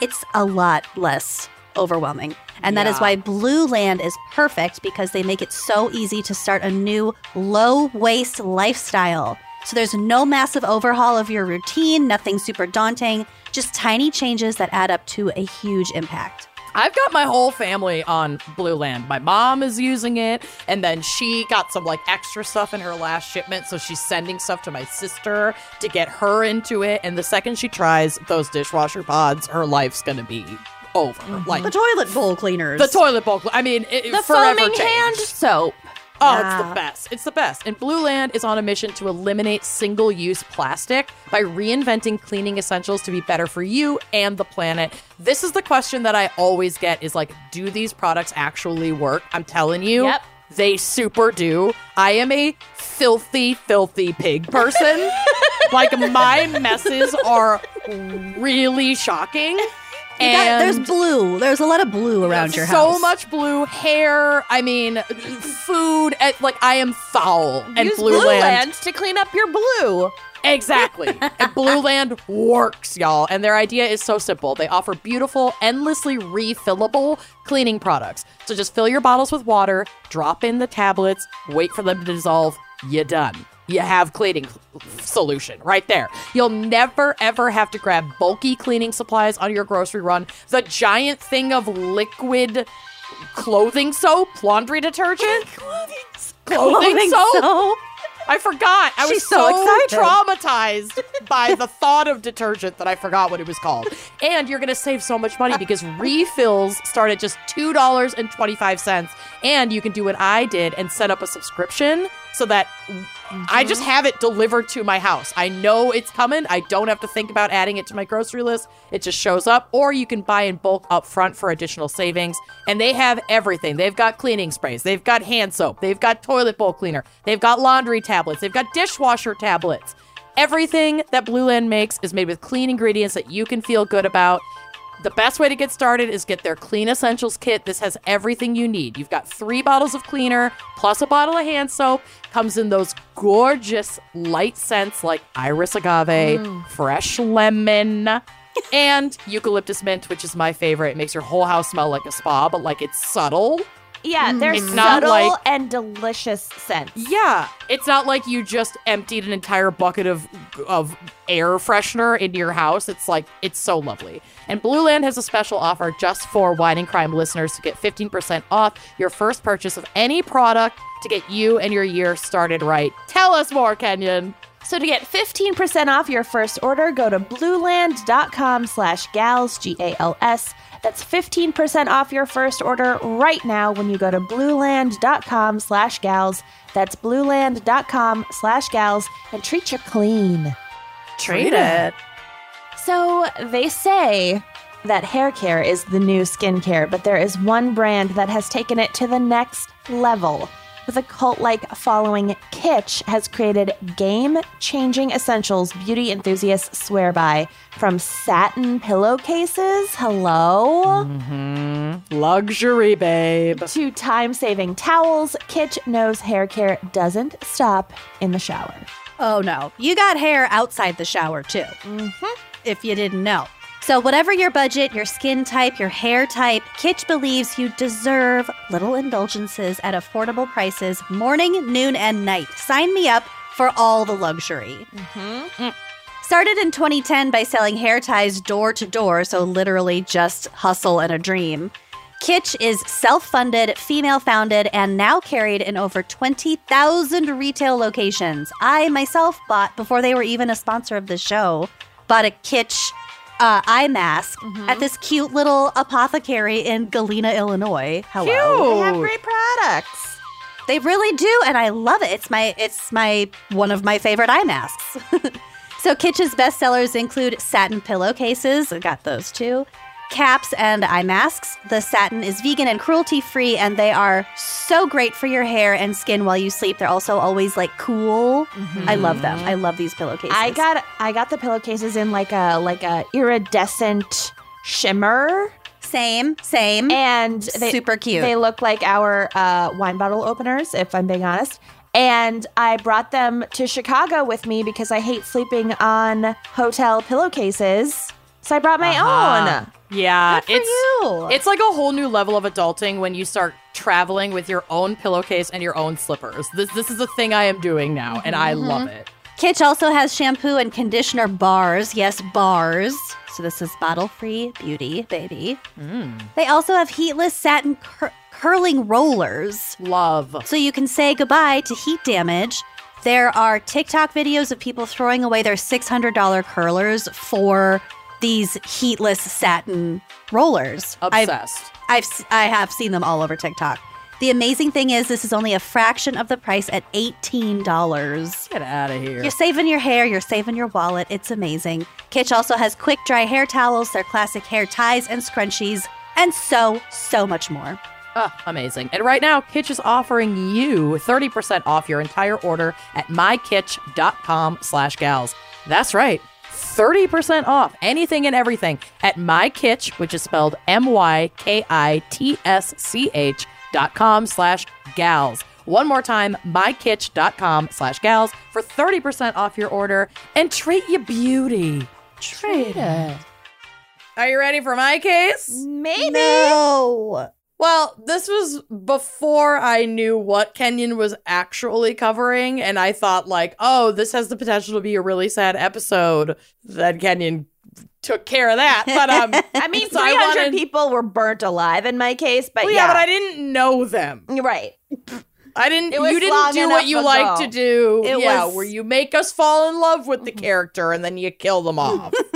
D: it's a lot less overwhelming. And that is
C: Yeah.
D: why Blue Land is perfect because they make it so easy to start a new low waste lifestyle. So there's no massive overhaul of your routine, nothing super daunting, just tiny changes that add up to a huge impact.
C: I've got my whole family on Blue Land. My mom is using it, and then she got some like extra stuff in her last shipment, so she's sending stuff to my sister to get her into it. And the second she tries those dishwasher pods, her life's gonna be over. Like
D: toilet bowl cleaners.
C: the toilet bowl. I mean, it,
B: Mm-hmm. The
C: forever
B: foaming hand
C: changed.
B: soap.
C: Oh, it's the best. It's the best. And Blue Land is on a mission to eliminate single use plastic by reinventing cleaning essentials to be better for you and the planet. This is the question that I always get is like, do these products actually work? I'm telling you,
B: Yep.
C: they super do. I am a filthy, filthy pig person. like, my messes are really shocking.
D: You got-
C: And
D: there's blue. There's a lot of blue around your
C: so
D: house.
C: much blue hair. I mean, food. eh, Like I am foul. And
B: Use
C: blue, land.
B: land to clean up your blue.
C: exactly. and blue land works, y'all. And their idea is so simple. They offer beautiful, endlessly refillable cleaning products. So just fill your bottles with water, drop in the tablets, wait for them to dissolve. You're done. You have cleaning solution right there. You'll never ever have to grab bulky cleaning supplies on your grocery run. The giant thing of liquid clothing soap, laundry detergent, clothing,
D: Clothing
C: soap. I forgot. I was
D: She's so
C: so,
D: excited.
C: traumatized by the thought of detergent that I forgot what it was called. And you're going to save so much money because refills start at just $2.25. And you can do what I did and set up a subscription so that I just
D: Mm-hmm.
C: have it delivered to my house. I know it's coming. I don't have to think about adding it to my grocery list. It just shows up. Or you can buy in bulk up front for additional savings. And they have everything. They've got cleaning sprays. They've got hand soap. They've got toilet bowl cleaner. They've got laundry tablets. They've got dishwasher tablets. Everything that Blue Land makes is made with clean ingredients that you can feel good about. The best way to get started is get their Clean Essentials kit. This has everything you need. You've got three bottles of cleaner plus a bottle of hand soap. Comes in those gorgeous light scents like iris agave, fresh lemon, and eucalyptus mint, which is my favorite. It makes your whole house smell like a spa, but like it's subtle.
B: Yeah, they're
C: It's not
B: subtle
C: like-
B: and delicious scents.
C: Yeah, it's not like you just emptied an entire bucket of of air freshener into your house. It's like it's so lovely. And Blue Land has a special offer just for Wine and Crime listeners to get 15% off your first purchase of any product to get you and your year started right. Tell us more, Kenyon.
B: So to get 15% off your first order, go to blueland.com slash gals, G-A-L-S. That's 15% off your first order right now when you go to blueland.com slash gals. That's blueland.com slash gals and treat your clean.
C: Treat it.
B: So they say that hair care is the new skincare, but there is one brand that has taken it to the next level. With a cult like following, Kitsch has created game changing essentials beauty enthusiasts swear by. From satin pillowcases, hello,
C: Mm-hmm. Luxury, babe.
B: to time saving towels, Kitsch knows hair care doesn't stop in the shower.
D: Oh no. You got hair outside the shower too.
C: Mm-hmm.
D: If you didn't know. So, whatever your budget, your skin type, your hair type, Kitsch believes you deserve little indulgences at affordable prices morning, noon, and night. Sign me up for all the luxury. Started in 2010 by selling hair ties door to door, so literally just hustle and a dream. Kitsch is self funded, female founded, and now carried in over 20,000 retail locations. I myself bought, before they were even a sponsor of the show, bought a Kitsch uh, eye mask at this cute little apothecary in Galena, Illinois. Hello.
B: They have great products.
D: They really do, and I love it. It's my it's my one of my favorite eye masks. so Kitsch's bestsellers include satin pillowcases, I got those too, caps and eye masks. The satin is vegan and cruelty free, and they are so great for your hair and skin while you sleep. They're also always like cool. I love them. I love these pillowcases.
B: Mm-hmm. I got I got the pillowcases in like a like a iridescent shimmer
D: same, same.
B: and they,
D: Super cute.
B: They look like our uh, wine bottle openers, if I'm being honest. And I brought them to Chicago with me because I hate sleeping on hotel pillowcases. So I brought my
C: Uh-huh.
B: own.
C: Yeah, it's
D: you.
C: it's like a whole new level of adulting when you start traveling with your own pillowcase and your own slippers. This this is a thing I am doing now, and I love it.
D: Kitsch also has shampoo and conditioner bars. Yes, bars. So this is bottle free beauty, baby. They also have heatless satin cur- curling rollers.
C: Love.
D: So you can say goodbye to heat damage. There are TikTok videos of people throwing away their $600 curlers for these heatless satin rollers. I've
C: Obsessed.
D: I've s- I have seen them all over TikTok. The amazing thing is, this is only a fraction of the price at $18.
C: Get out of here.
D: You're saving your hair, you're saving your wallet. It's amazing. Kitsch also has quick dry hair towels, their classic hair ties and scrunchies, and so, so much more.
C: Ah, amazing. And right now, Kitsch is offering you 30% off your entire order at mykitsch.com slash gals. That's right. 30% off anything and everything at mykitsch, which is spelled M-Y-K-I-T-S-C-H dot com slash gals. One more time, mykitsch.com slash gals for 30% off your order and treat your beauty. Treat it. Are you ready for my case?
B: Maybe.
D: No.
C: Well, this was before I knew what Kenyon was actually covering, and I thought, like, oh, this has the potential to be a really sad episode. Then Kenyon took care of that. But um,
B: I mean,
C: So I
B: 300
C: wanted-
B: people were burnt alive in my case, but
C: well, yeah,
B: yeah.
C: but I didn't know them.
B: You're right.
C: I didn't.
B: It was
C: You didn't
B: long
C: do
B: enough
C: what you like
B: ago.
C: to do.
B: It
C: yeah,
B: was-
C: where you make us fall in love with the character and then you kill them off.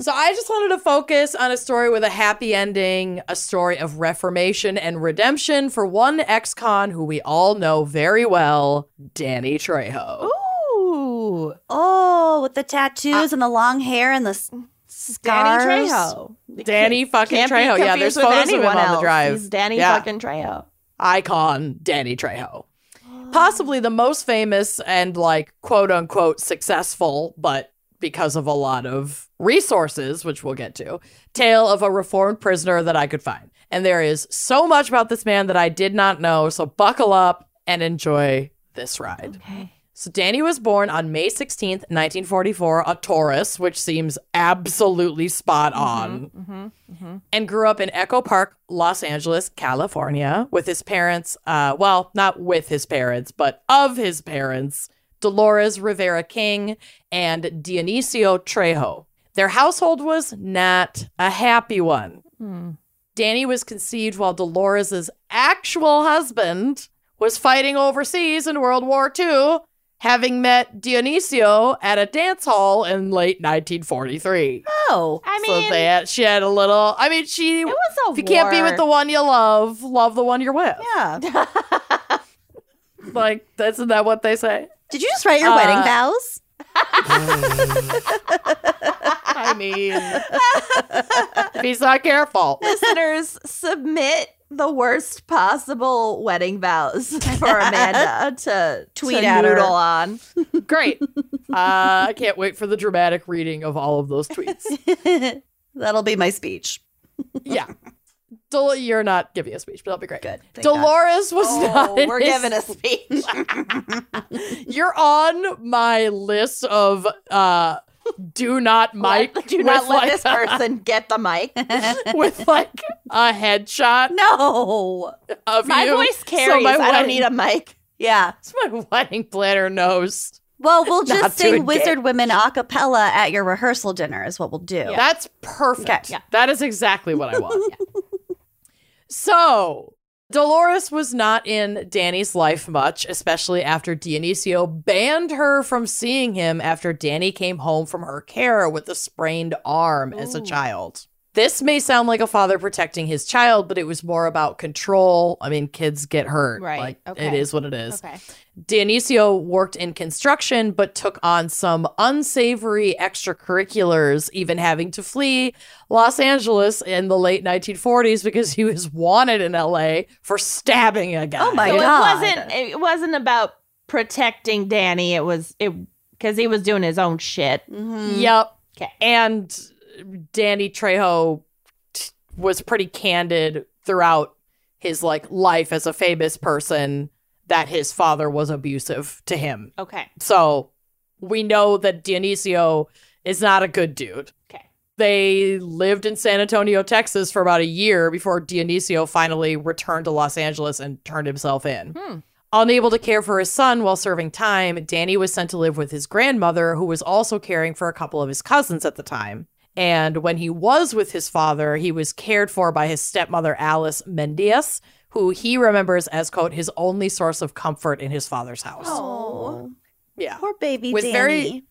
C: so I just wanted to focus on a story with a happy ending, a story of reformation and redemption for one ex-con who we all know very well, Danny Trejo.
B: Ooh.
D: Oh, with the tattoos and the long hair and the s- scars.
B: Danny Trejo.
C: Danny fucking
B: Can't
C: Trejo.
B: be
C: Yeah, there's
B: confused with
C: photos of him
B: anyone
C: on the
B: else.
C: drive.
B: He's Danny
C: Yeah.
B: fucking Trejo.
C: icon Danny Trejo. Possibly the most famous and like quote unquote successful, but because of a lot of resources, which we'll get to, tale of a reformed prisoner that I could find. And there is so much about this man that I did not know. So buckle up and enjoy this ride.
B: Okay.
C: So Danny was born on May 16th, 1944, a Taurus, which seems absolutely spot on
B: Mm-hmm.
C: and grew up in Echo Park, Los Angeles, California, with his parents. Uh, well, not with his parents, but of his parents, Dolores Rivera King and Dionisio Trejo. Their household was not a happy one.
B: Mm-hmm.
C: Danny was conceived while Dolores's actual husband was fighting overseas in World War II, having met Dionisio at a dance hall in late 1943
D: Oh,
B: I
C: so
B: mean,
C: they had, she had a little. I mean, she
B: it was a
C: if you can't be
B: war.
C: with the one you love, love the one you're with.
D: yeah.
C: Like, isn't that what they say?
D: Did you just write your
C: Uh,
D: wedding vows?
C: I mean, if he's not careful.
B: listeners submit the worst possible wedding vows for Amanda to
D: Tweet
B: to
D: at her.
B: noodle on.
C: Great. Uh, I can't wait for the dramatic reading of all of those tweets.
D: That'll be my speech.
C: Yeah. Dol- you're not giving a speech, but that'll be great.
D: Good. Thank God.
C: Dolores was not. in
B: Oh, we're
C: his-
B: giving a speech.
C: You're on my list of uh, do not mic.
B: do not
C: with,
B: let
C: like,
B: this person get the mic.
C: with like a headshot
D: No.
C: of
B: My
C: you.
B: voice
C: so
B: carries.
C: my
B: I
C: wedding-
B: don't need a mic.
D: Yeah.
C: So my wedding planner knows.
D: Well, we'll
C: Not
D: just
C: doing
D: sing
C: gay.
D: Wizard Women a cappella at your rehearsal dinner, is what we'll do.
C: That's perfect.
D: Okay.
B: Yeah.
C: That is exactly what I want. So, Dolores was not in Danny's life much, especially after Dionisio banned her from seeing him after Danny came home from her care with a sprained arm as a child. This may sound like a father protecting his child, but it was more about control. I mean, kids get hurt.
B: Right.
C: Like, It
B: Okay.
C: is what it is.
B: Okay.
C: Dionisio worked in construction but took on some unsavory extracurriculars, even having to flee Los Angeles in the late 1940s because he was wanted in LA for stabbing a guy.
D: Oh my
B: So it
D: God.
B: wasn't. It wasn't about protecting Danny. It was it because he was doing his own shit.
D: Mhm.
C: Yep.
B: 'Kay.
C: And Danny Trejo t- was pretty candid throughout his like life as a famous person that his father was abusive to him.
B: Okay.
C: So we know that Dionisio is not a good dude.
B: Okay.
C: They lived in San Antonio, Texas for about a year before Dionisio finally returned to Los Angeles and turned himself in.
B: Hmm.
C: Unable to care for his son while serving time, Danny was sent to live with his grandmother, who was also caring for a couple of his cousins at the time. And when he was with his father, he was cared for by his stepmother, Alice Mendias, who he remembers as, quote, his only source of comfort in his father's house.
D: Oh.
C: Yeah
D: Poor baby
C: With
D: Danny.
C: very-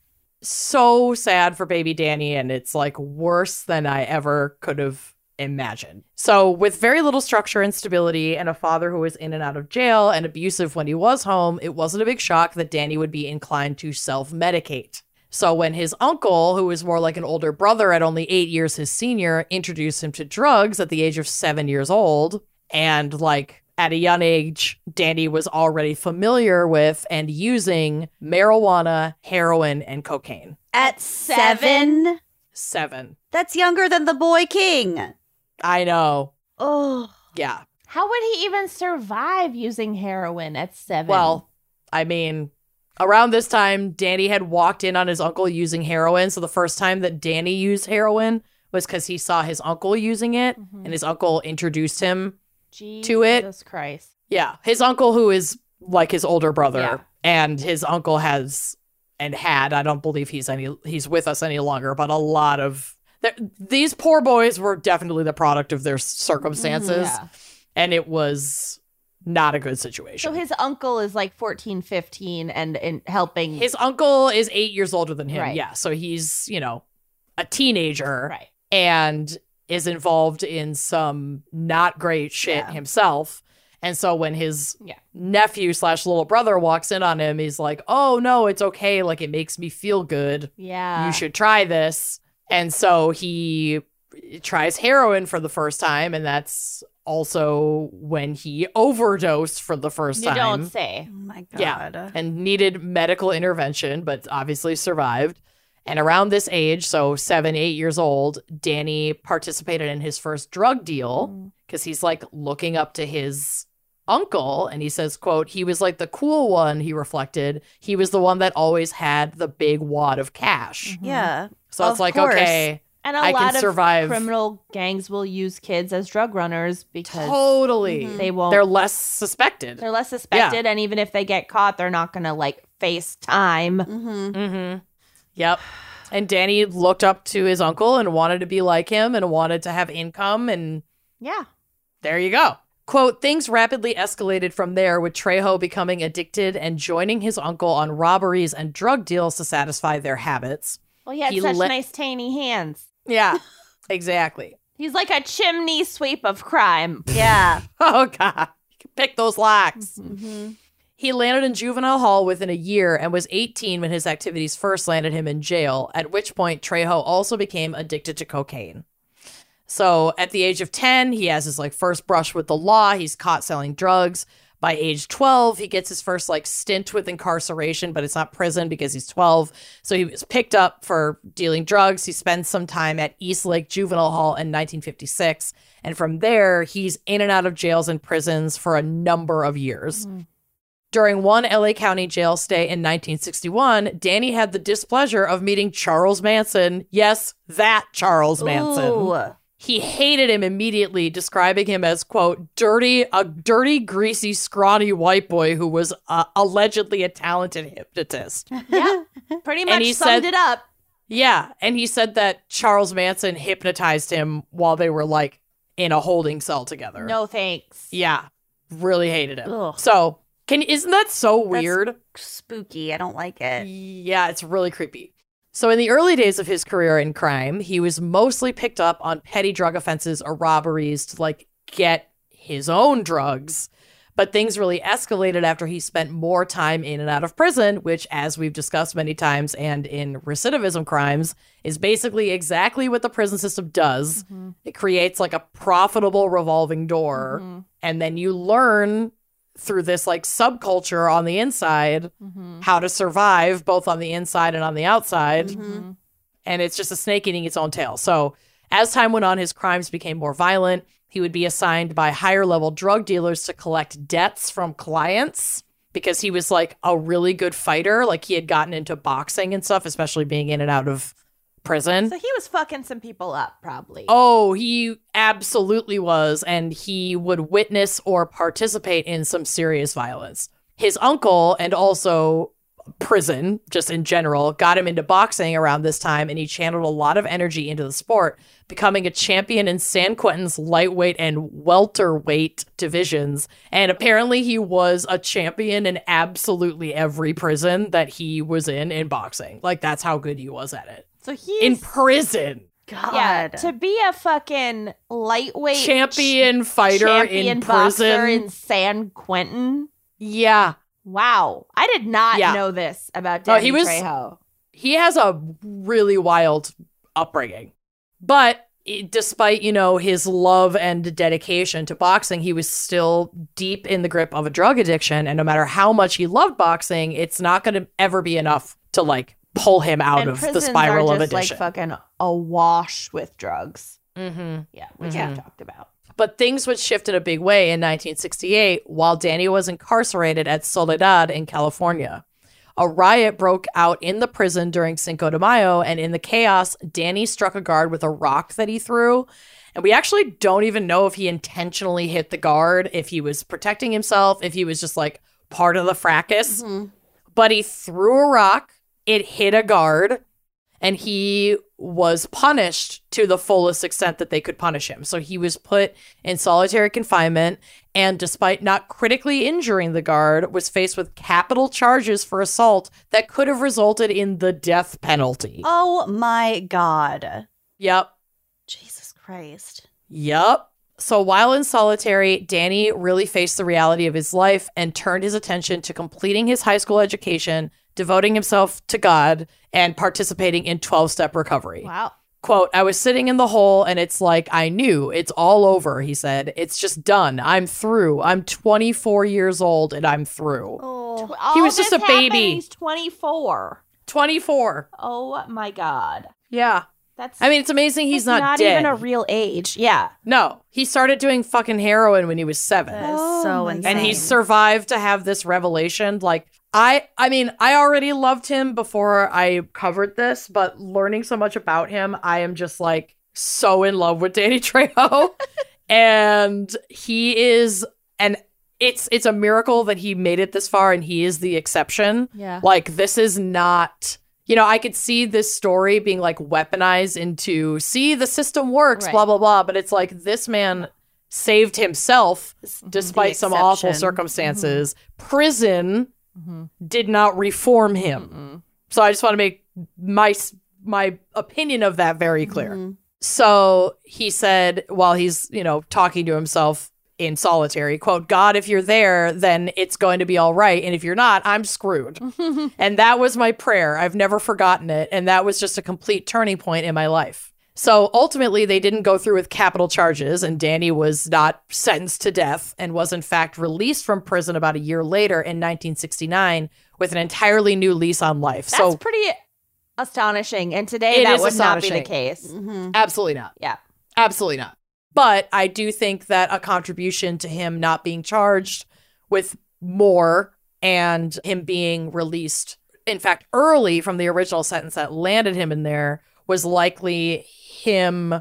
C: so sad for baby Danny, and it's like worse than I ever could have imagine. So, with very little structure and stability, and a father who was in and out of jail and abusive when he was home, it wasn't a big shock that Danny would be inclined to self medicate. So, when his uncle, who was more like an older brother at only eight years his senior, introduced him to drugs at the age of seven years old, and like at a young age, Danny was already familiar with and using marijuana, heroin, and cocaine.
D: At
B: seven?
D: seven?
C: Seven.
D: That's younger than the boy king.
C: I know.
D: Oh.
C: Yeah.
B: How would he even survive using heroin at seven?
C: Well, I mean, around this time, Danny had walked in on his uncle using heroin. So the first time that Danny used heroin was because he saw his uncle using it
B: Mhm.
C: and his uncle introduced him.
B: Jesus
C: to it-
B: Christ.
C: Yeah. His uncle, who is like his older brother,
B: Yeah.
C: and his uncle has and had, I don't believe he's any, he's with us any longer, but a lot of. th- These poor boys were definitely the product of their circumstances,
B: Mm, Yeah.
C: and it was not a good situation.
B: So his uncle is like 14, 15 and, and helping.
C: His uncle is eight years older than him.
B: Right.
C: Yeah. So he's, you know, a teenager
B: right.
C: and is involved in some not great shit
B: Yeah.
C: himself. And so when his
B: Yeah.
C: nephew slash little brother walks in on him, he's like, oh, no, it's okay. Like, it makes me feel good.
B: Yeah.
C: you should try this. And so he tries heroin for the first time. And that's also when he overdosed for the first
B: You
C: time
B: don't say.
D: my God.
C: Yeah. and needed medical intervention, but obviously survived. And around this age, so seven, eight years old, Danny participated in his first drug deal
B: Mm-hmm.
C: because he's like looking up to his uncle and he says quote he was like the cool one he reflected he was the one that always had the big wad of cash
D: Yeah.
C: so
D: Of
C: it's like
D: course.
C: okay
B: And a
C: I
B: lot
C: can
B: of
C: survive.
B: criminal gangs will use kids as drug runners because
C: totally
D: Mhm.
B: they won't.
C: they're
B: They're,
C: less suspected
B: less suspected. And even if they get caught, they're not going to like face time.
D: Mm-hmm.
C: Mm-hmm. Yep. And Danny looked up to his uncle and wanted to be like him and wanted to have income. And
B: Yeah.
C: there you go. Quote, things rapidly escalated from there with Trejo becoming addicted and joining his uncle on robberies and drug deals to satisfy their habits.
B: Well, he had
C: He
B: such
C: let-
B: nice, tiny hands.
C: Yeah, exactly.
B: He's like a chimney sweep of crime.
D: Yeah.
C: Oh, God. You can pick those locks.
D: Mhm.
C: He landed in juvenile hall within a year and was 18 when his activities first landed him in jail, at which point Trejo also became addicted to cocaine. So at the age of 10, he has his like first brush with the law. He's caught selling drugs. By age 12, he gets his first like stint with incarceration, but it's not prison because he's 12. So he was picked up for dealing drugs. He spends some time at East Lake Juvenile Hall in 1956. And from there, he's in and out of jails and prisons for a number of years. During one LA County jail stay in 1961, Danny had the displeasure of meeting Charles Manson. Yes, that Charles Manson.
D: Ooh.
C: He hated him immediately, describing him as quote dirty, a dirty, greasy, scrawny white boy who was uh, allegedly a talented hypnotist.
B: Yeah. Pretty much
C: he
B: summed
C: said-
B: it up.
C: Yeah, and he said that Charles Manson hypnotized him while they were like in a holding cell together.
B: No thanks.
C: Yeah, really hated him.
D: Ugh.
C: So can isn't that so weird?
D: Spooky. I don't like it.
C: Yeah, it's really creepy. So, in the early days of his career in crime, he was mostly picked up on petty drug offenses or robberies to like get his own drugs. But things really escalated after he spent more time in and out of prison, which, as we've discussed many times and in recidivism crimes, is basically exactly what the prison system does. It creates like a profitable revolving door.
B: Mhm.
C: And then you learn through this like subculture on the inside
B: Mhm.
C: how to survive both on the inside and on the outside.
B: Mm-hmm.
D: Mhm.
C: And it's just a snake eating its own tail. So, as time went on, his crimes became more violent. He would be assigned by higher level drug dealers to collect debts from clients because he was like a really good fighter. Like, he had gotten into boxing and stuff, especially being in and out of prison.
B: So he was fucking some people up, probably.
C: Oh, he absolutely was. And he would witness or participate in some serious violence. His uncle and also prison, just in general, got him into boxing around this time. And he channeled a lot of energy into the sport, becoming a champion in San Quentin's lightweight and welterweight divisions. And apparently, he was a champion in absolutely every prison that he was in in boxing. Like, that's how good he was at it.
B: so he's
C: In prison.
D: God.
B: Yeah, to be a fucking lightweight
C: champion fighter
B: champion
C: in
B: boxer
C: prison.
B: in San Quentin.
C: yeah,
B: Wow, I did not
C: Yeah.
B: know this about
C: No,
B: Danny
C: he was-
B: Trejo.
C: he has a really wild upbringing, but i- despite you know his love and dedication to boxing, he was still deep in the grip of a drug addiction. And no matter how much he loved boxing, it's not going to ever be enough to like pull him out
B: And
C: of the
B: prisons
C: spiral
B: are
C: of
B: just,
C: addiction.
B: Like fucking awash with drugs.
C: mm-hmm.
B: Yeah, which
C: Mhm.
B: I've talked about.
C: But things would shift in a big way in 1968 while Danny was incarcerated at Soledad in California. A riot broke out in the prison during Cinco de Mayo, and in the chaos, Danny struck a guard with a rock that he threw. And we actually don't even know if he intentionally hit the guard, if he was protecting himself, if he was just like part of the fracas.
D: Mm-hmm.
C: But he threw a rock, it hit a guard, and he was punished to the fullest extent that they could punish him. So he was put in solitary confinement and despite not critically injuring the guard was faced with capital charges for assault that could have resulted in the death penalty.
D: Oh my God.
C: Yep.
D: Jesus Christ.
C: Yep. So while in solitary, Danny really faced the reality of his life and turned his attention to completing his high school education, devoting himself to God, and participating in 12 step recovery.
B: Wow.
C: quote i was sitting in the hole and it's like i knew it's all over he said it's just done i'm through i'm 24 years old and i'm through
D: Oh.
B: All
C: was just
B: this
C: a baby.
B: happened, He's 24.
C: 24
B: Oh my god.
C: yeah
B: That's
C: i mean it's amazing he's
B: that's
C: not, dead
B: even a real age. Yeah.
C: no he started doing fucking heroin when he was seven
D: That is
B: Oh
D: so
B: my God.
D: insane.
C: and he survived to have this revelation like i i mean i already loved him before i covered this but learning so much about him i am just like so in love with danny trejo and he is and it's it's a miracle that he made it this far and he is the exception
B: Yeah.
C: like this is not you know i could see this story being like weaponized into see the system works
B: Right.
C: blah blah blah but it's like this man saved himself despite
D: The
C: some awful
D: exception.
C: circumstances prison
B: Mm-hmm.
C: did not reform him so i just want to make my s- my opinion of that very clear
D: Mhm.
C: so he said while he's, you know, talking to himself in solitary, quote, God, if you're there, then it's going to be all right. And if you're not, I'm screwed.
B: Mm-hmm.
C: and that was my prayer. I've never forgotten it. And that was just a complete turning point in my life. So ultimately, they didn't go through with capital charges, and Danny was not sentenced to death and was, in fact, released from prison about a year later in 1969 with an entirely new lease on life.
B: That's
C: so,
B: pretty astonishing. And today
C: It
B: that
C: is
B: would not be the
C: astonishing.
B: case.
D: Mhm.
C: absolutely not.
B: Yeah.
C: Absolutely not. But I do think that a contribution to him not being charged with more and him being released, in fact, early from the original sentence that landed him in there was likely him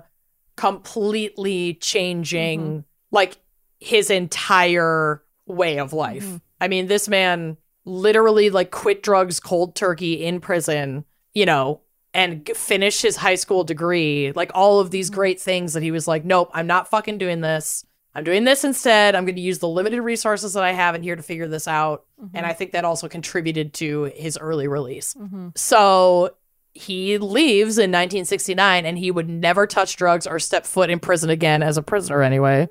C: completely changing like his entire way of life.
B: Mhm.
C: I mean, this man literally like quit drugs cold turkey in prison, you know, and g- finish his high school degree, like all of these great things that he was like, nope, I'm not fucking doing this. I'm doing this instead. I'm going to use the limited resources that I have in here to figure this out. And I think that also contributed to his early release. So he leaves in 1969 and he would never touch drugs or step foot in prison again as a prisoner anyway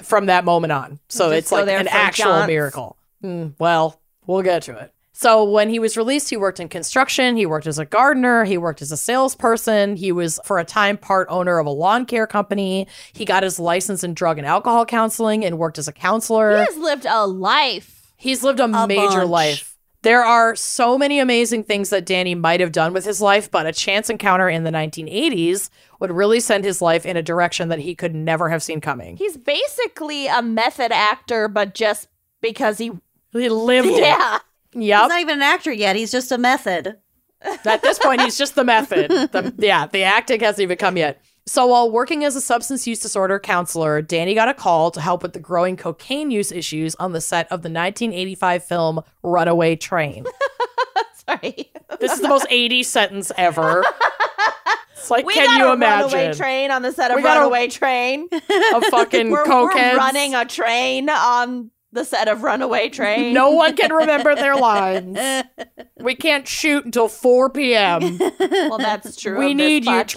C: from that moment on. So
B: Just
C: it's
B: go
C: like
B: there
C: an
B: for
C: actual
B: jaunts.
C: miracle. Mm, well, we'll get to it. So when he was released, he worked in construction, he worked as a gardener, he worked as a salesperson, he was for a time part owner of a lawn care company. He got his license in drug and alcohol counseling and worked as a counselor.
B: He has lived a life.
C: He's lived a, major
D: bunch.
C: life. There are so many amazing things that Danny might have done with his life, but a chance encounter in the 1980s would really send his life in a direction that he could never have seen coming.
B: He's basically a method actor, but just because he
C: He lived it.
B: Yeah.
D: He's
C: Yep.
D: not even an actor yet. He's just a method.
C: At this point, he's just the method. The- yeah, the acting hasn't even come yet. So while working as a substance use disorder counselor, Danny got a call to help with the growing cocaine use issues on the set of the 1985 film Runaway Train.
B: Sorry.
C: This is the most 80s sentence ever. It's like,
B: We
C: can
B: got
C: you
B: a runaway
C: imagine
B: train on the set of
C: We got a-
B: Runaway Train.
C: a fucking
B: We're, we're
C: cokeheads?
B: running a train on the set of Runaway Train.
C: No one can remember their lines. We can't shoot until 4 p.m.
B: Well, that's true.
C: We
B: of this
C: need you,
B: podcast,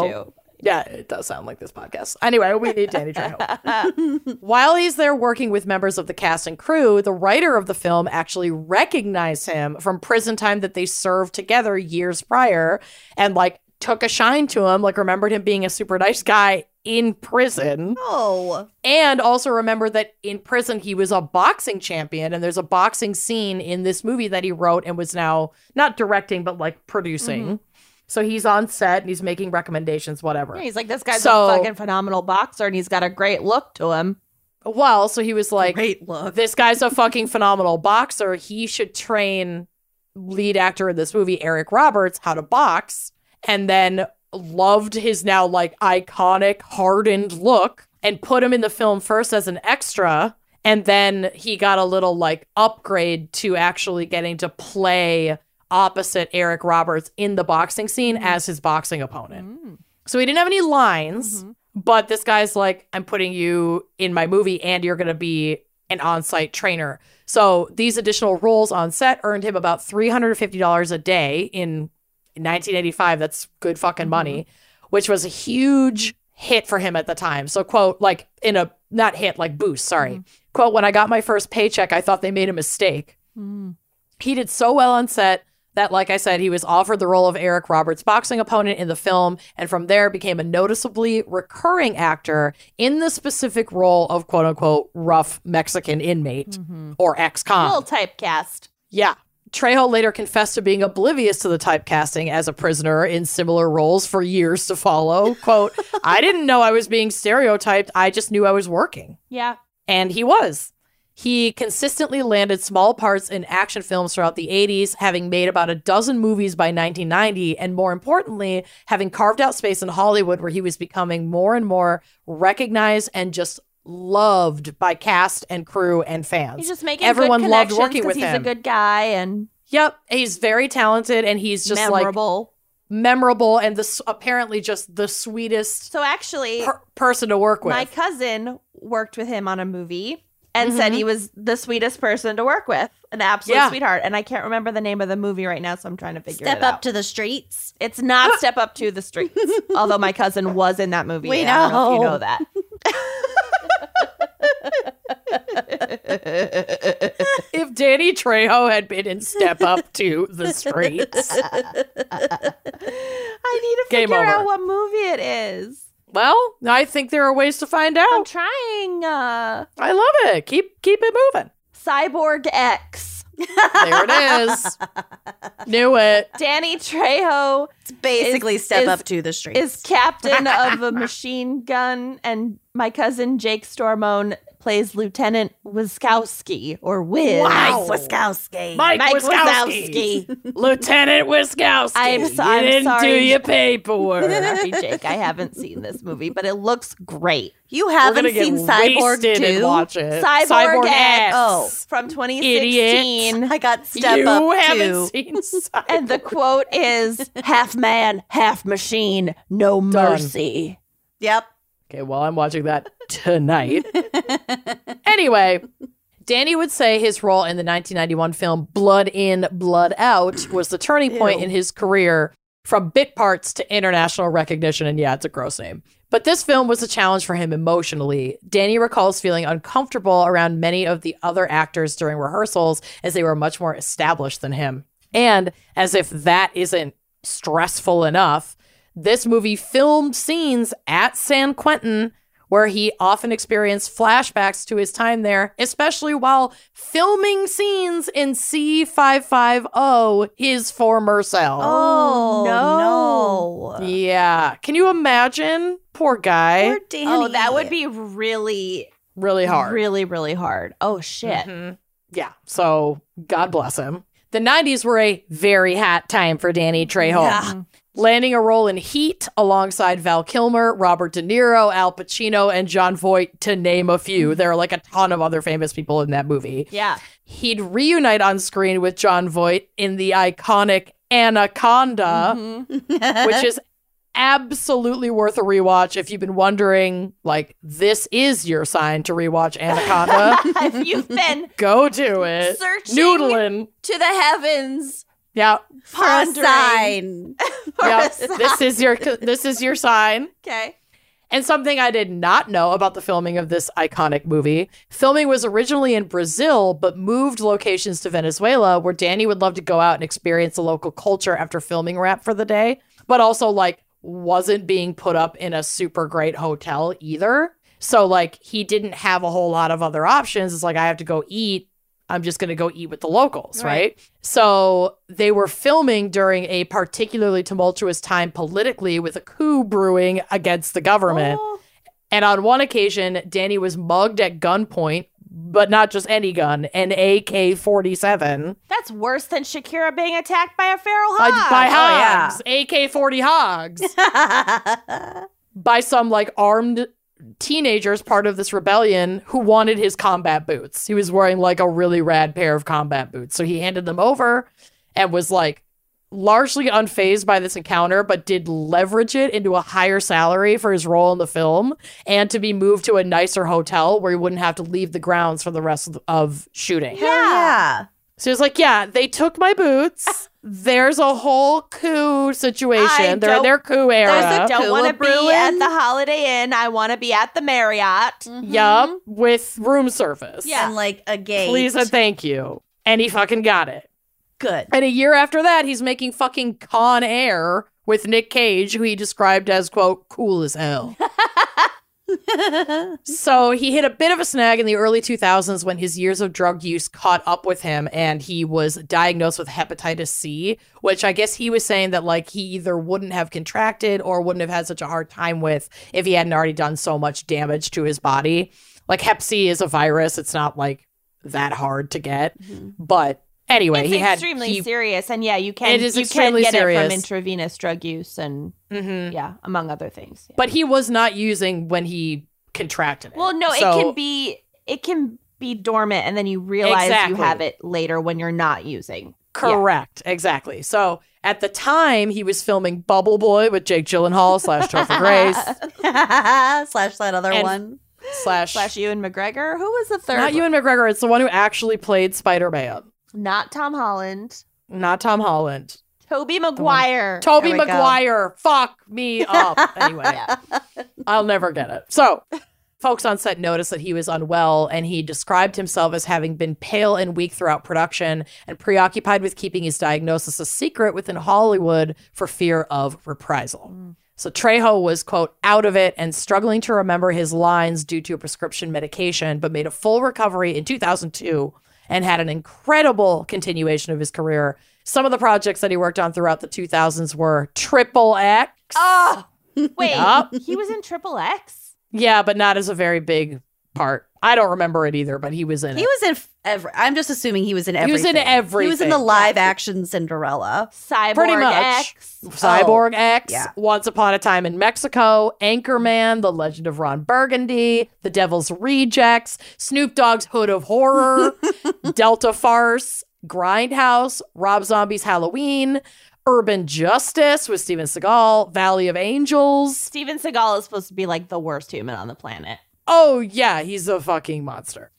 C: Treo.
B: too.
C: Yeah, it does sound like this podcast. Anyway, we need Danny Trejo. While he's there working with members of the cast and crew, the writer of the film actually recognized him from prison time that they served together years prior and like took a shine to him, like remembered him being a super nice guy in prison.
D: Oh,
C: And also remember that in prison he was a boxing champion, and there's a boxing scene in this movie that he wrote and was now not directing but like producing. So he's on set and he's making recommendations, whatever.
B: He's like, this guy's
C: So-
B: a fucking phenomenal boxer, and he's got a great look to him.
C: Well, so he was like,
D: great look.
C: "This guy's a fucking phenomenal boxer. He should train lead actor in this movie, Eric Roberts, how to box." And then loved his now like iconic hardened look and put him in the film first as an extra. And then he got a little like upgrade to actually getting to play opposite Eric Roberts in the boxing scene as his boxing opponent. So he didn't have any lines, but this guy's like, I'm putting you in my movie and you're going to be an on site trainer. So these additional roles on set earned him about $350 a day in 1985. That's good fucking money, which was a huge hit for him at the time. So, quote, like in a not hit, like boost, sorry. Quote, when I got my first paycheck, I thought they made a mistake he did so well on set that like i said he was offered the role of eric roberts boxing opponent in the film and from there became a noticeably recurring actor in the specific role of quote unquote rough mexican inmate or ex-con
B: Little typecast.
C: yeah. Trejo later confessed to being oblivious to the typecasting as a prisoner in similar roles for years to follow. Quote, I didn't know I was being stereotyped. I just knew I was working.
B: Yeah.
C: And he was. He consistently landed small parts in action films throughout the 80s, having made about a dozen movies by 1990, and more importantly, having carved out space in Hollywood where he was becoming more and more recognized and just loved by cast and crew and fans.
B: He's just making
C: Everyone
B: good
C: loved
B: connections
C: working
B: 'cause
C: with
B: he's
C: him.
B: a good guy and
C: Yep, he's very talented and he's just like
B: memorable.
C: memorable and this apparently just the sweetest
B: so actually,
C: per- person to work with.
B: my cousin worked with him on a movie and said he was the sweetest person to work with, an absolute
C: Yeah.
B: sweetheart. And I can't remember the name of the movie right now, so I'm trying to figure
D: Step
B: it
D: up
B: out.
D: to the streets.
B: it's not Step Up to the Streets, although my cousin was in that movie.
D: We
B: I don't know if you
D: know.
B: know that.
C: if Danny Trejo had been in Step Up to the Streets,
B: I need to
C: Game
B: figure
C: over.
B: out what movie it is.
C: well, I think there are ways to find
B: I'm
C: out.
B: trying uh
C: I love it. Keep keep it moving.
B: Cyborg X.
C: There it is. Knew it.
B: Danny Trejo
D: It's basically
B: Is-
D: step
B: is-
D: up to the streets.
B: is captain of a machine gun, and my cousin Jake Stormone plays Lieutenant Wiskowski or Wiz.
D: Wow, Wiskowski.
C: Mike,
B: Mike
C: Wiskowski.
B: Wiskowski.
C: Lieutenant Wiskowski.
B: I'm so-
C: you
B: I'm
C: didn't do
B: sorry.
C: your paperwork.
B: Sorry, Jake. I haven't seen this movie, but it looks great.
D: you
C: We're gonna
D: haven't
C: get
D: seen Cyborg
C: wasted and
D: 2?
C: watch it.
B: Cyborg, X.
D: Oh.
B: From 2016.
D: I got step
C: you
D: up
C: haven't
D: to.
C: seen Cyborg.
B: And the quote is half man, half machine, no mercy.
D: Yep.
C: Okay, well, I'm watching that tonight. anyway, Danny would say his role in the 1991 film Blood In, Blood Out was the turning point
D: Ew.
C: in his career from bit parts to international recognition. And yeah, it's a gross name. But this film was a challenge for him emotionally. Danny recalls feeling uncomfortable around many of the other actors during rehearsals as they were much more established than him. And as if that isn't stressful enough, this movie filmed scenes at San Quentin where he often experienced flashbacks to his time there, especially while filming scenes in C550, oh, his former cell.
D: Oh,
B: no.
D: no.
C: Yeah. Can you imagine? Poor guy.
D: Poor Danny.
B: Oh, that would be really,
C: really hard.
B: really, really hard. Oh, shit.
C: Mhm. Yeah. So God bless him. The 90s were a very hot time for Danny Trejo.
D: Yeah.
C: Landing a role in Heat alongside Val Kilmer, Robert De Niro, Al Pacino, and John Voight, to name a few. There are like a ton of other famous people in that movie.
B: Yeah.
C: He'd reunite on screen with John Voight in the iconic Anaconda,
B: Mm-hmm.
D: Mm-hmm.
C: which is absolutely worth a rewatch. If you've been wondering, like, this is your sign to rewatch Anaconda,
B: if you've been
C: go do it.
B: Searching-
C: Noodling.
B: to the heavens
C: Yeah.
D: For a
B: Pondering.
D: sign.
C: yeah. This is your this is your sign.
B: Okay.
C: And something I did not know about the filming of this iconic movie. Filming was originally in Brazil, but moved locations to Venezuela, where Danny would love to go out and experience the local culture after filming rap for the day, but also like wasn't being put up in a super great hotel either. So like he didn't have a whole lot of other options. It's like I have to go eat. I'm just going to go eat with the locals,
B: Right.
C: right? So they were filming during a particularly tumultuous time politically with a coup brewing against the government.
B: Oh,
C: And on one occasion, Danny was mugged at gunpoint, but not just any gun, an AK 47
B: that's worse than Shakira being attacked by a feral
C: by
B: hog.
D: yeah.
C: hogs, AK 40 hogs, by some like armed teenagers part of this rebellion who wanted his combat boots. He was wearing like a really rad pair of combat boots. So he handed them over and was like largely unfazed by this encounter, but did leverage it into a higher salary for his role in the film and to be moved to a nicer hotel where he wouldn't have to leave the grounds for the rest of, of shooting.
D: Hell yeah.
C: So he was like, Yeah, they took my boots. There's a whole coup situation.
B: I
C: They're in
B: don't-
C: their coup era.
B: There's a don't
D: Cool
B: want to be
D: Bruin.
B: at the Holiday Inn. I want to be at the Marriott.
C: Yup, with room service.
B: Yeah.
D: And like a gate.
C: Please and thank you. And he fucking got it.
D: Good.
C: And a year after that, he's making fucking Con Air with Nick Cage, who he described as, quote, cool as hell. so he hit a bit of a snag in the early 2000s when his years of drug use caught up with him and he was diagnosed with hepatitis C, which I guess he was saying that, like, he either wouldn't have contracted or wouldn't have had such a hard time with if he hadn't already done so much damage to his body. Like, hep C is a virus, it's not like that hard to get. But anyway,
B: It's
C: he had.
B: extremely
C: he-
B: serious, and yeah, you can
C: It is
B: you
C: extremely
B: can get it
C: serious.
B: from intravenous drug use, and
C: Mhm.
B: yeah, among other things. Yeah.
C: but he was not using when he contracted it.
B: Well, no,
C: So-
B: it can be it can be dormant, and then you realize you
C: Exactly.
B: have it later when you're not using.
C: correct, exactly. So at the time, he was filming Bubble Boy with Jake Gyllenhaal slash Topher Grace
D: Slash that other
C: And-
D: one.
C: slash,
B: Slash Ewan McGregor. Who was the third?
C: not
B: one?
C: Ewan McGregor. It's the one who actually played Spider Man,
B: Not Tom Holland.
C: not Tom Holland.
B: Toby Maguire.
C: Toby
B: There we go.
C: Maguire, fuck me up. Anyway, I'll never get it. So, folks on set noticed that he was unwell and he described himself as having been pale and weak throughout production and preoccupied with keeping his diagnosis a secret within Hollywood for fear of reprisal. So Trejo was, quote, out of it and struggling to remember his lines due to a prescription medication, but made a full recovery in 2002 and had an incredible continuation of his career. Some of the projects that he worked on throughout the 2000s were Triple X.
B: Oh wait,
C: Yup.
B: he was in Triple X.
C: Yeah, but not as a very big part. I don't remember it either, but he was in
D: He
C: it.
D: was in f- every. I'm just assuming he was in
C: He was
D: everything.
C: in everything.
D: He was in the live action Cinderella.
B: Cyborg
C: Pretty much.
B: X.
C: Cyborg X,
D: oh, yeah.
C: Once Upon a Time in Mexico, Anchorman, The Legend of Ron Burgundy, The Devil's Rejects, Snoop Dogg's Hood of Horror, Delta Farce, Grindhouse, Rob Zombie's Halloween, Urban Justice with Steven Seagal, Valley of Angels.
B: Steven Seagal is supposed to be like the worst human on the planet.
C: Oh, yeah, he's a fucking monster.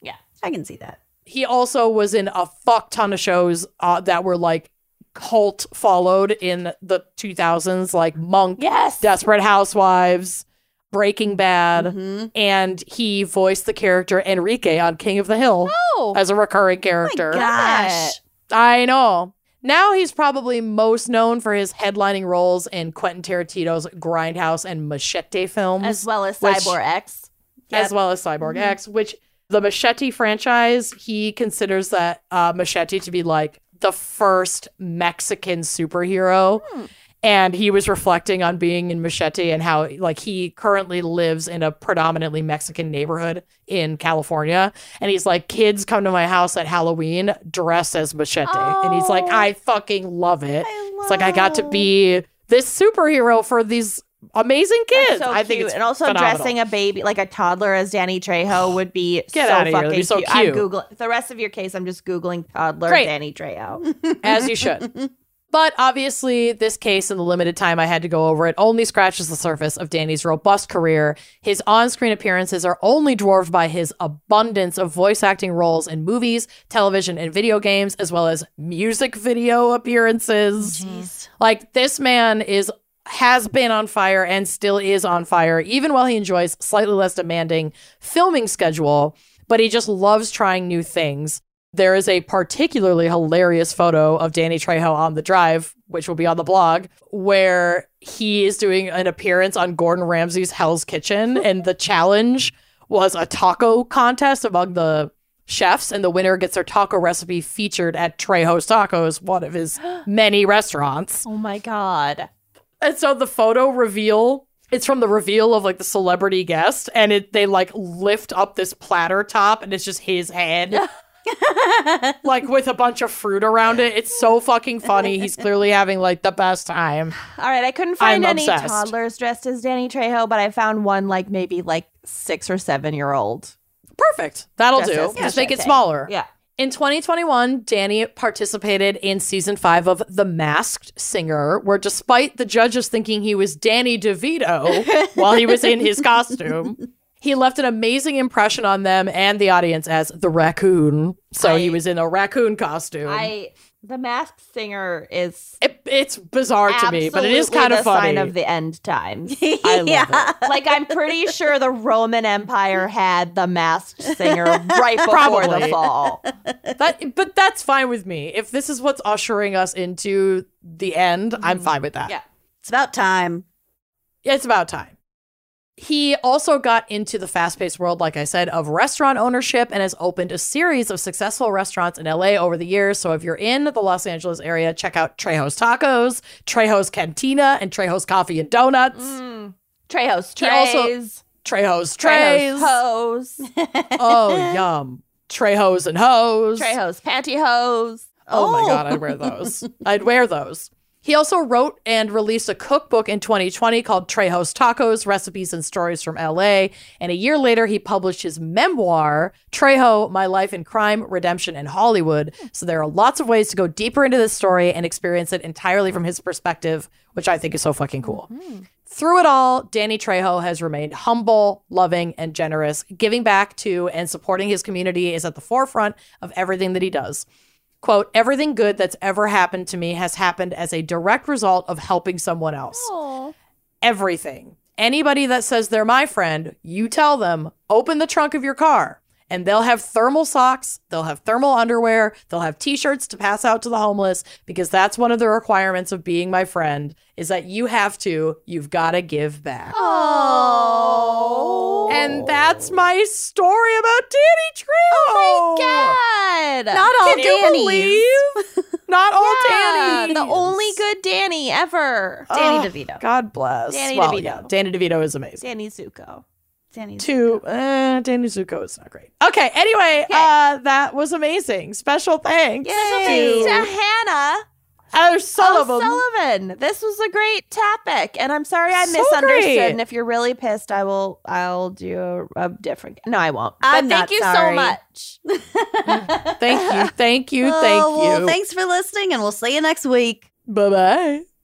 D: I can see that.
C: He also was in a fuck ton of shows uh, that were like cult followed in the 2000s, like Monk,
B: Yes. Mm-hmm.
C: Desperate Housewives, Breaking Bad,
D: Mhm.
C: and he voiced the character Enrique on King of the Hill
B: Oh,
C: as a recurring
D: My
C: character.
D: gosh.
C: I know. Now he's probably most known for his headlining roles in Quentin Tarantino's Grindhouse and Machete films,
B: as well as
C: Which-
B: Cyborg X.
C: as well as Cyborg
B: Mm-hmm.
C: X, which the Machete franchise, he considers that uh, Machete to be like the first Mexican superhero.
B: Hmm.
C: And he was reflecting on being in Machete and how, like, he currently lives in a predominantly Mexican neighborhood in California. And he's like, kids come to my house at Halloween dressed as Machete. And he's like,
B: Oh.
C: I fucking love it. it's like, I got to be this superhero for these amazing
B: That's
C: kids.
B: so
C: I think
B: cute.
C: it's
B: and also
C: phenomenal.
B: dressing a baby like a toddler as Danny Trejo would be
C: Get
B: so
C: outta here. That'd
B: fucking
C: be so
B: I'm
C: cute.
B: googling the rest of your case. I'm just googling toddler
C: Great.
B: Danny Trejo.
C: as you should. But obviously, this case, in the limited time I had to go over it, only scratches the surface of Danny's robust career. His on screen appearances are only dwarfed by his abundance of voice acting roles in movies, television, and video games, as well as music video
D: Mm-hmm.
C: appearances. Like, this man is. Has been on fire and still is on fire, even while he enjoys slightly less demanding filming schedule. But he just loves trying new things. There is a particularly hilarious photo of Danny Trejo on the drive, which will be on the blog, where he is doing an appearance on Gordon Ramsay's Hell's Kitchen. And the challenge was a taco contest among the chefs, and the winner gets their taco recipe featured at Trejo's Tacos, one of his many restaurants.
B: Oh my god.
C: And so the photo reveal, it's from the reveal of like the celebrity guest, and it they like lift up this platter top, and it's just his head. like with a bunch of fruit around it. It's so fucking funny. He's clearly having like the best time.
B: All right, I couldn't find
C: I'm
B: any
C: obsessed.
B: toddlers dressed as Danny Trejo, but I found one like maybe like 6 or 7 year old.
C: Perfect. That'll
B: Just
C: do.
B: as-
C: Just
B: yeah,
C: make it
B: okay.
C: smaller.
B: Yeah.
C: In 2021, Danny participated in season five of The Masked Singer, where despite the judges thinking he was Danny DeVito while he was in his costume, he left an amazing impression on them and the audience as the raccoon. So he
B: I-
C: was in a raccoon costume.
B: I the masked singer is
C: It- it's bizarre to me, but it is
B: absolutely
C: kind
B: the
C: of funny.
B: sign of the end times.
C: I love it.
B: like I'm pretty sure the Roman Empire had the masked singer right before the
C: Probably.
B: fall.
C: That, but that's fine with me. If this is what's ushering us into the end,
B: Mm-hmm.
C: I'm fine with that.
B: Yeah.
D: It's about time.
C: It's about time. He also got into the fast paced world, like I said, of restaurant ownership and has opened a series of successful restaurants in LA over the years. So if you're in the Los Angeles area, check out Trejo's Tacos, Trejo's Cantina, and Trejo's Coffee and Donuts,
B: Trejos,
C: He also-
B: trays,
C: Trejo's
B: Trejos,
C: Trays.
B: hose,
C: oh, yum. Trejo's and Hoes.
B: Trejos, pantyhose.
C: Oh my god, I'd wear those. I'd wear those. He also wrote and released a cookbook in 2020 called Trejo's Tacos: Recipes and Stories from LA. And a year later, he published his memoir, Trejo: My Life in Crime, Redemption, and Hollywood. So there are lots of ways to go deeper into this story and experience it entirely from his perspective, which I think is so fucking cool. Through it all, Danny Trejo has remained humble, loving, and generous. Giving back to and supporting his community is at the forefront of everything that he does quote everything good that's ever happened to me has happened as a direct result of helping someone else
B: Oh.
C: everything anybody that says they're my friend you tell them open the trunk of your car and they'll have thermal socks they'll have thermal underwear they'll have t-shirts to pass out to the homeless because that's one of the requirements of being my friend is that you have to you've got to give back
B: Oh.
C: and that's my story about danny trejo oh
B: God.
D: Not all
C: Can you
D: Danny's.
C: believe? Not all Danny.
B: The only good Danny ever.
D: Danny DeVito.
C: God bless.
B: Danny
C: well,
B: DeVito.
C: yeah, Danny DeVito is amazing.
B: Danny Zuko.
D: Danny.
C: Two, uh, Danny Zuko is not great. Okay, anyway, uh, that was amazing. Special thanks
B: Yay. To
C: to
B: Hannah
C: O'Sullivan.
B: O'Sullivan. This was a great topic, and I'm sorry I
C: So
B: misunderstood.
C: great.
B: And if you're really pissed, I will. I'll do a, a different. No, I won't.
D: I'm
B: but Uh, thank
D: not
B: you
D: sorry.
B: so much.
C: Thank you, thank you, thank
D: Oh, well,
C: you.
D: thanks for listening, and we'll see you next week.
C: bye bye.